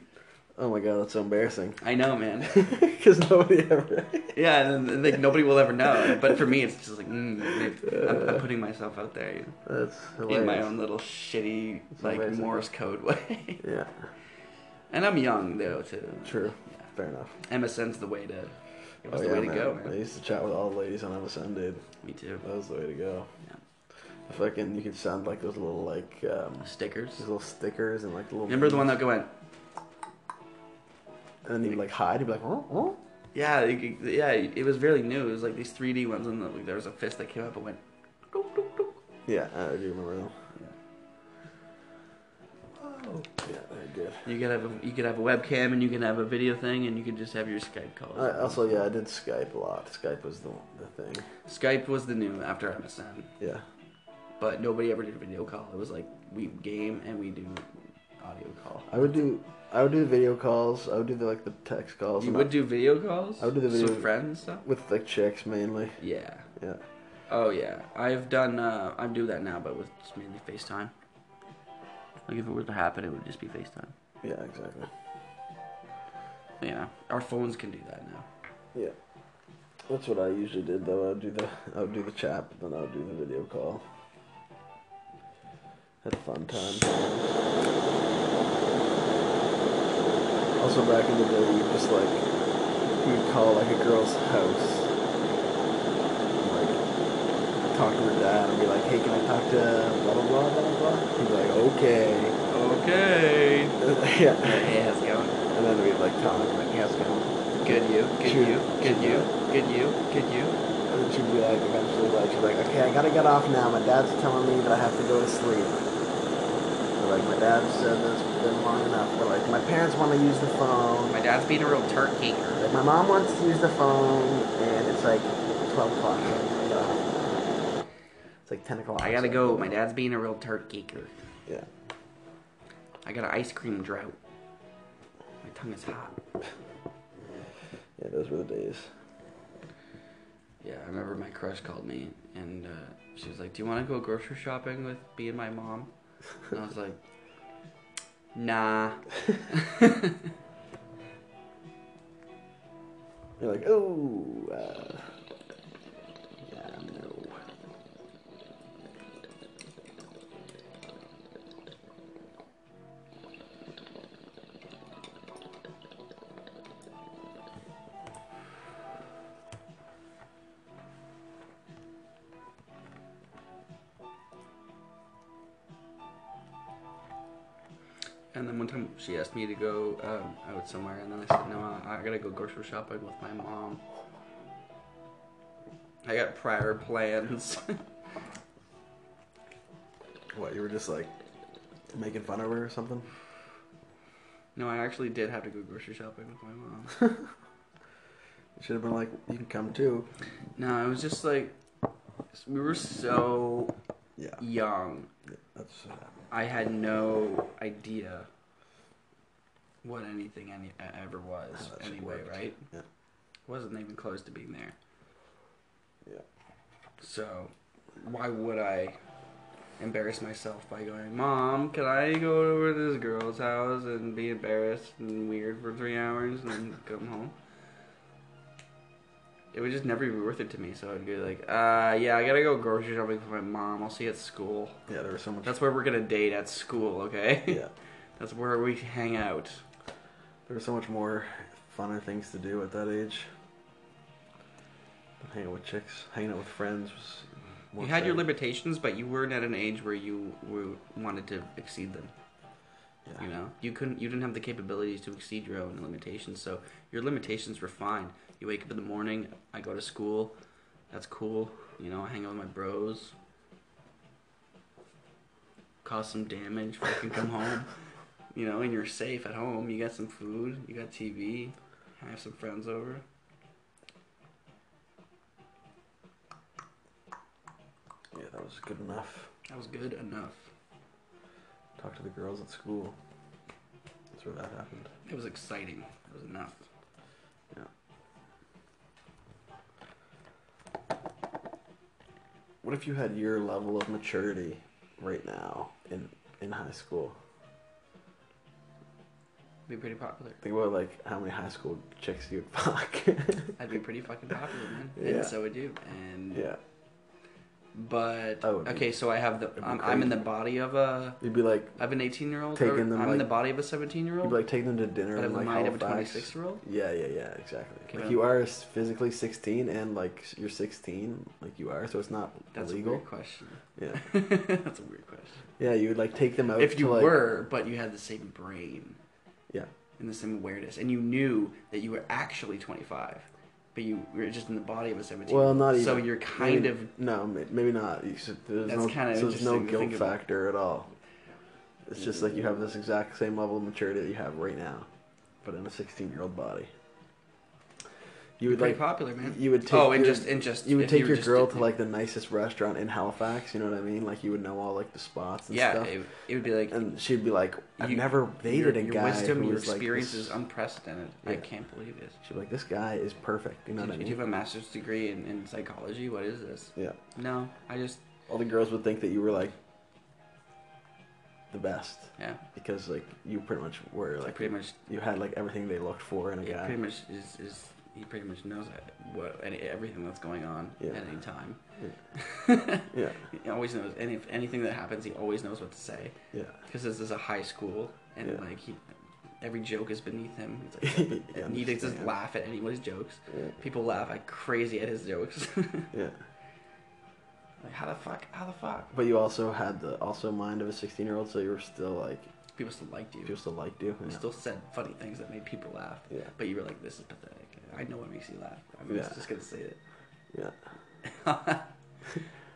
S2: Oh my god, that's so embarrassing.
S3: I know, man.
S2: Because nobody ever.
S3: Yeah, and then, like nobody will ever know. But for me, it's just like mm, maybe I'm, I'm putting myself out there you know,
S2: That's hilarious.
S3: in my own little shitty like
S2: amazing.
S3: Morse code way.
S2: Yeah.
S3: and I'm young though too.
S2: True. Fair enough.
S3: MSN's the way to. It was
S2: Oh,
S3: the
S2: yeah,
S3: way to
S2: man. Uh,
S3: go,
S2: I
S3: man.
S2: used to chat with all the ladies on MSN, dude.
S3: Me too.
S2: That was the way to go.
S3: Yeah.
S2: Fucking, you could sound like those little like um,
S3: Stickers.
S2: those little stickers and like the little.
S3: Remember the one that go in?
S2: And then you'd like hide. You'd be like, oh, oh.
S3: Yeah, you could- yeah. It was really new. It was like these 3D ones, and like, there was a fist that came up and went. "Doop, doop, doop."
S2: Yeah, I do remember them.
S4: Oh.
S2: Yeah, they're good.
S3: You could have a you could have a webcam, and you could have a video thing, and you could just have your Skype calls.
S2: I, also, yeah, I did Skype a lot. Skype was the the thing.
S3: Skype was the new after MSN.
S2: Yeah.
S3: but nobody ever did video call. It was like we game and we do audio call.
S2: I would do I would do the video calls. I would do the like the text calls.
S3: You
S2: and
S3: would
S2: I-
S3: do video calls.
S2: I would do the
S3: Just
S2: video-
S3: with friends and stuff.
S2: with like chicks mainly.
S3: Yeah.
S2: Yeah.
S3: Oh yeah. I've done. Uh, I do that now, but with just mainly FaceTime. Like if it were to happen, it would just be FaceTime.
S2: Yeah, exactly.
S3: You know, our phones can do that now.
S2: Yeah. That's what I usually did though. I would do the I would do the chat, but then I would do the video call. Had fun time. Also back in the day you just like you would call like a girl's house. and, Like talk to her dad and be like, hey can I talk to blah blah blah blah blah? He'd be like, okay.
S3: Okay.
S2: yeah.
S3: Hey, how's it going?
S2: And then we'd like talk like, yeah, it's going.
S3: Good you. Good
S2: Shoot.
S3: you. Good you. Good you. Good you.
S2: And then she'd be like, eventually, like, she'd be like, okay, I gotta get off now. My dad's telling me that I have to go to sleep. But, like, my dad said this has been long enough. But, like, my parents want to use the phone.
S3: My dad's being a real turkey.
S2: Like, my mom wants to use the phone, and it's like 12 o'clock. I gotta hop. It's like 10 o'clock.
S3: I gotta
S2: so-
S3: go. My dad's being a real tart geeker.
S2: Yeah.
S3: I got an ice cream drought. My tongue is hot.
S2: Yeah, those were the days.
S3: Yeah, I remember my crush called me and uh, she was like, "Do you want to go grocery shopping with me and my mom?" And I was like, "Nah."
S2: You're like, oh, uh, yeah, no.
S3: And then one time she asked me to go um, out somewhere, and then I said, "No, I, I gotta go grocery shopping with my mom. I got prior plans."
S2: What, you were just like making fun of her or something?
S3: no, I actually did have to go grocery shopping with my mom.
S2: You should have been like, you can come too.
S3: no, it was just like we were so
S2: Yeah,
S3: young.
S2: that's uh, what happened.
S3: I had no idea what anything any uh, ever was.
S2: That shit
S3: anyway,
S2: worked.
S3: right?
S2: Yeah.
S3: Wasn't even close to being there.
S2: Yeah.
S3: So, why would I embarrass myself by going, Mom, can I go over to this girl's house and be embarrassed and weird for three hours and then come home? It would just never be worth it to me. So I'd be like, uh, yeah, I gotta go grocery shopping for my mom. I'll see you at school.
S2: Yeah, there was so much.
S3: That's where we're gonna date at school, okay?
S2: yeah,
S3: That's where we hang out.
S2: there was so much more funner things to do at that age. Than hanging out with chicks, hanging out with friends was. more
S3: you had your
S2: exciting.
S3: limitations, but you weren't at an age where you were, wanted to exceed them. You know, you couldn't, you didn't have the capabilities to exceed your own limitations. So your limitations were fine. You wake up in the morning. I go to school. That's cool. You know, I hang out with my bros. Cause some damage. Fucking come home. You know, and you're safe at home. You got some food. You got TV. Have some friends over.
S2: Yeah. yeah, that was good enough.
S3: That was good enough.
S2: Talk to the girls at school. That's where that happened.
S3: It was exciting. It was enough.
S2: What if you had your level of maturity right now in in high school?
S3: Be pretty popular.
S2: Think about like how many high school chicks you'd fuck.
S3: I'd be pretty fucking popular, man.
S2: Yeah.
S3: And so would you. And
S2: yeah,
S3: but
S2: I would be-
S3: okay, so I have the
S2: be
S3: I'm, I'm in the
S2: crazy.
S3: body of a
S2: you'd be like
S3: of an 18 year old.
S2: Taking
S3: I'm
S2: them,
S3: in
S2: like-
S3: the body of a 17 year
S2: you'd
S3: old.
S2: be like taking them to dinner
S3: But
S2: and
S3: I have the
S2: like
S3: mind of a
S2: Halifax.
S3: 26 year old.
S2: Yeah, yeah, yeah, exactly.
S3: Okay,
S2: like
S3: but-
S2: you are s- physically 16 and like s- you're 16, like you are, so it's not
S3: That's a
S2: illegal.
S3: weird question.
S2: Yeah,
S3: That's a weird question.
S2: yeah, you would like take them out.
S3: if you
S2: to, like,
S3: were, but you had the same brain
S2: yeah,
S3: and the same awareness, and you knew that you were actually 25, but you were just in the body of a 17.
S2: well, not even.
S3: So you're kind
S2: maybe-
S3: of
S2: no, ma- maybe not. You s- There's
S3: That's
S2: no,
S3: kinda
S2: so there's no
S3: interesting to
S2: guilt
S3: think about.
S2: factor at all. It's just like you have this exact same level of maturity that you have right now, but in a 16 year old body. You would
S3: pretty
S2: like
S3: popular, man.
S2: you would take
S3: oh, and
S2: your-
S3: just and just
S2: You would
S3: if
S2: take
S3: were
S2: your
S3: just-
S2: girl to like the nicest restaurant in Halifax. You know what I mean? Like you would know all like the spots and
S3: yeah,
S2: stuff.
S3: it, it would be like
S2: and she'd be like, "I've
S3: You-
S2: never dated
S3: your,
S2: a
S3: your
S2: guy
S3: wisdom,
S2: who
S3: your um,
S2: was like
S3: experience
S2: this."
S3: is unprecedented. I
S2: Yeah.
S3: can't believe this.
S2: she'd be like, "This guy is perfect." You know
S3: Did
S2: what I
S3: you do you
S2: mean?
S3: have a master's degree in, in psychology? What is this?
S2: Yeah.
S3: No, I just
S2: All the girls would think that you were like the best
S3: yeah.
S2: because like you pretty much were
S3: I
S2: like
S3: pretty much
S2: you had like everything they looked for in a
S3: he
S2: guy.
S3: pretty much is, is he pretty much knows that- what any, everything that's going on
S2: Yeah.
S3: at any time.
S2: yeah,
S3: He always knows any anything that happens. He always knows what to say
S2: yeah.
S3: because this is a high school and
S2: Yeah.
S3: like he. Every joke is beneath him. It's like,
S2: Yeah,
S3: and he just
S2: understand.
S3: laugh at anybody's jokes.
S2: Yeah.
S3: People laugh like crazy at his jokes.
S2: yeah.
S3: like how the fuck? How the fuck?
S2: But you also had the also mind of a 16 year old, so you were still like
S3: People still liked you.
S2: people still liked you.
S3: You
S2: Yeah.
S3: still said funny things that made people laugh.
S2: Yeah.
S3: But you were like, this is pathetic. I know what makes you laugh. I'm
S2: Yeah.
S3: just going to say it.
S2: yeah.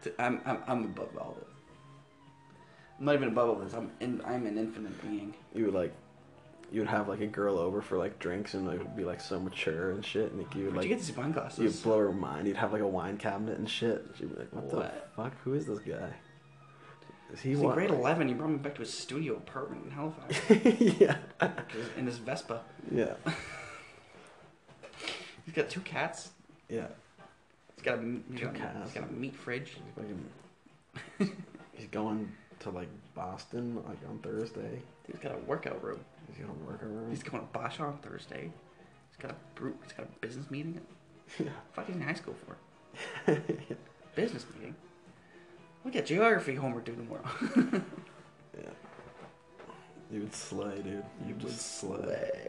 S3: T- I'm, I'm, I'm above all this. I'm not even above all this. I'm, in, I'm an infinite being.
S2: you would like you would have like a girl over for like drinks and like would be like so mature and shit and like you would
S3: Where'd
S2: like
S3: you get these wine
S2: you'd
S3: glasses?
S2: blow her mind you'd have like a wine cabinet and shit she'd be like what,
S3: What?
S2: the fuck who is this guy is he
S3: He's in
S2: wa-
S3: grade 11. You brought me back to his studio apartment in Halifax
S2: yeah
S3: in his Vespa.
S2: yeah
S3: He's got two cats.
S2: yeah
S3: He's got a, m- he's
S2: Two
S3: got a-
S2: cats.
S3: He's got a meat fridge.
S2: Fucking- he's going to like Boston like on Thursday
S3: He's got a workout room.
S2: he's gonna work around
S3: He's going to Bosch on Thursday. He's got a, brew, he's got a business meeting.
S2: yeah
S3: fuck is in high school for? Business meeting. We got geography homework due tomorrow.
S2: yeah you would slay dude you would slay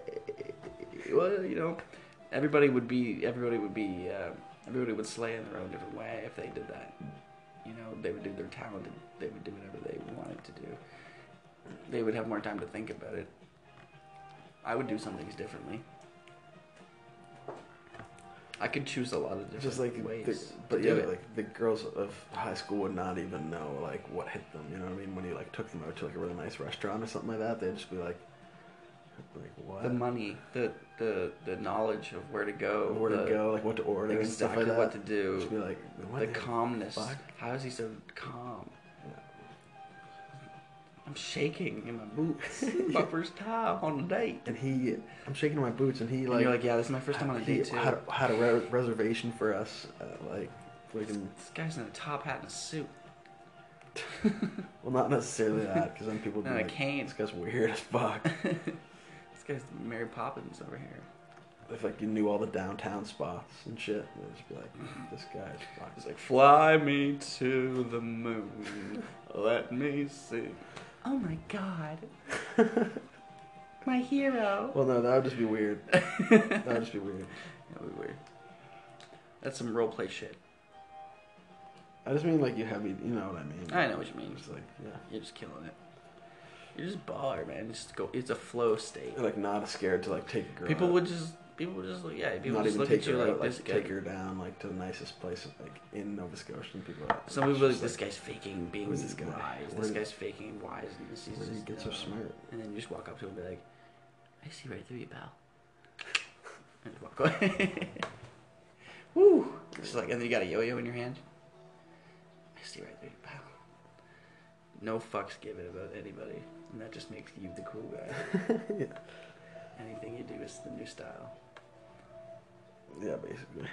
S3: well, you know, everybody would be everybody would be um, everybody would slay in their own different way if they did that. You know, they would do their talented. They would do whatever they wanted to do. they would have more time to think about it. I would do some things differently. I could choose a lot of different
S2: Just like,
S3: ways.
S2: the, but
S3: to
S2: yeah,
S3: do it.
S2: like the girls of high school would not even know like what hit them. You know what I mean? When you like took them out to like a really nice restaurant or something like that, they'd just be like, like what?
S3: the money, the the the knowledge of where to go,
S2: where
S3: the-
S2: to go, like what to order, and stuff
S3: exactly
S2: like that.
S3: what to do,
S2: Just be like, what
S3: the
S2: the
S3: calmness.
S2: fuck?
S3: How is he so calm?
S2: Yeah.
S3: I'm shaking in my boots. my first time on a date.
S2: And he, I'm shaking my boots, and he
S3: And
S2: like,
S3: you're like, yeah, this is my first time on a
S2: he
S3: date too.
S2: had, had a re- reservation for us, at, like, freaking.
S3: This guy's in a top hat and a suit.
S2: Well, not necessarily that, because then people would be
S3: And a
S2: like,
S3: cane.
S2: this guy's weird as fuck.
S3: This guy's Mary Poppins over here.
S2: if like you knew all the downtown spots and shit, they'd just be like, this guy's
S3: He's
S2: fucking.
S3: like, fly me to the moon. Let me see. Oh my god. my hero.
S2: Well, no, that would just be weird. that would just be weird.
S3: That would be weird. That's some roleplay shit.
S2: I just mean like you have, you know what I mean?
S3: I know what you mean.
S2: It's like yeah,
S3: You're just killing it. You're just baller, man. It's just go. It's a flow state.
S2: You're, like not scared to like take a girl.
S3: People
S2: out.
S3: would just. People would just look. Yeah. People
S2: not
S3: just
S2: even
S3: look
S2: take
S3: at you
S2: her
S3: like
S2: out,
S3: this
S2: like
S3: guy.
S2: take her down like to the nicest place like in Nova Scotia. And people are like,
S3: Some people
S2: it's
S3: are like,
S2: just
S3: this guy's faking being
S2: who's this guy?
S3: wise.
S2: Where
S3: This
S2: did-
S3: guy's faking wise. And this is
S2: Where did he
S3: just,
S2: get so
S3: uh,
S2: smart?
S3: And then you just walk up to him and be like, I see right through you, pal. And just walk away. Woo! It's like, and then you got a yo yo in your hand. I see right through you, pal. No fucks given about anybody. And that just makes you the cool guy. Anything you do is the new style.
S2: Yeah, basically.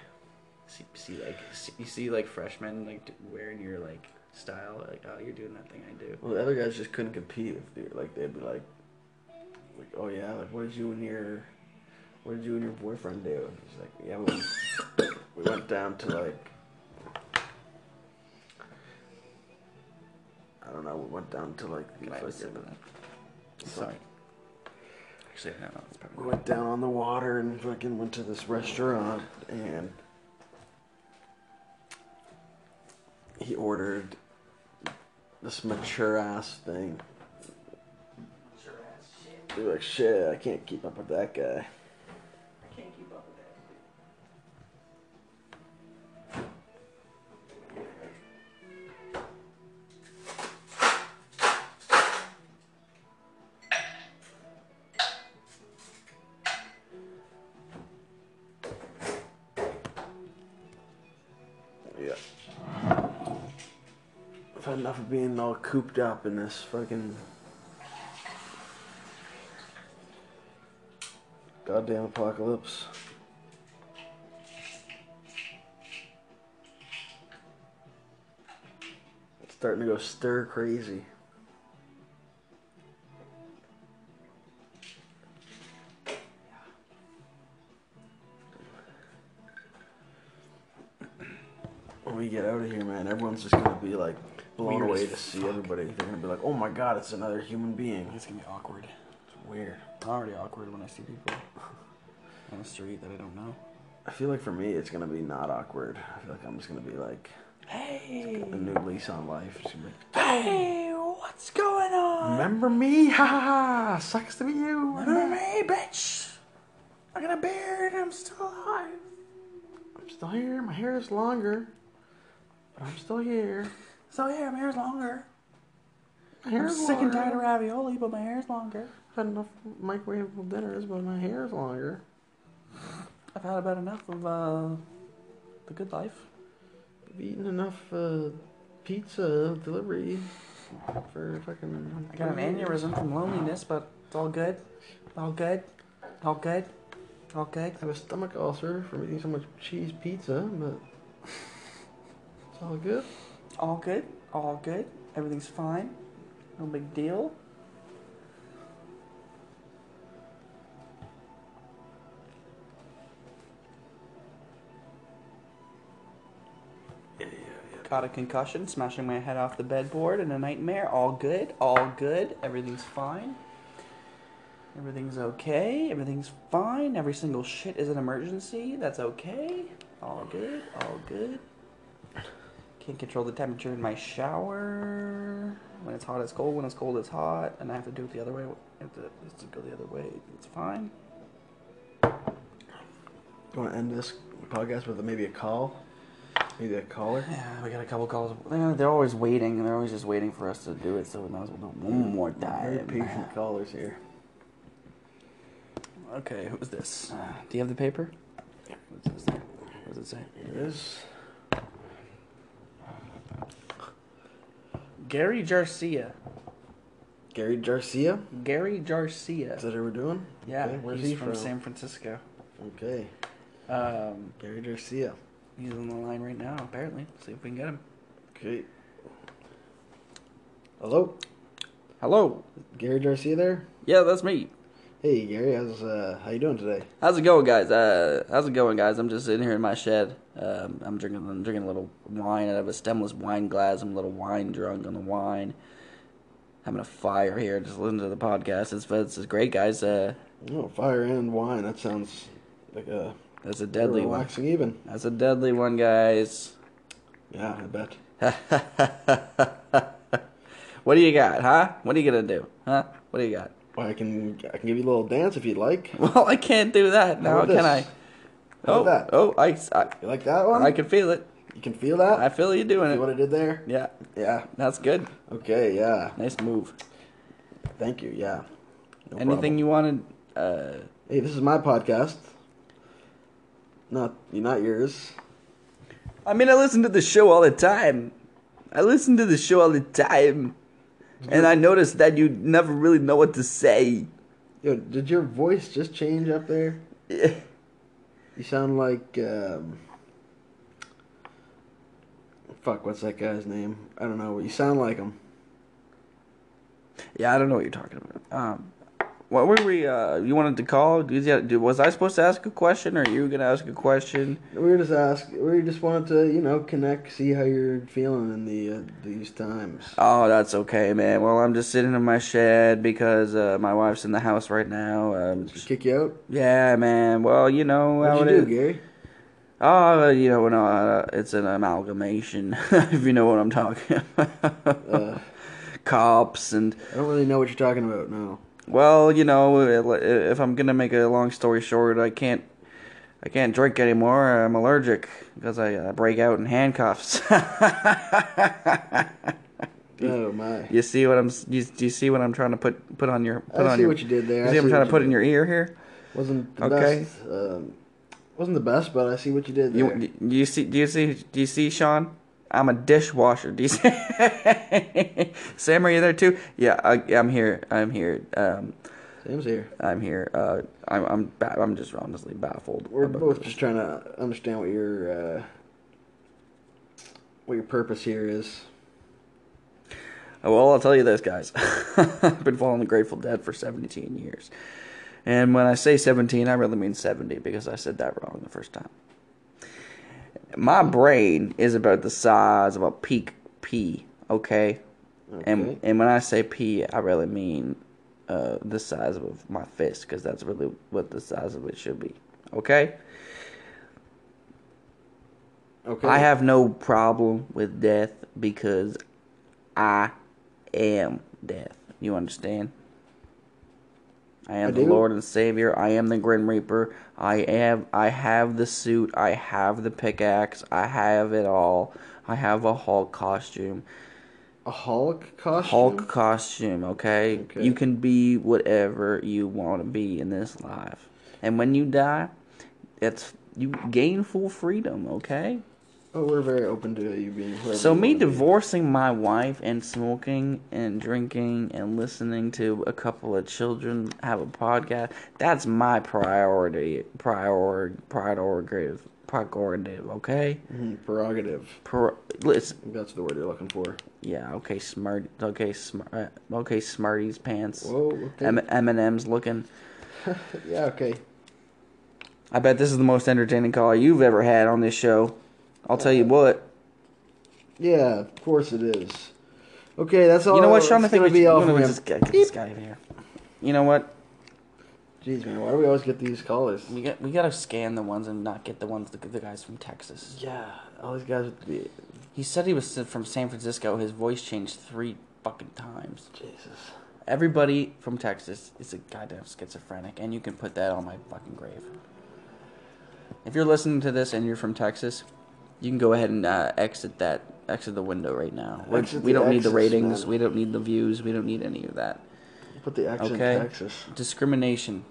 S3: See, see like, see, you see, like, freshmen, like, d- wearing your, like, style. Like, oh, you're doing that thing I do.
S2: Well, the other guys just couldn't compete with you. Like they'd be like, like, oh yeah, like what did you and your, what did you and your boyfriend do? And he's like, yeah, we, we went down to like, I don't know, we went down to like, the
S3: Can I have a sip
S2: fucking-
S3: of that? Sorry. Actually, no, no, it's
S2: we
S3: probably
S2: went down on the water and fucking went to this restaurant and he ordered this mature ass thing. He was like, shit, I can't keep up with that guy. Yeah. I've had enough of being all cooped up in this fucking goddamn apocalypse. It's starting to go stir crazy. when we get out of here, man, everyone's just gonna be like blown
S3: Weird
S2: away
S3: as
S2: to see everybody. They're gonna be like, "Oh my god, it's another human being." It's gonna be awkward. It's weird.
S3: I'm already awkward when I see people on the street that I don't know.
S2: I feel like for me, it's gonna be not awkward. I feel like I'm just gonna be like, "Hey," a new lease on life. It's gonna be like, "Hey, what's going on? Remember me? Ha ha ha! Sucks to be you. Remember me, bitch? I got a beard. I'm still alive. I'm still here. My hair is longer, but I'm still here.
S9: So yeah, my hair's longer.
S2: My hair
S9: I'm
S2: is
S9: sick and
S2: longer.
S9: tired of ravioli, but my hair's longer.
S2: Had enough microwavable dinners, but my hair is longer.
S9: I've had about enough of uh, the good life.
S2: I've eaten enough uh, pizza delivery for fucking.
S9: I got an aneurysm from loneliness, but it's all good. All good. All good. All good.
S2: I have a stomach ulcer from eating so much cheese pizza, but it's all good.
S9: All good. All good. Everything's fine. No big deal. Got a concussion, smashing my head off the bedboard, and a nightmare. All good. All good. Everything's fine. Everything's okay. Everything's fine. Every single shit is an emergency. That's okay. All good. All good.
S3: Can't control the temperature in my shower. When it's hot, it's cold. When it's cold, it's hot. And I have to do it the other way. I have to, it's to go the other way. It's fine.
S2: You want to end this podcast with maybe a call? Maybe a caller?
S3: Yeah, we got a couple calls. Yeah, they're always waiting. They're always just waiting for us to do it. So we might as well do one more
S2: Very
S3: time.
S2: patient callers here.
S3: Okay, who's this? Uh, do you have the paper? What's this thing? What does it say?
S2: Here it is.
S3: Gary Garcia.
S2: Gary Garcia.
S3: Gary Garcia.
S2: Is that who we're doing?
S3: Yeah,
S2: Okay, where's
S3: he's
S2: he
S3: from,
S2: from?
S3: San Francisco.
S2: Okay.
S3: Um,
S2: Gary Garcia.
S3: he's on the line right now, apparently. See if we can get him.
S2: Okay. Hello?
S3: Hello.
S2: Gary Garcia there?
S3: Yeah, that's me.
S2: Hey Gary, how's uh how you doing today?
S3: How's it going, guys? Uh, how's it going, guys? I'm just in here in my shed. Um, I'm drinking. I'm drinking a little wine out of a stemless wine glass. I'm a little wine drunk on the wine. Having a fire here, just listening to the podcast. It's it's great, guys. Uh,
S2: Oh, fire and wine. That sounds like a
S3: that's a deadly one.
S2: relaxing even.
S3: That's a deadly one, guys.
S2: Yeah, I bet.
S3: what do you got, huh? What are you gonna do, huh? What do you got?
S2: Well, I can I can give you a little dance if you'd like.
S3: Well, I can't do that now,
S2: about
S3: can
S2: this?
S3: I?
S2: How
S3: Oh,
S2: about
S3: oh, I, I,
S2: You like that one?
S3: I can feel it.
S2: You can feel that?
S3: I feel you doing
S2: See what I
S3: it.
S2: did there?
S3: Yeah,
S2: Yeah.
S3: that's good.
S2: Okay, yeah.
S3: Nice move.
S2: Thank you, yeah. No
S3: Anything
S2: problem.
S3: you wanted? Uh,
S2: Hey, this is my podcast. Not not yours.
S3: I mean, I listen to the show all the time. I listen to the show all the time, and I noticed that you never really know what to say.
S2: Yo, did your voice just change up there? You sound like um Fuck, what's that guy's name? I don't know. You sound like him.
S3: Yeah, I don't know what you're talking about. Um, what were we? Uh, you wanted to call? Did you- did- Was I supposed to ask a question, or are you gonna ask a question?
S2: We were just ask. We just wanted to, you know, connect, see how you're feeling in the uh, these times.
S3: Oh, that's okay, man. Well, I'm just sitting in my shed because uh, my wife's in the house right now. Um,
S2: Just kick you out.
S3: yeah, man. Well, you know how
S2: What'd
S3: it
S2: you do,
S3: is.
S2: Gary?
S3: Oh, you know, no, uh, it's an amalgamation, if you know what I'm talking about.
S2: Uh,
S3: Cops and
S2: I don't really know what you're talking about now.
S3: well, you know, i- if I'm gonna make a long story short, I can't, I can't drink anymore. I'm allergic because I, I break out in handcuffs.
S2: Oh my!
S3: you see what I'm? s- You, do you see what I'm trying to put put on your? Put
S2: I
S3: on
S2: see
S3: your,
S2: what you did there.
S3: You
S2: I
S3: see what I'm
S2: see
S3: trying
S2: what
S3: to
S2: you
S3: put in
S2: did.
S3: your ear here?
S2: Wasn't the
S3: Okay.
S2: best. Um, wasn't the best, but I see what you did there.
S3: You, do you see? Do you see? Do you see, Sean? I'm a dishwasher. Do you see? Sam, are you there too? Yeah, I, I'm here. I'm here. Um,
S2: Sam's here.
S3: I'm here. Uh, I'm I'm ba- I'm just honestly baffled.
S2: We're
S3: about
S2: both
S3: this.
S2: just trying to understand what your uh, what your purpose here is.
S3: Well, I'll tell you this, guys. I've been following the Grateful Dead for 17 years. And when I say 17, I really mean 70 because I said that wrong the first time. My brain is about the size of a peak pea, okay?
S2: Okay.
S3: And and when I say pea, I really mean uh, the size of my fist because that's really what the size of it should be, okay?
S2: Okay.
S3: I have no problem with death because I am death. You understand? I am
S2: I
S3: the
S2: do.
S3: Lord and Savior. I am the Grim Reaper. I am. I have the suit. I have the pickaxe. I have it all. I have a Hulk costume.
S2: a Hulk costume.
S3: Hulk costume. Okay?
S2: Okay.
S3: You can be whatever you want to be in this life, and when you die, it's you gain full freedom. Okay.
S2: Oh, we're very open to you being. whoever
S3: So
S2: you
S3: me
S2: wanna be.
S3: divorcing my wife and smoking and drinking and listening to a couple of children have a podcast, that's my priority prior priority priority, okay?
S2: Mhm, prerogative.
S3: Pro, listen,
S2: I think That's the word you're looking for.
S3: yeah, okay, smart okay, smart uh, okay, smarties pants.
S2: Whoa. Okay.
S3: M- M&M's looking.
S2: yeah. Okay.
S3: I bet this is the most entertaining call you've ever had on this show. I'll tell you what.
S2: Yeah. Of course it is. Okay. That's all.
S3: You know what, Sean? I
S2: that's
S3: think
S2: gonna
S3: we
S2: be
S3: should-
S2: all
S3: you know
S2: for
S3: what,
S2: him.
S3: just get- get this guy in here. You know what?
S2: Jeez, man. Why do we always get these callers?
S3: We got we gotta scan the ones and not get the ones the, the guys from Texas.
S2: Yeah. All these guys with the
S3: He said he was from San Francisco. His voice changed three fucking times.
S2: Jesus.
S3: Everybody from Texas is a goddamn schizophrenic, and you can put that on my fucking grave. If you're listening to this and you're from Texas, you can go ahead and uh, exit that exit the window right now. We're-
S2: Exit
S3: we
S2: the
S3: don't need the
S2: exits,
S3: ratings.
S2: man.
S3: We don't need the views. We don't need any of that.
S2: Put the X in
S3: Okay.
S2: Texas.
S3: Discrimination.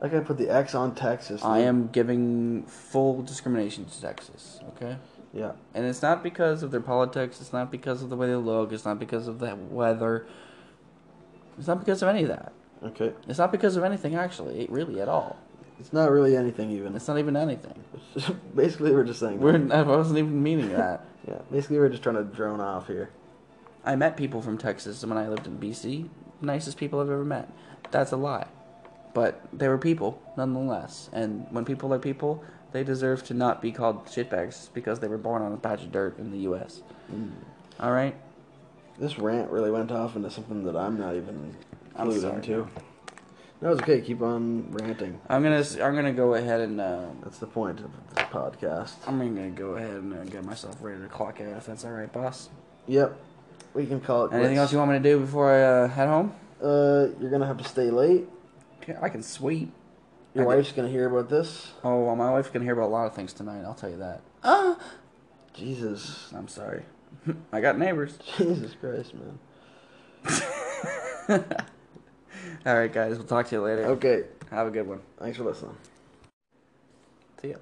S2: That guy put the X on Texas.
S3: I
S2: dude.
S3: am giving full discrimination to Texas. Okay.
S2: Yeah.
S3: And it's not because of their politics. It's not because of the way they look. It's not because of the weather. It's not because of any of that.
S2: Okay.
S3: It's not because of anything, actually, really, at all.
S2: It's not really anything even.
S3: It's not even anything.
S2: basically, we're just saying.
S3: We're, I wasn't even meaning that.
S2: Yeah. Basically, we're just trying to drone off here.
S3: I met people from Texas when I lived in BC. Nicest people I've ever met. That's a lie. But they were people, nonetheless. And when people are people, they deserve to not be called shitbags because they were born on a patch of dirt in the U.S. All right?
S2: This rant really went off into something that I'm not even
S3: I'm
S2: clued
S3: sorry.
S2: into. No, it's okay. Keep on ranting.
S3: I'm gonna s- I'm gonna go ahead and um,
S2: That's the point of this podcast.
S3: I'm even gonna go ahead and uh, get myself ready to clock out if that's all right, boss.
S2: Yep. We can call it.
S3: Anything else
S2: quits.
S3: you want me to do before I uh, head home?
S2: Uh, you're gonna have to stay late.
S3: Yeah, I can sweep.
S2: Your
S3: I-
S2: wife's gonna hear about this.
S3: Oh, well, my wife can hear about a lot of things tonight. I'll tell you that.
S2: Jesus,
S3: I'm sorry. I got neighbors.
S2: Jesus Christ, man.
S3: All right, guys. We'll talk to you later.
S2: Okay,
S3: Have a good one.
S2: thanks for listening.
S3: See ya.